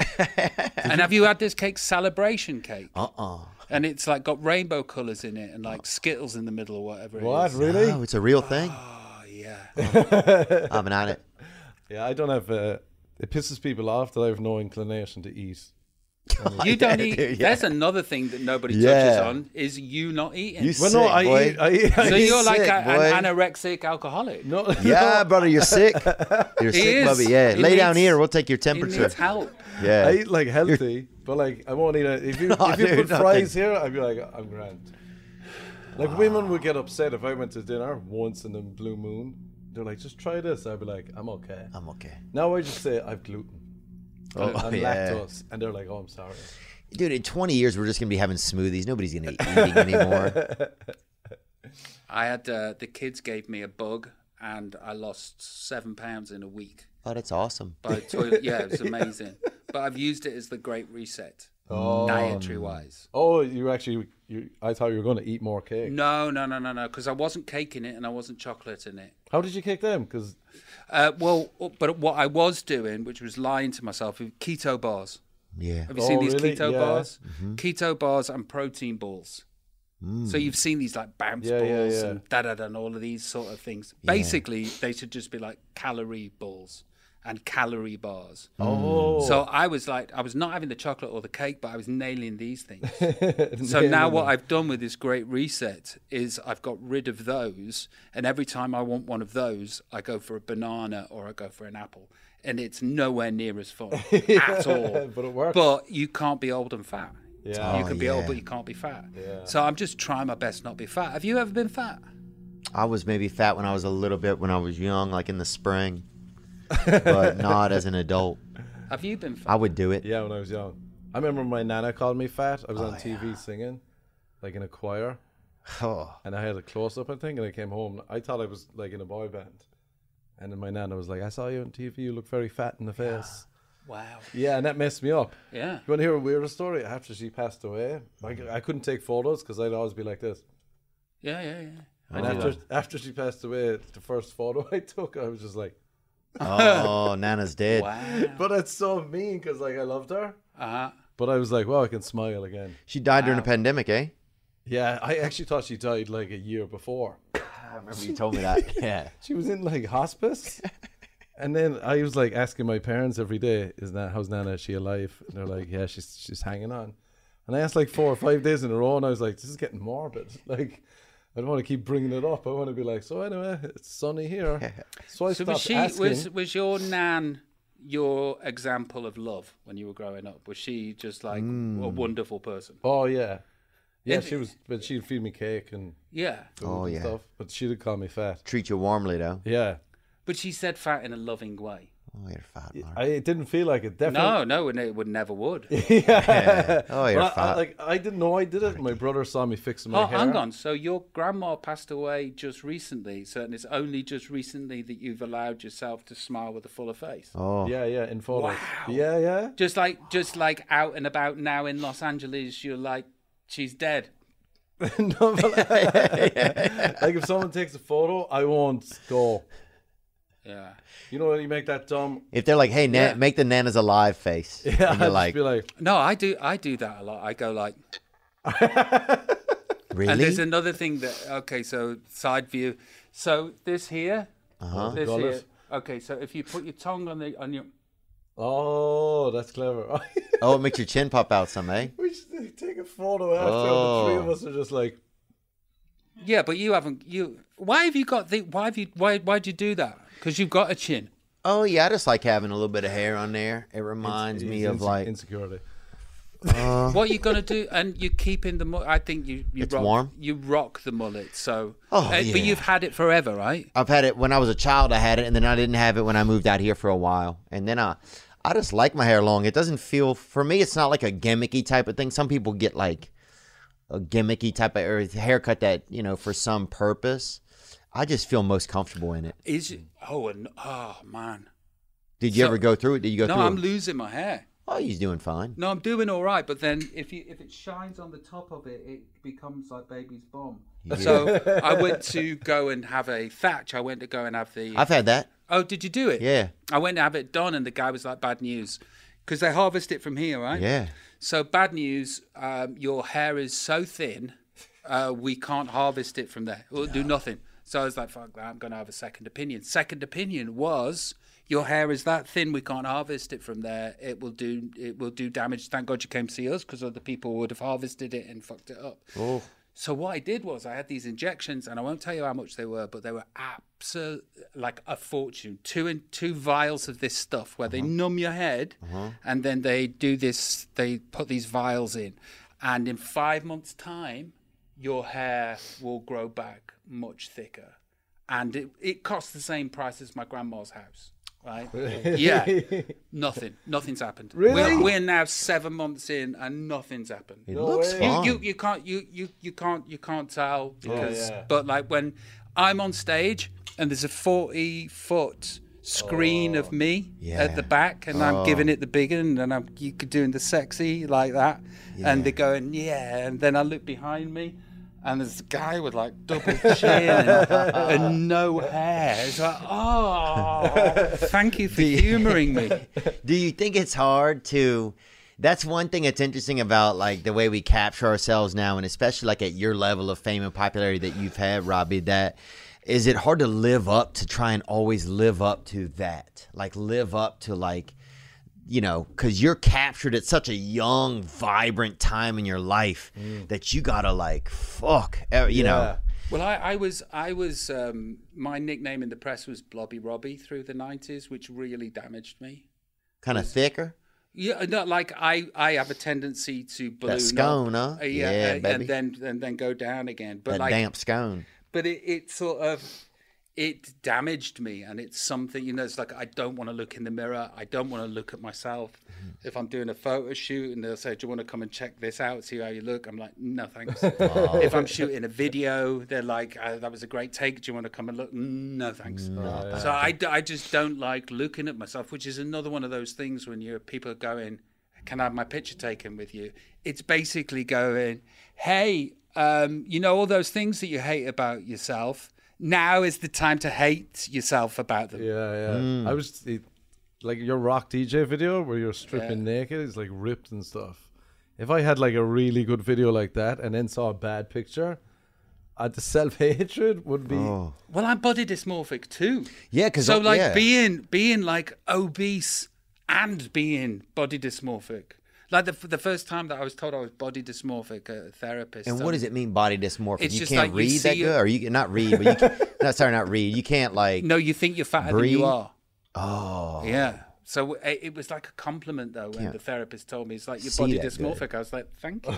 C: And have you had this cake, celebration cake?
A: uh uh
C: And it's like got rainbow colours in it, and like Skittles in the middle or whatever.
D: What
C: It is.
D: really?
A: Oh, it's a real thing.
C: Oh yeah.
A: I've been on it.
D: Yeah, I don't have. Uh, it pisses people off that I have no inclination to eat.
C: You don't
A: Yeah,
C: eat.
A: dude, yeah.
C: There's another thing that nobody touches
A: Yeah.
C: on is you not eating.
A: You
D: Well,
A: sick,
D: no, I
A: boy.
D: eat. I eat. I
C: so
D: eat.
C: you're like
A: sick,
C: a, an
A: boy.
C: anorexic alcoholic.
D: no,
A: Yeah, brother, you're sick. You're sick,
C: is.
A: Bubby. Yeah,
C: He
A: lay down
C: needs-
A: here. We'll take your
C: He
A: temperature.
C: needs help.
A: yeah, Oh,
D: I eat like healthy, but like I won't eat it. If you if you
A: dude,
D: put
A: nothing.
D: fries here, I'd be like, I'm grand. Like women would get upset if I went to dinner once in the blue moon. They're like, just try this. I'd be like, I'm okay.
A: I'm okay.
D: Now I just say I've gluten.
A: Oh,
D: I'm
A: yeah.
D: lactose, and they're like, "Oh, I'm sorry."
A: Dude, in 20 years, we're just gonna be having smoothies. Nobody's gonna be eating anymore.
C: I had uh, the kids gave me a bug, and I lost seven pounds in a week.
A: Oh, that's awesome.
C: by the toilet. Yeah, it was amazing. But I've used it as the great reset,
A: Oh.
C: dietary wise.
D: Oh, you actually, you, I thought you were going to eat more cake.
C: No, no, no, no, no, because I wasn't cake in it and I wasn't chocolate in it.
D: How did you kick them? Because
C: Uh, well, but what I was doing, which was lying to myself, is keto bars.
A: Yeah.
C: Have you seen
D: Oh,
C: these
D: really?
C: keto
D: Yeah.
C: bars? Keto bars and protein balls. So you've seen these like bounce
D: Yeah, yeah,
C: balls
D: yeah.
C: and da da da and all of these sort of things. Basically, they should just be like calorie balls and calorie bars.
D: oh,
C: So I was like, I was not having the chocolate or the cake, but I was nailing these things. so now what I've done with this great reset is I've got rid of those, and every time I want one of those, I go for a banana or I go for an apple, and it's nowhere near as fun at all.
D: But it works.
C: But you can't be old and fat.
D: Yeah.
C: you
A: Oh,
C: can be old,
A: yeah.
C: but you can't be fat. So I'm just trying my best not to be fat. Have you ever been fat?
A: I was maybe fat when I was a little bit when I was young, like in the spring, but not as an adult.
C: Have you been fat?
A: I would do it.
D: yeah, when I was young, I remember my nana called me fat. I was on TV singing, like in a choir,
A: Oh,
D: and I had a close up, I think, and I came home. I thought I was like in a boy band, and then my nana was like, "I saw you on TV. You look very fat in the face."
C: Wow.
D: Yeah, and that messed me up.
C: Yeah.
D: You want to hear a weirder story? After she passed away, like, I couldn't take photos because I'd always be like this.
C: Yeah, yeah, Oh, yeah.
D: And after after she passed away, the first photo I took, I was just like,
A: oh Nana's dead.
C: Wow.
D: "But that's so mean," because like I loved her.
C: Uh-huh.
D: But I was like, "Wow, I can smile again."
A: She died during a pandemic, eh?
D: Yeah, I actually thought she died like a year before.
A: I remember you told me that. yeah.
D: She was in like hospice, and then I was like asking my parents every day, "Is that how's Nana? Is she alive?" And they're like, "Yeah, she's she's hanging on." And I asked like four or five days in a row, and I was like, "This is getting morbid." Like. I don't want to keep bringing it up. I want to be like, so anyway, it's sunny here. So I
C: So
D: stopped
C: was she
D: asking.
C: was was your nan your example of love when you were growing up? Was she just like a wonderful person?
D: Oh yeah, yeah.
C: And-
D: she was, but she'd feed me cake and
C: Yeah,
D: food
A: Oh,
D: and
A: yeah.
D: stuff. But she'd call me fat.
A: Treat you warmly though.
D: Yeah,
C: but she said fat in a loving way.
A: Oh, you're fat, Mark.
D: I it didn't feel like it. Definitely.
C: No, no, and it would never would.
A: Oh,
D: But
A: you're
D: I, I,
A: fat.
D: like I didn't know I did it. My brother saw me fixing my
C: Oh,
D: hair.
C: hang on. So your grandma passed away just recently, so and it's only just recently that you've allowed yourself to smile with a fuller face.
A: oh,
D: Yeah, yeah. In photos. Yeah, yeah.
C: Just like just like out and about now in Los Angeles, you're like, she's dead.
D: no, but like if someone takes a photo, I won't go.
C: Yeah.
D: You know when you make that dumb.
A: If they're like, "Hey, Nan,
C: Yeah.
A: make the Nana's alive face,"
D: Yeah,
A: and you're
D: I'd
A: like,
D: just be like,
C: No, I do I do that a lot. I go like And
A: "Really?"
C: there's another thing that okay, so side view. So this here, this
D: Got it.
C: here. Okay, so if you put your tongue on the on your
D: oh, that's clever.
A: oh, it makes your chin pop out some, eh?
D: we should take a photo after. and The three of
A: Oh.
D: us are just like.
C: Yeah, but you haven't. You why have you got the why have you why why'd you do that? Because you've got a chin.
A: Oh yeah, I just like having a little bit of hair on there. It reminds me of
D: Inse-
A: like
D: insecurity.
C: What are you gonna do? And you keep in the. Mu- I think you you
A: Uh. It's
C: rock
A: warm.
C: you rock the mullet. So Uh,
A: Oh,
C: but
A: yeah.
C: you've had it forever, right?
A: I've had it when I was a child. I had it, and then I didn't have it when I moved out here for a while. And then I, I just like my hair long. It doesn't feel for me. It's not like a gimmicky type of thing. Some people get like a gimmicky type of or haircut that you know for some purpose. I just feel most comfortable in it.
C: Is it- oh and oh man.
A: Did you
C: So-
A: ever go through it? Did you go
C: No,
A: through
C: I'm
A: it?
C: losing my hair.
A: oh, he's doing fine.
C: No, I'm doing all right. But then if you if it shines on the top of it, it becomes like baby's bomb. So I went to go and have a thatch. I went to go and have the.
A: I've had that.
C: oh, did you do it?
A: Yeah.
C: I went to have it done, and the guy was like, "Bad news," because they harvest it from here, right?
A: Yeah.
C: So bad news. Um, your hair is so thin, uh, we can't harvest it from there. We'll do nothing. So I was like, "Fuck that! I'm going to have a second opinion." Second opinion was, "Your hair is that thin. We can't harvest it from there. It will do. It will do damage." Thank God you came to see us, because other people would have harvested it and fucked it up.
A: Oh,
C: So what I did was I had these injections, and I won't tell you how much they were, but they were absolute like a fortune. Two in, two vials of this stuff where they numb your head, and then they do this. They put these vials in, and in five months' time, your hair will grow back much thicker, and it it costs the same price as my grandma's house. Right? yeah. Nothing. Nothing's happened.
D: Really?
C: We're, we're now seven months in, and nothing's happened
A: it looks
D: way.
A: fine.
C: you, you can't you, you you can't you can't tell because
D: yeah.
C: but like when I'm on stage and there's a 40 foot screen of me at the
A: Yeah. Oh.
C: back and I'm giving it the big end and I'm you could doing the sexy like that and they're going yeah and then I look behind me and there's a guy with like double chin and no hair. It's like, oh, thank you for humouring me.
A: Do you think it's hard to? That's one thing that's interesting about like the way we capture ourselves now, and especially like at your level of fame and popularity that you've had, Robbie. That is it hard to live up to try and always live up to that, like live up to like you know, because you're captured at such a young, vibrant time in your life
C: Mm.
A: that you gotta like fuck, eh, you know.
C: Well, I, I was, I was. Um, my nickname in the press was Blobby Robbie through the nineties, which really damaged me.
A: Kind of thicker,
C: Yeah, no, like I, I have a tendency to balloon up.
A: scone, huh?
C: Uh, Yeah,
A: Yeah,
C: uh,
A: baby.
C: and then and then go down again. But
A: that
C: like,
A: damp scone.
C: but it, it sort of it damaged me, and it's something you know. It's like I don't want to look in the mirror. I don't want to look at myself. If I'm doing a photo shoot and they'll say, "Do you want to come and check this out, see how you look?" I'm like, "No, thanks." If I'm shooting a video, they're like, uh, "That was a great take. Do you want to come and look?" Mm, No, thanks. So I, d- I just don't like looking at myself, which is another one of those things when you people are going, "Can I have my picture taken with you?" It's basically going, "Hey, um, you know all those things that you hate about yourself. Now is the time to hate yourself about them."
D: Yeah, yeah.
A: Hmm.
D: I was it, like your rock DJ video where you're stripping naked. It's like ripped and stuff. If I had like a really good video like that and then saw a bad picture, I'd, the self hatred would be.
A: Oh.
C: Well, I'm body dysmorphic too.
A: Yeah, 'cause,
C: so
A: uh,
C: like
A: yeah.
C: being being like obese and being body dysmorphic. Like the, the first time that I was told I was body dysmorphic, a therapist. um,
A: And what does it mean, body dysmorphic?
C: It's
A: you
C: just
A: can't
C: like you
A: read that
C: see it-
A: good, or you can- not read, but you can, no, sorry, not read. You can't like.
C: No, you think you're fatter than
A: Breathe.
C: you are.
A: Oh,
C: Yeah. So it, it was like a compliment though when the therapist told me it's like your
A: See
C: body
A: that good.
C: dysmorphic. I was like, thank you,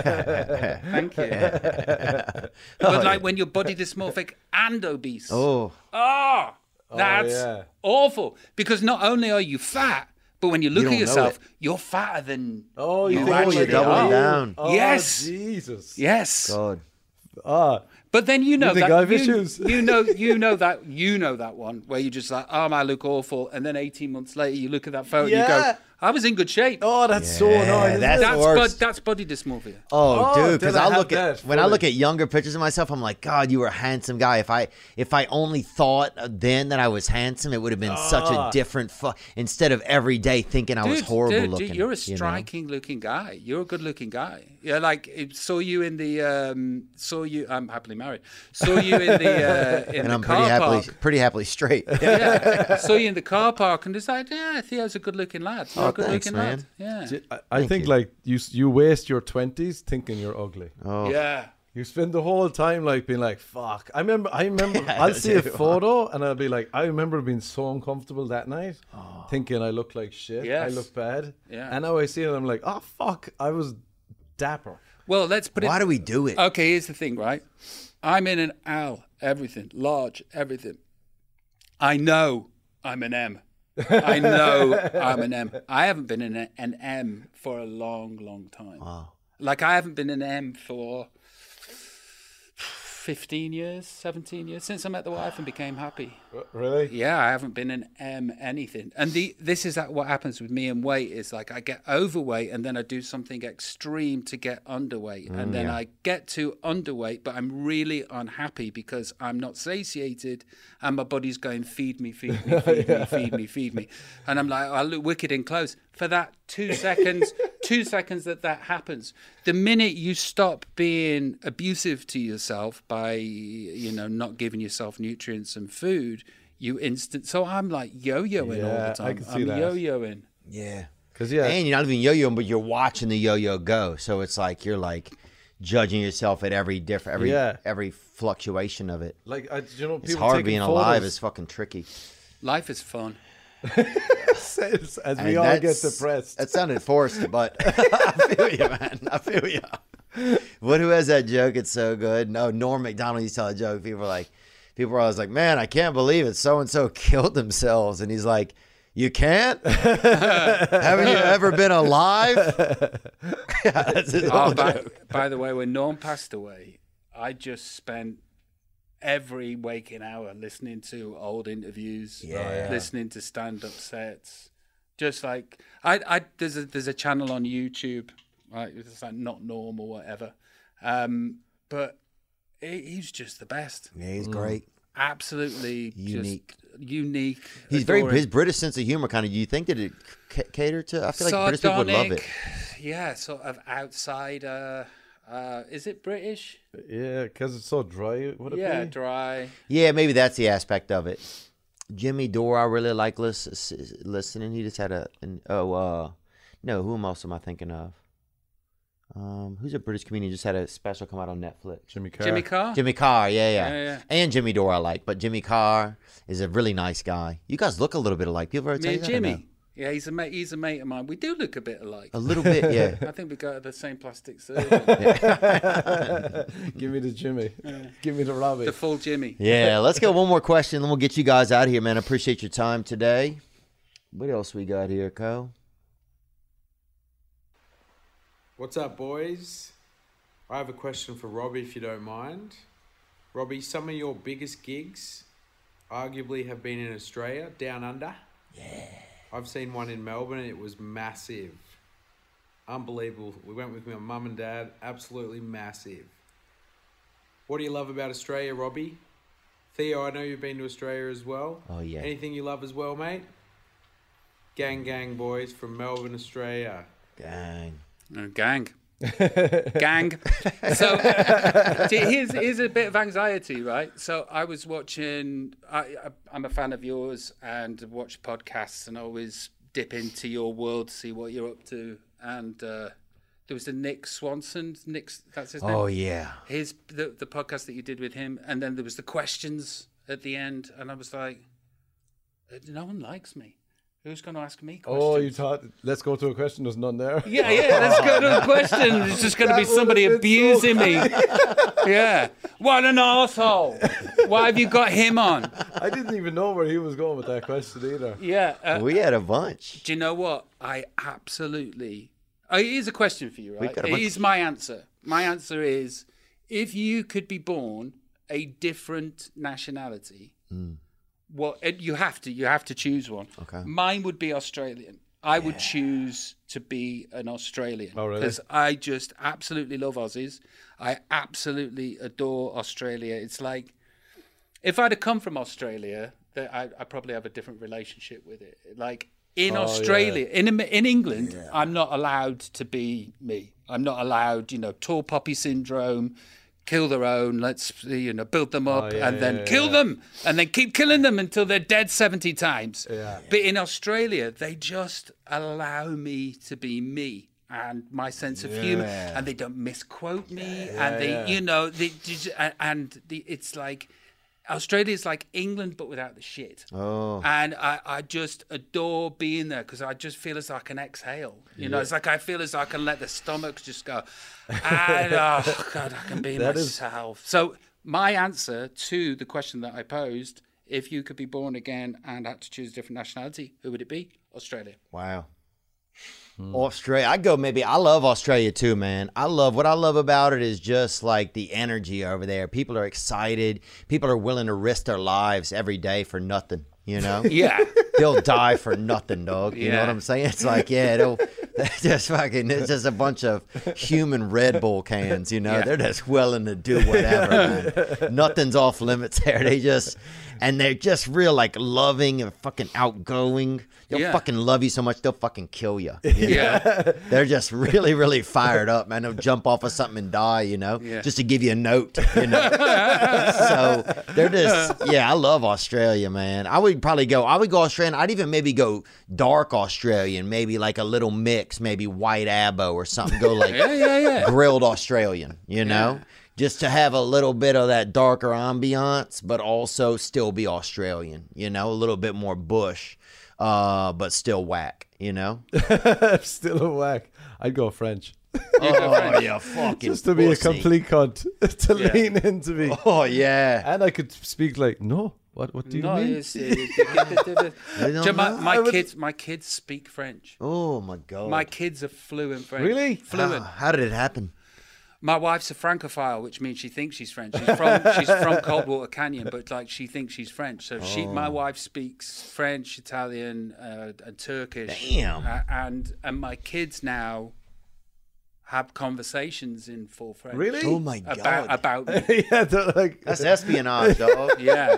C: thank you. but like when you're body dysmorphic and obese,
A: oh,
C: Ah, that's
D: Oh, yeah.
C: awful. Because not only are you fat, but when you look
A: don't
C: at
A: know
C: yourself, you're fatter than.
D: Oh, you
C: You
D: think
C: actually
D: like
C: doubling
D: oh,
A: down.
D: Oh,
C: Yes.
D: Jesus.
C: Yes,
A: God.
D: Ah,
C: but then you know
D: think
C: that
D: I have
C: you,
D: issues?
C: you know you know that you know that one where you're just like, oh, I look awful, and then 18 months later you look at that photo and you
D: Yeah.
C: go, I was in good shape.
D: oh, that's so annoying. isn't
A: that's
D: it?
A: the
C: that's
A: worst.
C: bod- that's body dysmorphia.
A: Oh,
D: Oh,
A: dude, because
D: did I
A: I
D: have
A: look at
D: that
A: when I look
D: fully?
A: at younger pictures of myself, I'm like, God, you were a handsome guy. If I if I only thought uh, then that I was handsome, it would have been such a
D: Ah.
A: different. Fu- instead of every day thinking I was horrible
C: dude,
A: looking.
C: Dude, you're a
A: you know?
C: striking looking guy. You're a good looking guy. Yeah, like it, saw you in the um, saw you. I'm happily married. Saw you in the uh, in
A: and
C: the
A: I'm
C: car
A: pretty happily
C: park.
A: pretty happily straight.
C: yeah, saw you in the car park and decided, yeah, Theo's a good looking lad.
A: Oh,
C: You're a good
A: thanks,
C: looking
A: man.
C: lad. Yeah.
A: Oh.
D: I, I think like you s- you waste your twenties thinking you're ugly.
C: Yeah.
D: You spend the whole time like being like, "Fuck." I remember. I remember. I'll see a photo and I'll be like, "I remember being so uncomfortable that night,
A: Oh.
D: thinking I look like shit.
C: Yes.
D: I look bad."
C: Yeah.
D: And now I see it, and I'm like, "Oh fuck!" I was dapper.
C: Well, let's put it.
A: Why do we do it?
C: Okay, here's the thing, right? I'm in an L, everything, large, everything. I know I'm an M. I know I'm an M. I haven't been in a, an M for a long, long time. Like, I haven't been an M for 15 years, 17 years, since I met the wife and became happy.
A: Uh,
D: Really?
C: Yeah, I haven't been an M anything. And the this is that what happens with me and weight is like I get overweight and then I do something extreme to get underweight. and then I get to underweight, but I'm really unhappy because I'm not satiated and my body's going, feed me, feed me, feed me, feed me, feed me. And I'm like, I look wicked in clothes. For that two seconds, two seconds that that happens. The minute you stop being abusive to yourself by, you know, not giving yourself nutrients and food, you instant. So I'm like yo-yoing all
D: Yeah,
C: the
D: I
C: time.
D: can see
C: am
D: that.
C: yo-yoing.
A: Yeah.
D: Because yeah,
A: And you're not even yo-yoing, but you're watching the yo-yo go. So it's like you're like judging yourself at every different, every
D: Yeah.
A: every fluctuation of it.
D: like I, you know, people
A: It's hard
D: taking
A: being alive.
D: photos.
A: It's fucking tricky.
C: Life is fun.
D: as, as
A: And
D: we all get
A: that's-
D: depressed.
A: That sounded forced, but I feel you, man. I feel you. What who has that joke? It's so good. No, Norm Macdonald used to tell a joke. People are like, people are always like, man, I can't believe it. So and so killed themselves, and he's like, you can't. Haven't you ever been alive? yeah, that's his whole
C: Oh, by,
A: joke.
C: by the way, when Norm passed away, I just spent every waking hour listening to old interviews,
A: Yeah.
C: listening to stand-up sets. Just like I, I there's a there's a channel on YouTube, right? It's like not Norm or whatever, um, but he, he's just the best.
A: Yeah, he's great.
C: Absolutely just
A: Unique.
C: unique.
A: He's very
C: adoring.
A: his British sense of humor. Kind of, you think that it c- cater to? I feel like British people would love it.
C: Sardonic, Yeah, sort of outsider. Uh, is it British?
D: yeah, because it's so dry. Would it
C: yeah,
D: be?
C: dry.
A: Yeah, maybe that's the aspect of it. Jimmy Dore, I really like lis- s- listening. He just had a an, oh uh no, who else am I thinking of? Um, who's a British comedian just had a special come out on Netflix?
D: Jimmy Carr.
C: Jimmy Carr.
A: Jimmy Carr, yeah, yeah,
C: Yeah, yeah.
A: and Jimmy Dore I like, but Jimmy Carr is a really nice guy. You guys look a little bit alike. People ever tell
C: Me
A: you
C: and
A: that or no?
C: Jimmy. Yeah, he's a mate. He's a mate of mine. We do look a bit alike.
A: A little bit, yeah.
C: I think we go to the same plastic surgery.
D: Give me the Jimmy. Give me the Robbie.
C: the full Jimmy.
A: Yeah, let's get one more question, then we'll get you guys out of here, man. I appreciate your time today. What else we got here, Co?
H: What's up, boys? I have a question for Robbie, if you don't mind. Robbie, some of your biggest gigs arguably have been in Australia, down under. Yeah. I've seen one in Melbourne, and it was massive. Unbelievable. We went with my mum and dad, absolutely massive. What do you love about Australia, Robbie? Theo, I know you've been to Australia as well.
A: Oh, yeah.
H: Anything you love as well, mate? Gang, gang, boys from Melbourne, Australia.
A: Dang.
C: No, gang. gang. So see, here's, here's a bit of anxiety, right? So I was watching, I, I, I'm a fan of yours and watch podcasts and always dip into your world, see what you're up to. And uh, there was the Nick Swanson, Nick, that's his name.
A: Oh yeah.
C: his the, the podcast that you did with him and then there was the questions at the end and i was like no one likes me who's going to ask me questions
D: oh, you thought. Let's go to a question. There's none there.
C: yeah yeah let's go to the question it's just going to be
D: That would've
C: somebody
D: been so
C: abusing me yeah what an asshole why have you got him on
D: I didn't even know where he was going with that question either.
C: yeah uh,
A: We had a bunch.
C: do you know what i absolutely oh, it is a question for you right
A: got a
C: it
A: bunch-
C: is my answer my answer is if you could be born a different nationality what and you have to you have to choose one
A: Hmm. Okay.
C: mine would be australian i would choose to be an australian
D: Oh, really?
C: because i just absolutely love aussies i absolutely adore australia it's like if i'd have come from australia that I, I probably have a different relationship with it like
D: Oh,
C: in australia in Am- in england i'm not allowed to be me i'm not allowed you know tall poppy syndrome kill their own let's you know build them up
D: Oh, yeah,
C: and then
D: yeah,
C: kill
D: yeah.
C: them them and then keep killing them until they're dead 70 times. But in Australia, they just allow me to be me. and my sense of humor, and they don't misquote me, and they, you know, they just, a- and the, it's like Australia is like England but without the shit. Oh, and I, I just adore being there because I just feel as I can exhale. You know, it's like I feel as I can let the stomach just go, and oh god, I can be myself. So my answer to the question that I posed. If you could be born again and had to choose a different nationality, who would it be? Australia.
A: Wow. Hmm. Australia. I go maybe I love Australia too, man. I love what I love about it is just like the energy over there. People are excited. People are willing to risk their lives every day for nothing, you know?
C: Yeah.
A: They'll die for nothing, dog. You know what
C: Yeah.
A: I'm saying? It's like, yeah, it'll that's just fucking it's just a bunch of human Red Bull cans, you know.
C: Yeah.
A: They're just willing to do whatever, man. Nothing's off limits there. They just and they're just real like loving and fucking outgoing. They'll
C: Yeah.
A: fucking love you so much they'll fucking kill you. you know?
C: Yeah.
A: They're just really, really fired up, man. They'll jump off of something and die, you know,
C: Yeah.
A: just to give you a note, you know. so they're just, yeah, I love Australia, man. I would probably go, I would go Australian. I'd even maybe go dark Australian, maybe like a little mix, maybe white abo or something. Go like
C: yeah, yeah, yeah.
A: grilled Australian, you know, just to have a little bit of that darker ambiance, but also still be Australian, you know, a little bit more bush, uh, but still whack, you know.
D: Still a whack. I'd go French.
A: Oh yeah, fucking
D: Just to be a
A: pussy.
D: complete cunt. to lean into me.
A: Oh yeah,
D: And I could speak like, no, what What do you
C: No,
D: mean?
C: it's- it-
A: don't
C: Do you- my,
A: know.
C: my
D: I would-
C: kids, my kids speak French.
A: oh my god.
C: My kids are fluent French.
D: Really?
C: Fluent.
A: Ah, how did it happen?
C: My wife's a francophile, which means she thinks she's French. She's from she's from Coldwater Canyon, but like she thinks she's French. So she, my wife speaks French, Italian, uh, and Turkish.
A: Damn.
C: Uh, and and my kids now have conversations in full French.
D: Really?
A: Oh my god.
C: About about me.
D: yeah, they're like,
A: That's espionage, dog.
C: yeah,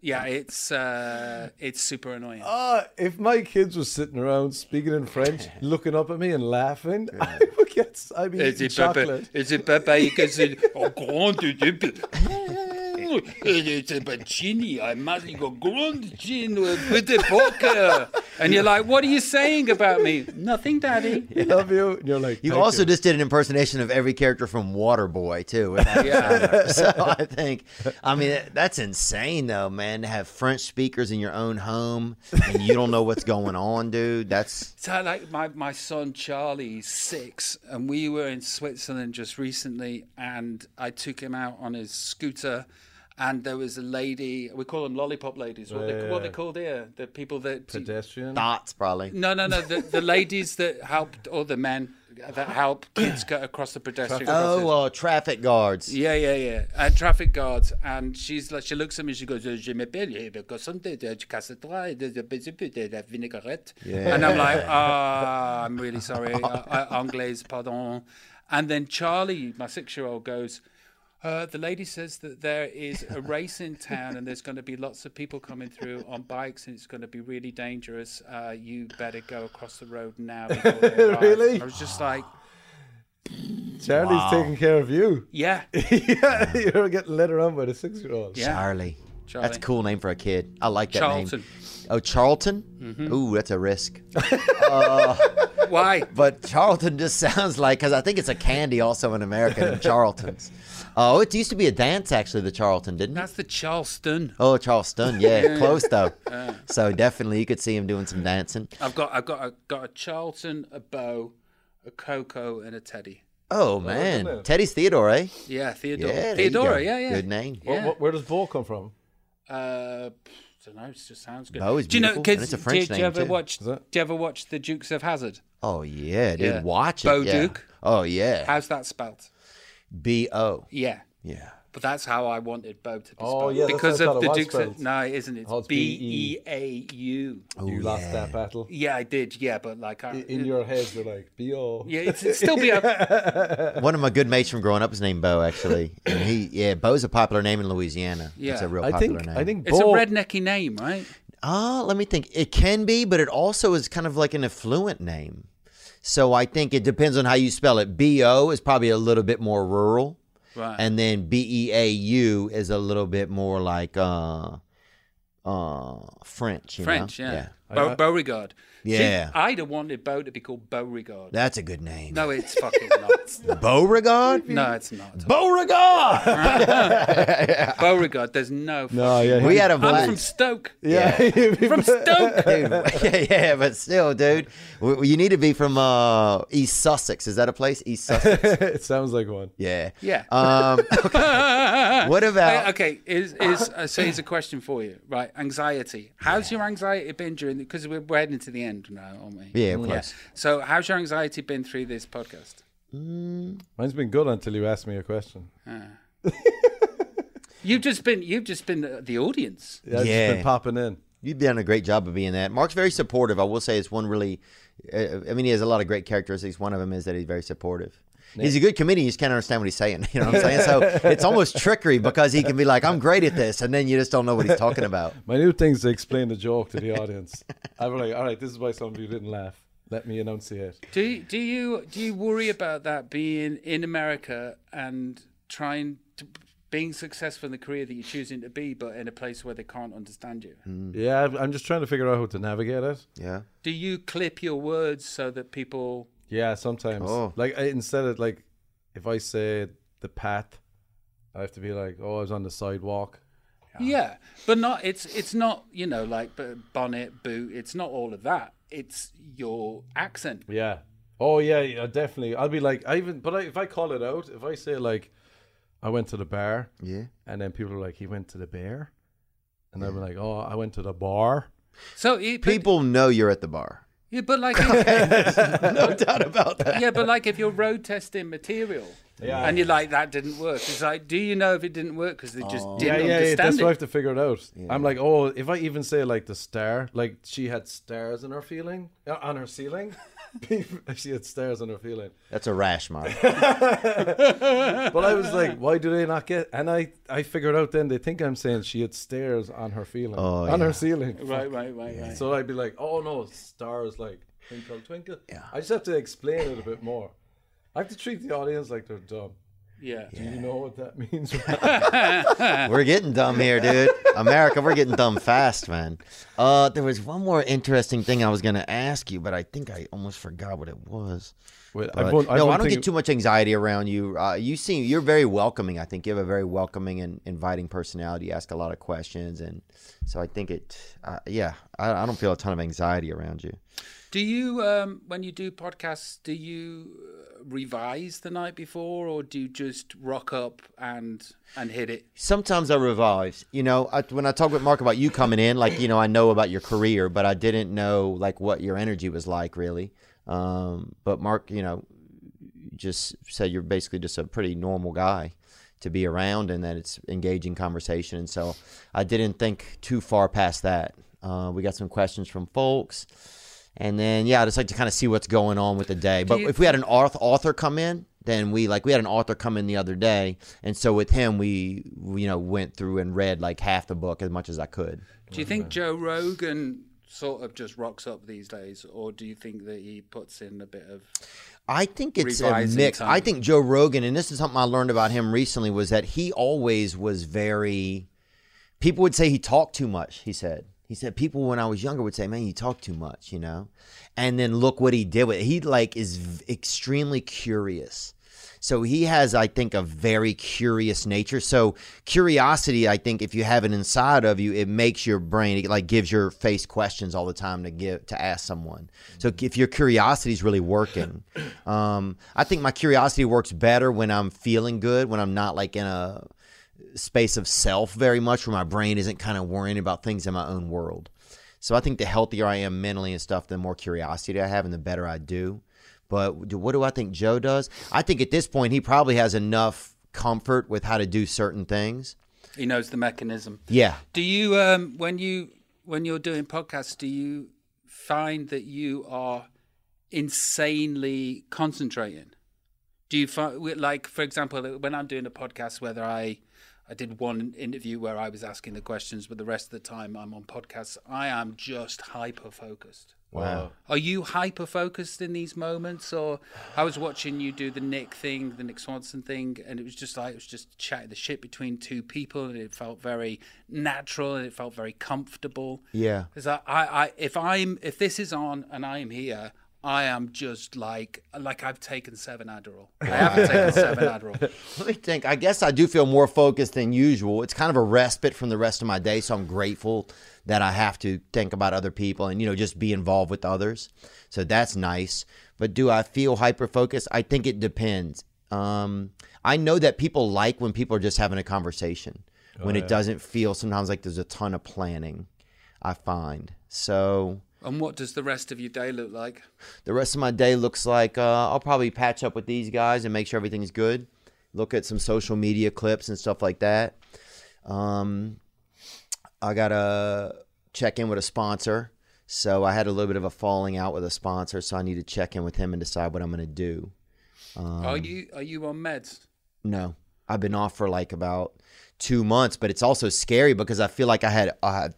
C: yeah. It's uh, it's super annoying.
D: ah, if my kids were sitting around speaking in French, looking up at me and laughing, I would get, I'd be
C: Is
D: eating
C: it Papa?
D: chocolate.
C: Is it Papa? Because it, oh, grand, it, it, it is a bacini. I must go grand gin with the poker. And you're like, what are you saying about me? Nothing, Daddy.
D: Love you. And you're like,
A: You
D: "Thank
A: also just did an impersonation of every character from Waterboy too. with Adam Sandler. So I think, I mean, that's insane though, man. To have French speakers in your own home and you don't know what's going on, dude. That's
C: So like my, my son Charlie's six, and we were in Switzerland just recently, and I took him out on his scooter, and there was a lady. We call them lollipop ladies. What, they, what they called here? The people that
D: pedestrian.
A: thoughts probably.
C: No, no, no. The, the ladies that helped, or the men that help kids get across the pedestrian.
A: Oh,
C: crossing.
A: uh, traffic guards.
C: yeah, yeah, yeah. Uh, traffic guards, and she's like, she looks at me, she goes, "Je m'appelle eh, because sometimes I just casse the drive, there's a bit of bit of that vinaigrette." And I'm like, "Ah, I'm really sorry, uh, Anglais, pardon." And then Charlie, my six-year-old, goes. Uh, the lady says that there is a race in town and there's going to be lots of people coming through on bikes and it's going to be really dangerous. Uh, you better go across the road now. before they arrive."
D: Really?
C: I was just like,
D: Charlie's taking care of you.
C: yeah,
D: yeah, you're getting led around by the six year old.
C: yeah.
A: Charlie. That's
C: Charlie.
A: a cool name for a kid. I like that
C: Charlton. Mm-hmm.
A: name. Oh, Charlton? Ooh, that's a risk.
C: Why?
A: But Charlton just sounds like, because I think it's a candy also in America, named Charlton's. Oh, it used to be a dance, actually, the Charlton, didn't it?
C: That's the Charleston.
A: Oh, Charleston. Yeah, close, though.
C: Uh.
A: So definitely you could see him doing some dancing.
C: I've got, I've got, i got a Charlton, a bow, a Coco, and a Teddy.
A: Oh, man. Teddy's Theodore, eh?
C: Yeah, Theodore.
A: Yeah. there you go.
C: Theodora. Yeah, yeah.
A: Good name.
D: What,
C: Yeah.
D: what, where does Bo come from?
C: Uh, don't know. It just sounds good.
A: Bow is
C: do you know?
A: Oh, beautiful, and
C: Kids,
A: it's a French
C: do, you
A: name,
C: ever
A: too.
C: watch?
D: Is
C: Do
D: it?
C: you ever watch The Dukes of Hazard?
A: Oh, yeah, dude.
C: Yeah.
A: Watch it.
C: Bo
A: yeah.
C: Duke.
A: Oh, yeah.
C: How's that spelled?
A: B O.
C: Yeah.
A: Yeah.
C: But that's how I wanted Bo to be
D: Oh,
C: spelled.
D: yeah, that's
C: because
D: how I
C: of
D: thought
C: the
D: it was
C: Dukes
D: spelled.
C: of No, it isn't. It's
D: Oh, it's
C: B E A U.
D: you lost that battle.
C: Oh, Yeah, I did, yeah, but like I,
D: In your head, you're like, B.O.
C: Yeah, it's, it's still be a
A: One of my good mates from growing up is named Bo, actually, and he yeah, Bo's a popular name in Louisiana. it's
C: Yeah.
A: a real
D: I
A: popular
D: think,
A: name.
D: I think
C: it's a
D: Bo.
C: rednecky name, right?
A: Ah, let me think. It can be, but it also is kind of like an affluent name. So I think it depends on how you spell it. B O is probably a little bit more rural,
C: Right.
A: and then B E A U is a little bit more like uh, uh, French. You know?
C: French, yeah.
D: I
C: Bo- Beauregard. See,
A: Yeah.
C: I'd have wanted Bo to be called Beauregard.
A: That's a good name.
C: No, it's fucking not.
A: Beauregard?
C: No, it's not.
A: Beauregard!
C: Beauregard, there's no.
D: Oh
C: fucking-
D: yeah,
A: We had a
C: I'm
A: black.
C: from Stoke.
D: yeah.
C: From Stoke.
A: yeah, yeah, but still, dude, w- you need to be from uh, East Sussex. Is that a place? East Sussex.
D: it sounds like one.
A: Yeah.
C: Yeah.
A: Um, what about?
C: Hey, okay, is is uh, so? Here's a question for you, right? Anxiety. How's your anxiety been during? Because we're, we're heading to the end now, aren't we?
A: Yeah, of course.
C: So, how's your anxiety been through this podcast?
D: Mine's been good until you asked me a question.
C: You've just been you've just been the- the audience.
D: Yeah, I've
A: Yeah.
D: just been popping in.
A: You've done a great job of being that. Mark's very supportive. I will say it's one really. Uh, I mean, he has a lot of great characteristics. One of them is that he's very supportive. He's a good comedian. You just can't understand what he's saying. You know what I'm saying? So it's almost trickery because he can be like, "I'm great at this," and then you just don't know what he's talking about.
D: My new thing's to explain the joke to the audience. I was like, all right, this is why some of you didn't laugh. Let me enunciate.
C: Do you- do you do you worry about that being in America and trying to being successful in the career that you're choosing to be, but in a place where they can't understand you?
D: Yeah, I've- I'm just trying to figure out how to navigate it.
A: Yeah.
C: Do you clip your words so that people?
D: Yeah, sometimes.
A: Oh.
D: Like I, instead of like, if I say the path, I have to be like, oh, I was on the sidewalk.
C: Yeah, but not it's it's not you know like b- bonnet boot. It's not all of that. It's your accent.
D: Yeah. Oh yeah, yeah, definitely. I'll be like, I even, but I, if I call it out, if I say like, I went to the bar,
A: Yeah.
D: and then people are like, he went to the bear, and I'm like, oh, I went to the bar.
C: So it, but-
A: People know you're at the bar.
C: yeah, but like if,
A: No doubt about that.
C: yeah, but like if you're road testing material.
D: Yeah.
C: And you're like that didn't work. It's like, do you know if it didn't work because they just didn't
D: Yeah, Oh. yeah, yeah,
C: understand
D: that's
C: it?
D: why I have to figure it out. I'm like, oh, if I even say like the star, like she had stars in her feeling, uh, on her ceiling, she had stars on her feeling.
A: That's a rash, Mark.
D: But I was like, why do they not get? And I, I figured out then they think I'm saying she had stairs on her feeling,
A: Oh,
D: on
A: yeah.
D: her ceiling.
C: Right, right, right, right.
D: So I'd be like, oh no, stars like twinkle twinkle. Yeah. I just have to explain it a bit more. I have to treat the audience like they're dumb.
C: yeah.
D: Do you know what that means?
A: We're getting dumb here, dude. America, we're getting dumb fast, man. Uh, there was one more interesting thing I was going to ask you, but I think I almost forgot what it was.
D: Wait,
A: But-
D: won't-
A: no, I
D: won't
A: don't
D: think-
A: get too much anxiety around you. Uh, you seem you're very welcoming. I think you have a very welcoming and inviting personality. You ask a lot of questions, and so I think it. Uh, yeah, I, I don't feel a ton of anxiety around you.
C: Do you, um, when you do podcasts, do you uh, revise the night before, or do you just rock up and and hit it?
A: sometimes I revise. You know, I, when I talk with Mark about you coming in, like you know, I know about your career, but I didn't know like what your energy was like really. Um, but Mark, you know, just said you're basically just a pretty normal guy to be around, and that it's engaging conversation. And so I didn't think too far past that. Uh, we got some questions from folks. And then yeah, I just like to kind of see what's going on with the day. But
C: you
A: if we had an auth- author come in, then we like we had an author come in the other day, and so with him we, we you know went through and read like half the book as much as I could.
C: Do you think Joe Rogan sort of just rocks up these days, or do you think that he puts in a bit of?
A: I think it's a
C: Revising
A: mix.
C: time.
A: I think Joe Rogan, and this is something I learned about him recently, was that he always was very. People would say he talked too much. He said. He said people when I was younger would say, "Man, you talk too much," you know, and then look what he did with it. He like is v- extremely curious. So he has, I think, a very curious nature. So curiosity, I think, if you have it inside of you, it makes your brain it like gives your face questions all the time to give to ask someone. So
C: Mm-hmm.
A: if your curiosity is really working, um, I think my curiosity works better when I'm feeling good, when I'm not like in a space of self very much, where my brain isn't kind of worrying about things in my own world. So I think the healthier I am mentally and stuff, the more curiosity I have and the better I do. But do- what do I think Joe does? I think at this point he probably has enough comfort with how to do certain things.
C: He knows the mechanism.
A: Yeah.
C: Do you, um, when you when you're doing podcasts, do you find that you are insanely uh, concentrating? Do you find like, for example, when I'm doing a podcast, whether I I did one interview where I was asking the questions, but the rest of the time I'm on podcasts. I am just hyper focused.
E: Wow.
C: Are you hyper focused in these moments, or I was watching you do the Nick thing, the Nick Swanson thing, and it was just like it was just chatting the shit between two people, and it felt very natural and it felt very comfortable.
E: Yeah.
C: It's like I, I, if I'm, if this is on and I am here, I am just like, like I've taken seven Adderall. I haven't taken seven Adderall.
A: Let me think. I guess I do feel more focused than usual. It's kind of a respite from the rest of my day, so I'm grateful that I have to think about other people and you know just be involved with others. So that's nice. But do I feel hyper focused? I think it depends. Um, I know that people like when people are just having a conversation. When it doesn't feel sometimes like there's a ton of planning, I find. So
C: And what does the rest of your day look like?
A: the rest of my day looks like uh, I'll probably patch up with these guys and make sure everything's good. Look at some social media clips and stuff like that. Um, I gotta check in with a sponsor, so I had a little bit of a falling out with a sponsor, so I need to check in with him and decide what I'm gonna do.
C: are you are you on meds?
A: No, I've been off for like about two months, but it's also scary because I feel like I had I had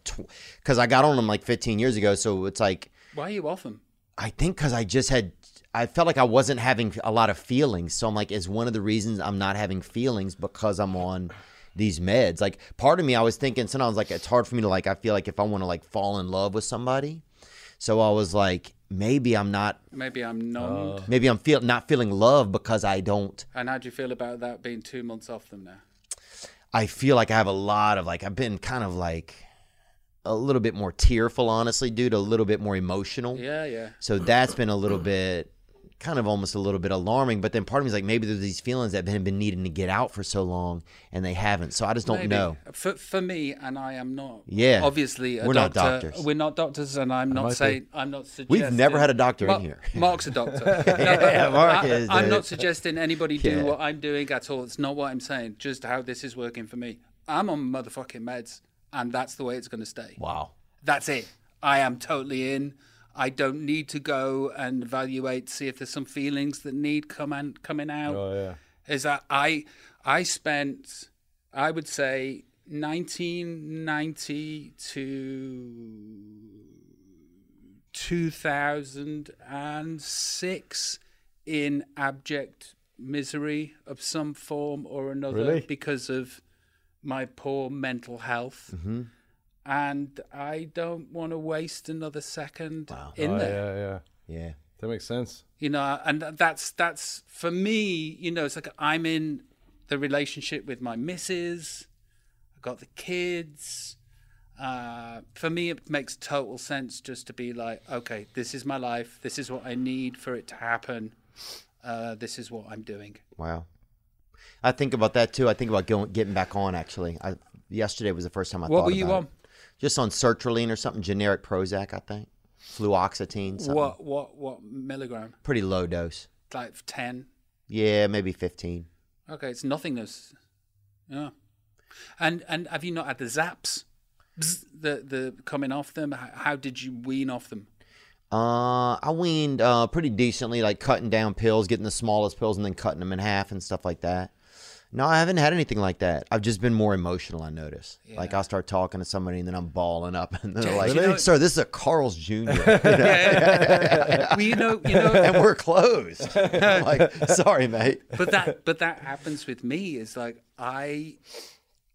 A: because I got on them like 15 years ago, so it's like
C: Why are you off them?
A: I think because I just had, I felt like I wasn't having a lot of feelings. So I'm like, is one of the reasons I'm not having feelings because I'm on these meds. Like, part of me, I was thinking sometimes, like, it's hard for me to, like, I feel like if I want to, like, fall in love with somebody. So I was like, maybe I'm not,
C: Maybe I'm numbed.
A: maybe I'm feel, not feeling love because I don't,
C: and how do you feel about that being two months off them now?
A: I feel like I have a lot of, like, I've been kind of like a little bit more tearful, honestly, dude, a little bit more emotional.
C: Yeah, yeah.
A: So that's been a little bit, kind of almost a little bit alarming. But then part of me is like, maybe there's these feelings that have been needing to get out for so long and they haven't. So I just don't
C: Maybe.
A: know.
C: For, for me, and I am not.
A: Yeah.
C: Obviously, a
A: We're not
C: doctor-
A: doctors.
C: We're not doctors, and I'm not saying I'm not suggesting.
A: We've never had a doctor in
C: Ma-
A: here.
C: Mark's a doctor.
A: Yeah, Mark
C: I,
A: is,
C: I'm
A: dude.
C: not suggesting anybody do
A: Yeah.
C: what I'm doing at all. It's not what I'm saying. Just how this is working for me. I'm on motherfucking meds, and that's the way it's going to stay.
A: Wow.
C: That's it. I am totally in. I don't need to go and evaluate, see if there's some feelings that need come and coming out
D: Oh yeah.
C: is that I I spent I would say 1990 to 2006 in abject misery of some form or another
D: Really?
C: because of my poor mental health.
D: Mm-hmm.
C: And I don't want to waste another second in
D: Oh,
C: there
D: yeah, yeah.
A: Yeah.
D: That makes sense.
C: you know and th- that's that's for me you know it's like i'm in the relationship with my missus i've got the kids uh, for me it makes total sense just to be like okay this is my life this is what i need for it to happen uh, this is what i'm doing
A: Wow. I think about that too. I think about going, getting back on actually. I, yesterday was the first time I
C: what
A: thought
C: were you
A: about
C: on
A: it. Just on sertraline or something, generic Prozac, I think. Fluoxetine, something.
C: what what what milligram
A: Pretty low dose.
C: like 10
A: Yeah, maybe 15.
C: okay it's nothingness yeah and and have you not had the zaps Bzz, the the coming off them how, how did you wean off them
A: Uh, I weaned uh, pretty decently, like cutting down pills, getting the smallest pills, and then cutting them in half and stuff like that. No, I haven't had anything like that. I've just been more emotional. I notice. Like I'll start talking to somebody, and then I'm bawling up, and they're like,
C: you know-
A: "Sir, this is a Carl's Jr. you know,
C: well, you know, you know,
A: and we're closed." I'm like, "Sorry, mate."
C: but that but that happens with me. Is like I,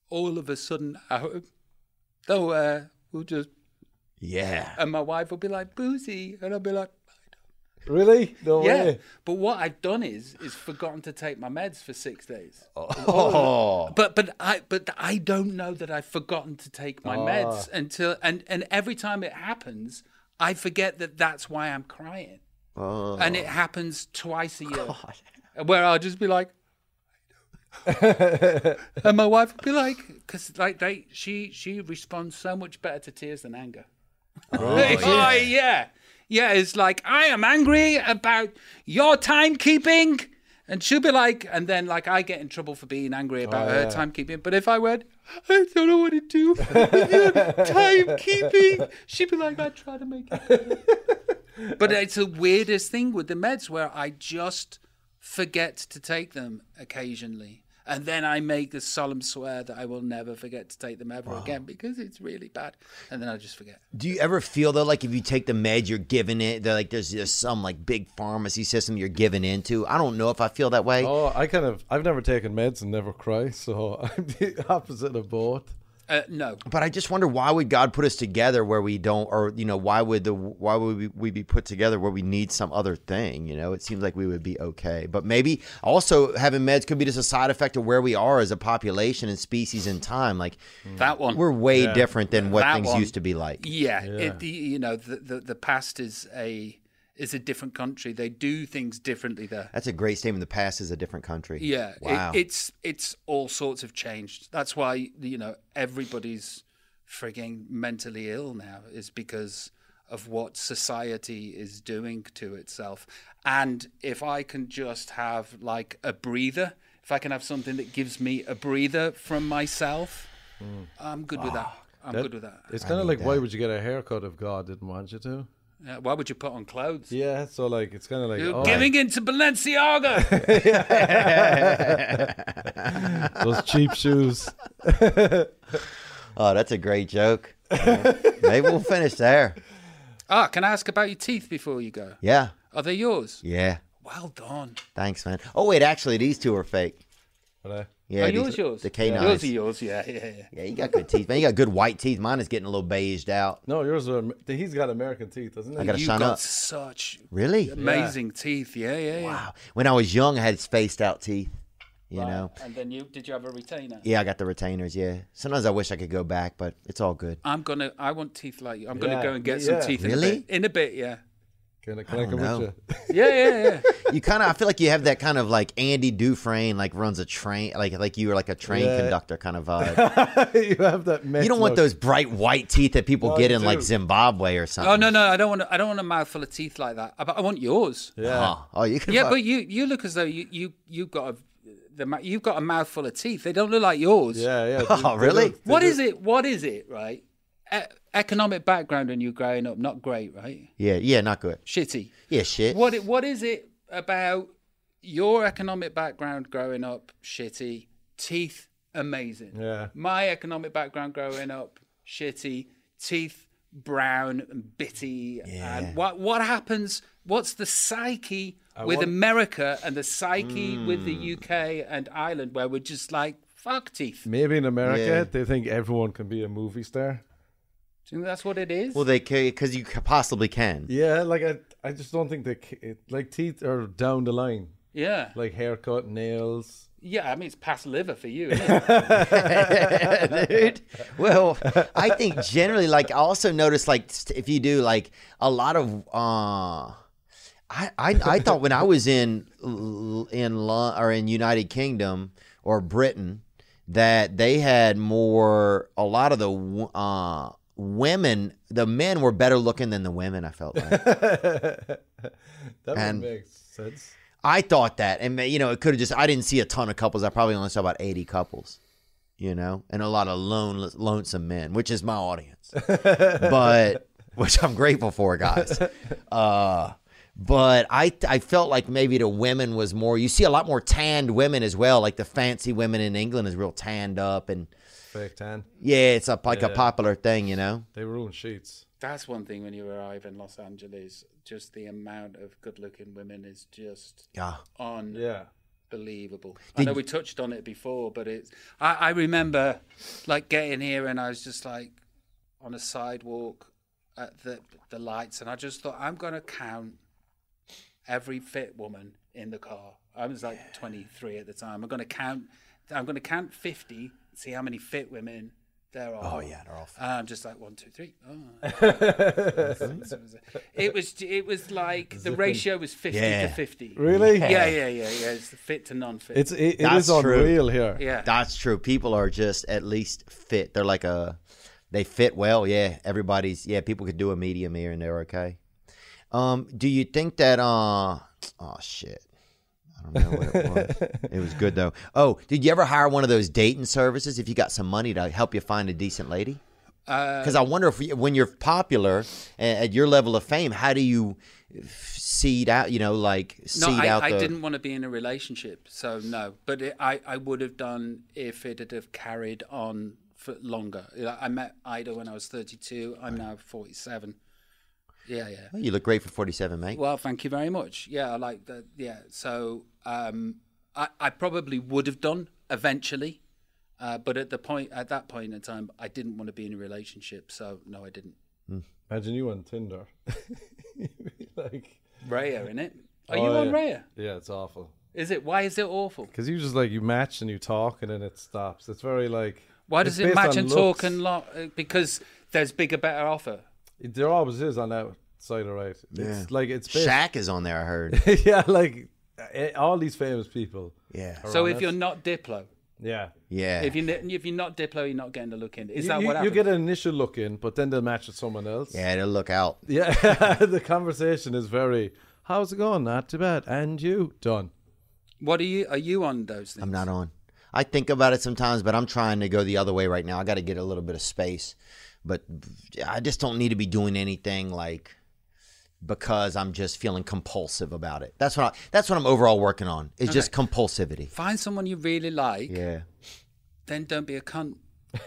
C: all of a sudden, I hope, oh, uh, we'll just,
A: Yeah,
C: and my wife will be like boozy, and I'll be like,
D: Really? No
C: yeah.
D: way.
C: But what I've done is is forgotten to take my meds for six days. But but I but I don't know that I've forgotten to take my meds until and and every time it happens, I forget that that's why I'm crying.
A: Uh,
C: and it happens twice a year, where I'll just be like, and my wife will be like, because like they she she responds so much better to tears than anger. Oh, yeah. yeah. it's like I am angry about your timekeeping. And she'll be like, and then like I get in trouble for being angry about her timekeeping. But if I went, I don't know what to do with your timekeeping, she'd be like, I try to make it. better." but it's the weirdest thing with the meds where I just forget to take them occasionally. And then I make a solemn swear that I will never forget to take them ever again because it's really bad. And then I just forget.
A: Do you ever feel though, like if you take the meds you're giving it, they're like there's just some like big pharmacy system you're giving into? I don't know if I feel that way.
D: Oh, I kind of I've never taken meds and never cry, so I'm the opposite of both.
C: Uh, no,
A: But I just wonder why would God put us together where we don't, or you know, why would the why would we, we be put together where we need some other thing? You know, it seems like we would be okay, but maybe also having meds could be just a side effect of where we are as a population and species and time. Like
C: that one.
A: we're way different than what
C: Mm. That
A: things
C: one.
A: used to be like.
C: Yeah, It, the- you know, the, the the past is a is a different country. They do things differently there.
A: That's a great statement. The past is a different country.
C: Yeah,
A: wow.
C: it, it's it's all sorts of changed. That's why you know everybody's frigging mentally ill now is because of what society is doing to itself. And if I can just have like a breather, if I can have something that gives me a breather from myself, I'm good with that. I'm good with that.
D: It's kind of like why would you get a haircut if God didn't want you to?
C: Yeah, why would you put on clothes?
D: Yeah, so like it's kind of like
C: You're
D: oh,
C: giving in to Balenciaga.
D: those cheap shoes.
A: oh, that's a great joke. maybe we'll finish there.
C: ah, can I ask about your teeth before you go?
A: Yeah,
C: Are they yours?
A: yeah.
C: Well done.
A: Thanks, man. Oh wait, actually, these two are fake.
D: But,
A: Yeah,
C: Are
A: these-
C: Oh, yours yours?
A: The canines.
C: Yours are yours, yeah, yeah, yeah.
A: Yeah, you got good teeth, man. You got good white teeth. Mine is getting a little beiged out.
D: no, yours are. He's got American teeth, doesn't he?
A: I gotta
C: you
A: shine
C: got
A: up.
C: such
A: Really?
C: amazing teeth, yeah, yeah, yeah.
A: Wow. When I was young, I had spaced out teeth. You know.
C: And then you did you have a retainer?
A: Yeah, I got the retainers. Yeah. Sometimes I wish I could go back, but it's all good.
C: I'm gonna. I want teeth like you. I'm gonna
D: Yeah,
C: go and get
D: yeah.
C: some teeth.
A: Really?
C: In a bit. In a bit, yeah.
D: Can I, can I
A: don't
D: come
A: know.
D: with you?
C: Yeah, yeah, yeah.
A: You kind of, I feel like you have that kind of like Andy Dufresne, like runs a train, like like you were like a train
D: Yeah.
A: conductor kind of vibe.
D: you have that.
A: you don't want
D: look.
A: those bright white teeth that people
D: No,
A: get
D: you
A: in like
D: do.
A: Zimbabwe or something.
C: oh no, no, I don't want. I don't want a mouthful of teeth like that. I, I want yours. Yeah,
A: Huh. Oh, you can.
C: but you you look as though you you you got a the mou- you've got a mouthful of teeth. They don't look like yours.
D: Yeah, yeah.
A: Oh, really?
C: What is it? What is it? Right. E- economic background when you were growing up, not great, right?
A: Yeah, yeah, not good.
C: Shitty.
A: Yeah, shit.
C: What it- what is it about your economic background growing up shitty, teeth amazing.
D: Yeah.
C: My economic background growing up shitty, teeth brown and bitty. And what what happens? What's the psyche with
D: want- Hmm.
C: America and the psyche with the UK and Ireland where we're just like fuck teeth? Do
D: Maybe in America
A: Yeah.
D: they think everyone can be a movie star.
C: you think that's what it is?
A: Well, they because you c- possibly can.
D: Yeah, like I, I just don't think they c- it, like teeth are down the line,
C: yeah.
D: like haircut, nails.
C: Yeah, I mean it's past liver for you. Isn't it?
A: dude. Well, I think generally, like, I also notice, like, st- if you do, like, a lot of, uh, I, I, I thought when I was in L- in Lon- or in United Kingdom or Britain that they had more a lot of the w- uh, women the men were better looking than the women I felt like
D: That
A: And-
D: would make sense.
A: I thought that, and you know, it could have just. I didn't see a ton of couples. I probably only saw about eighty couples, you know, and a lot of lone, lonesome men, which is my audience. but which I'm grateful for, guys. Uh, but I, I felt like maybe the women was more. You see a lot more tanned women as well. Like the fancy women in England is real tanned up, and
D: Fake tan.
A: yeah, it's a, like a popular thing, you know.
D: They ruin sheets.
C: That's one thing when you arrive in Los Angeles, just the amount of good looking women is just
A: Yeah.
D: Yeah.
C: unbelievable. I know we touched on it before, but it's I, I remember like getting here and I was just like on a sidewalk at the the lights and I just thought I'm gonna count every fit woman in the car. I was like twenty three at the time. I'm gonna count I'm gonna count fifty, see how many fit women there are. Oh yeah, they're all fit. And I'm just like one, two, three. Oh. it was it was like the ratio was fifty
A: Yeah.
C: to fifty.
D: Really?
C: Yeah, yeah, yeah, yeah. It's the fit to non-fit.
D: It's it, it
A: That's
D: is
A: true.
D: unreal here.
C: yeah.
A: That's true. People are just at least fit. They're like a, they fit well. Yeah, everybody's. Yeah, people could do a medium here and they're okay. Um, do you think that? Uh, oh shit, I don't know what it was. it was good though. Oh, did you ever hire one of those dating services if you got some money to help you find a decent lady?
C: Uh,
A: Because I wonder if you- when you're popular and at your level of fame, how do you f- seed out? You know, like seed
C: No, I,
A: out
C: I
A: the.
C: didn't want to be in a relationship, so no. But it, I, I would have done if it had have carried on for longer. You know, I met Ida when I was 32. I'm now 47. Yeah, yeah.
A: Well, you look great for 47, mate.
C: Well, thank you very much. Yeah, I like that. Yeah, so um, I, I probably would have done eventually, uh, but at the point at that point in time, I didn't want to be in a relationship, so no, I didn't.
D: Imagine you on Tinder. You'd be like,
C: Raya, in it. Are
D: oh,
C: you on
D: yeah.
C: Raya?
D: Yeah, it's awful.
C: Is it? Why is it awful?
D: Because you just like you match and you talk and then it stops. It's very like.
C: Why
D: it's
C: does it
D: based
C: match
D: on
C: and
D: looks.
C: talk and lot? uh, Because there's bigger, better offer.
D: It- There always is on that side, all right. It's like it's based,
A: Shaq is on there, I heard.
D: yeah, like eh, all these famous people.
A: Yeah.
C: So if
D: honest.
C: you're not Diplo,
D: Yeah,
A: Yeah.
C: if you if you're not Diplo, you're not getting the look in. Is
D: you,
C: that
D: you-
C: what
D: you
C: happened?
D: get an initial look in, but then they'll match with someone else.
A: yeah, it'll look out.
D: Yeah, the conversation is very. How's it going? Not too bad. And you done?
C: what are you? Are you on those things?
A: I'm not on. I think about it sometimes, but I'm trying to go the other way right now. I got to get a little bit of space, but I just don't need to be doing anything like because I'm just feeling compulsive about it. That's what I, that's what I'm overall working on. It's just compulsivity.
C: Find someone you really like,
A: Yeah.
C: then don't be a cunt.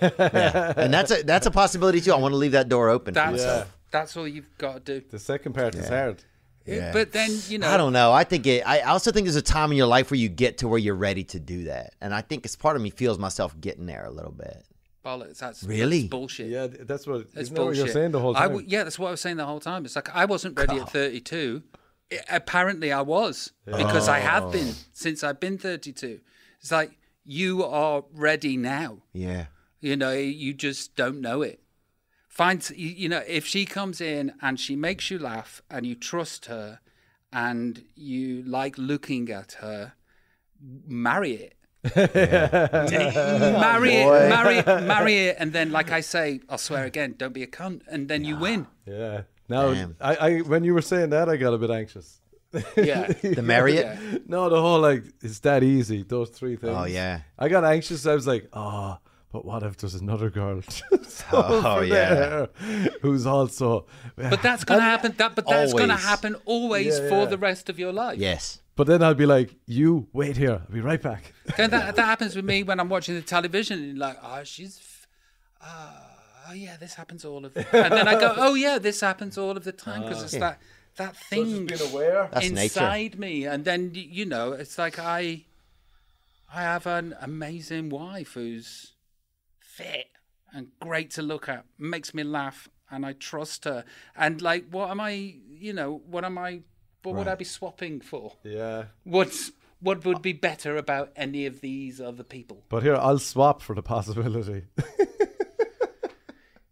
A: and that's a that's a possibility too. I want to leave that door open. for
C: That's
A: myself.
C: that's all you've got to do.
D: The second part is hard.
A: Yeah.
C: But then you know,
A: I don't know. I think it. I also think there's a time in your life where you get to where you're ready to do that, and I think it's part of me feels myself getting there a little bit.
C: bollocks. That's
A: Really?
C: that's bullshit.
D: Yeah, th- that's what.
C: that's
D: Isn't that what you're
C: bullshit.
D: saying the whole
C: I
D: time?
C: w- yeah, that's what I was saying the whole time. It's like I wasn't ready at 32. I- apparently, I was because I
A: Oh.
C: have been since I've been 32. It's like you are ready now.
A: Yeah.
C: You know, you just don't know it. Find s- you you know if she comes in and she makes you laugh and you trust her and you like looking at her, marry it. marry it, marry it, marry it, and then, like I say, I'll swear again. Don't be a cunt, and then you win.
D: yeah. Now,
A: Damn.
D: I, I when you were saying that, I got a bit anxious.
C: Yeah,
A: The Marriott.
C: yeah.
D: No, the whole like it's that easy. Those three things.
A: Oh, yeah.
D: I got anxious. I was like, oh, but what if there's another girl?
A: Oh,
D: oh
A: yeah.
D: yeah, who's also.
C: But that's gonna happen. That, but that's gonna
A: Always.
C: happen always
D: Yeah,
C: for
D: yeah.
C: the rest of your life.
A: Yes.
D: But then I'll be like, you wait here. I'll be right back.
C: Then that, that happens with me when I'm watching the television and like, oh, she's, f- ah, oh, yeah, this happens all of, and then I go, oh yeah, this happens all of the time because it's that that thing
D: aware.
A: Ah. That's nature.
C: inside me, and then y- you know, it's like I, I have an amazing wife who's fit and great to look at, makes me laugh, and I trust her, and like, what am I, you know, what am I, what would I be swapping for?
D: Yeah.
C: What's what would be better about any of these other people?
D: But here, I'll swap for the possibility.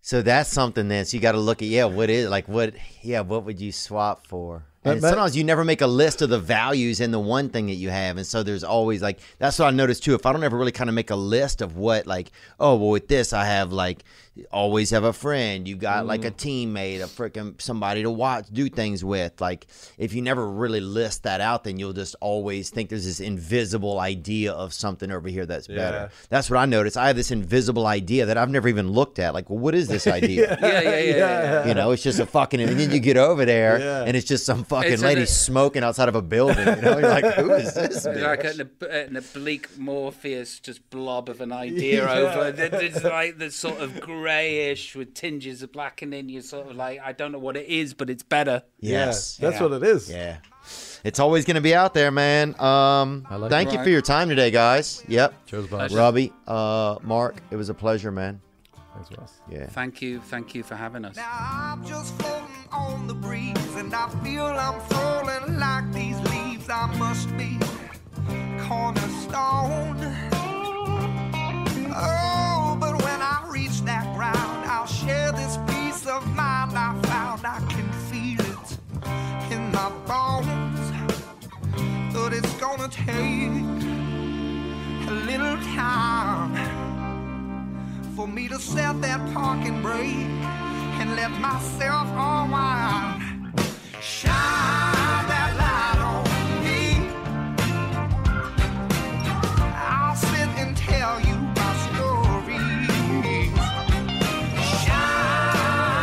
A: So that's something then. So you got to look at yeah, what is like what yeah, what would you swap for? And
D: but-
A: sometimes you never make a list of the values and the one thing that you have, and so there's always like that's what I noticed too. If I don't ever really kind of make a list of what like oh well with this I have like always have a friend, you got like a
D: Mm.
A: teammate, a freaking somebody to watch do things with. Like if you never really list that out, then you'll just always think there's this invisible idea of something over here that's better. That's what I noticed. I have this invisible idea that I've never even looked at. Like well, what is this idea?
C: Yeah, yeah, yeah. yeah, yeah.
A: You know, it's just a fucking, and then you get over there,
D: Yeah.
A: and it's just some fucking
C: It's an-
A: lady smoking outside of a building. You know, you're like, who is this?
C: It's
A: Bitch?
C: Like an, ob- an oblique Morpheus, just blob of an idea over. Th- It's like the sort of greyish with tinges of black, and then you're sort of like, I don't know what it is, but it's better.
A: yes,
D: Yeah, that's what it is.
A: yeah. It's always gonna be out there, man. Um,
D: like
A: thank
C: it.
A: you for your time today, guys. Yep,
D: Cheers, Bob.
A: Robbie, uh, Mark, it was a pleasure, man.
D: Thanks, Ross.
A: Yeah.
C: Thank you, thank you for having us.
B: Now I'm just floating on the breeze, and I feel I'm falling like these leaves. I must be cornerstone. Oh, but when I reach that ground, I'll share this peace of mind I found. I can feel it in my bones, but it's gonna take a little time for me to set that parking brake and let myself unwind. Shine that light on me. I'll sit and tell you my story. Shine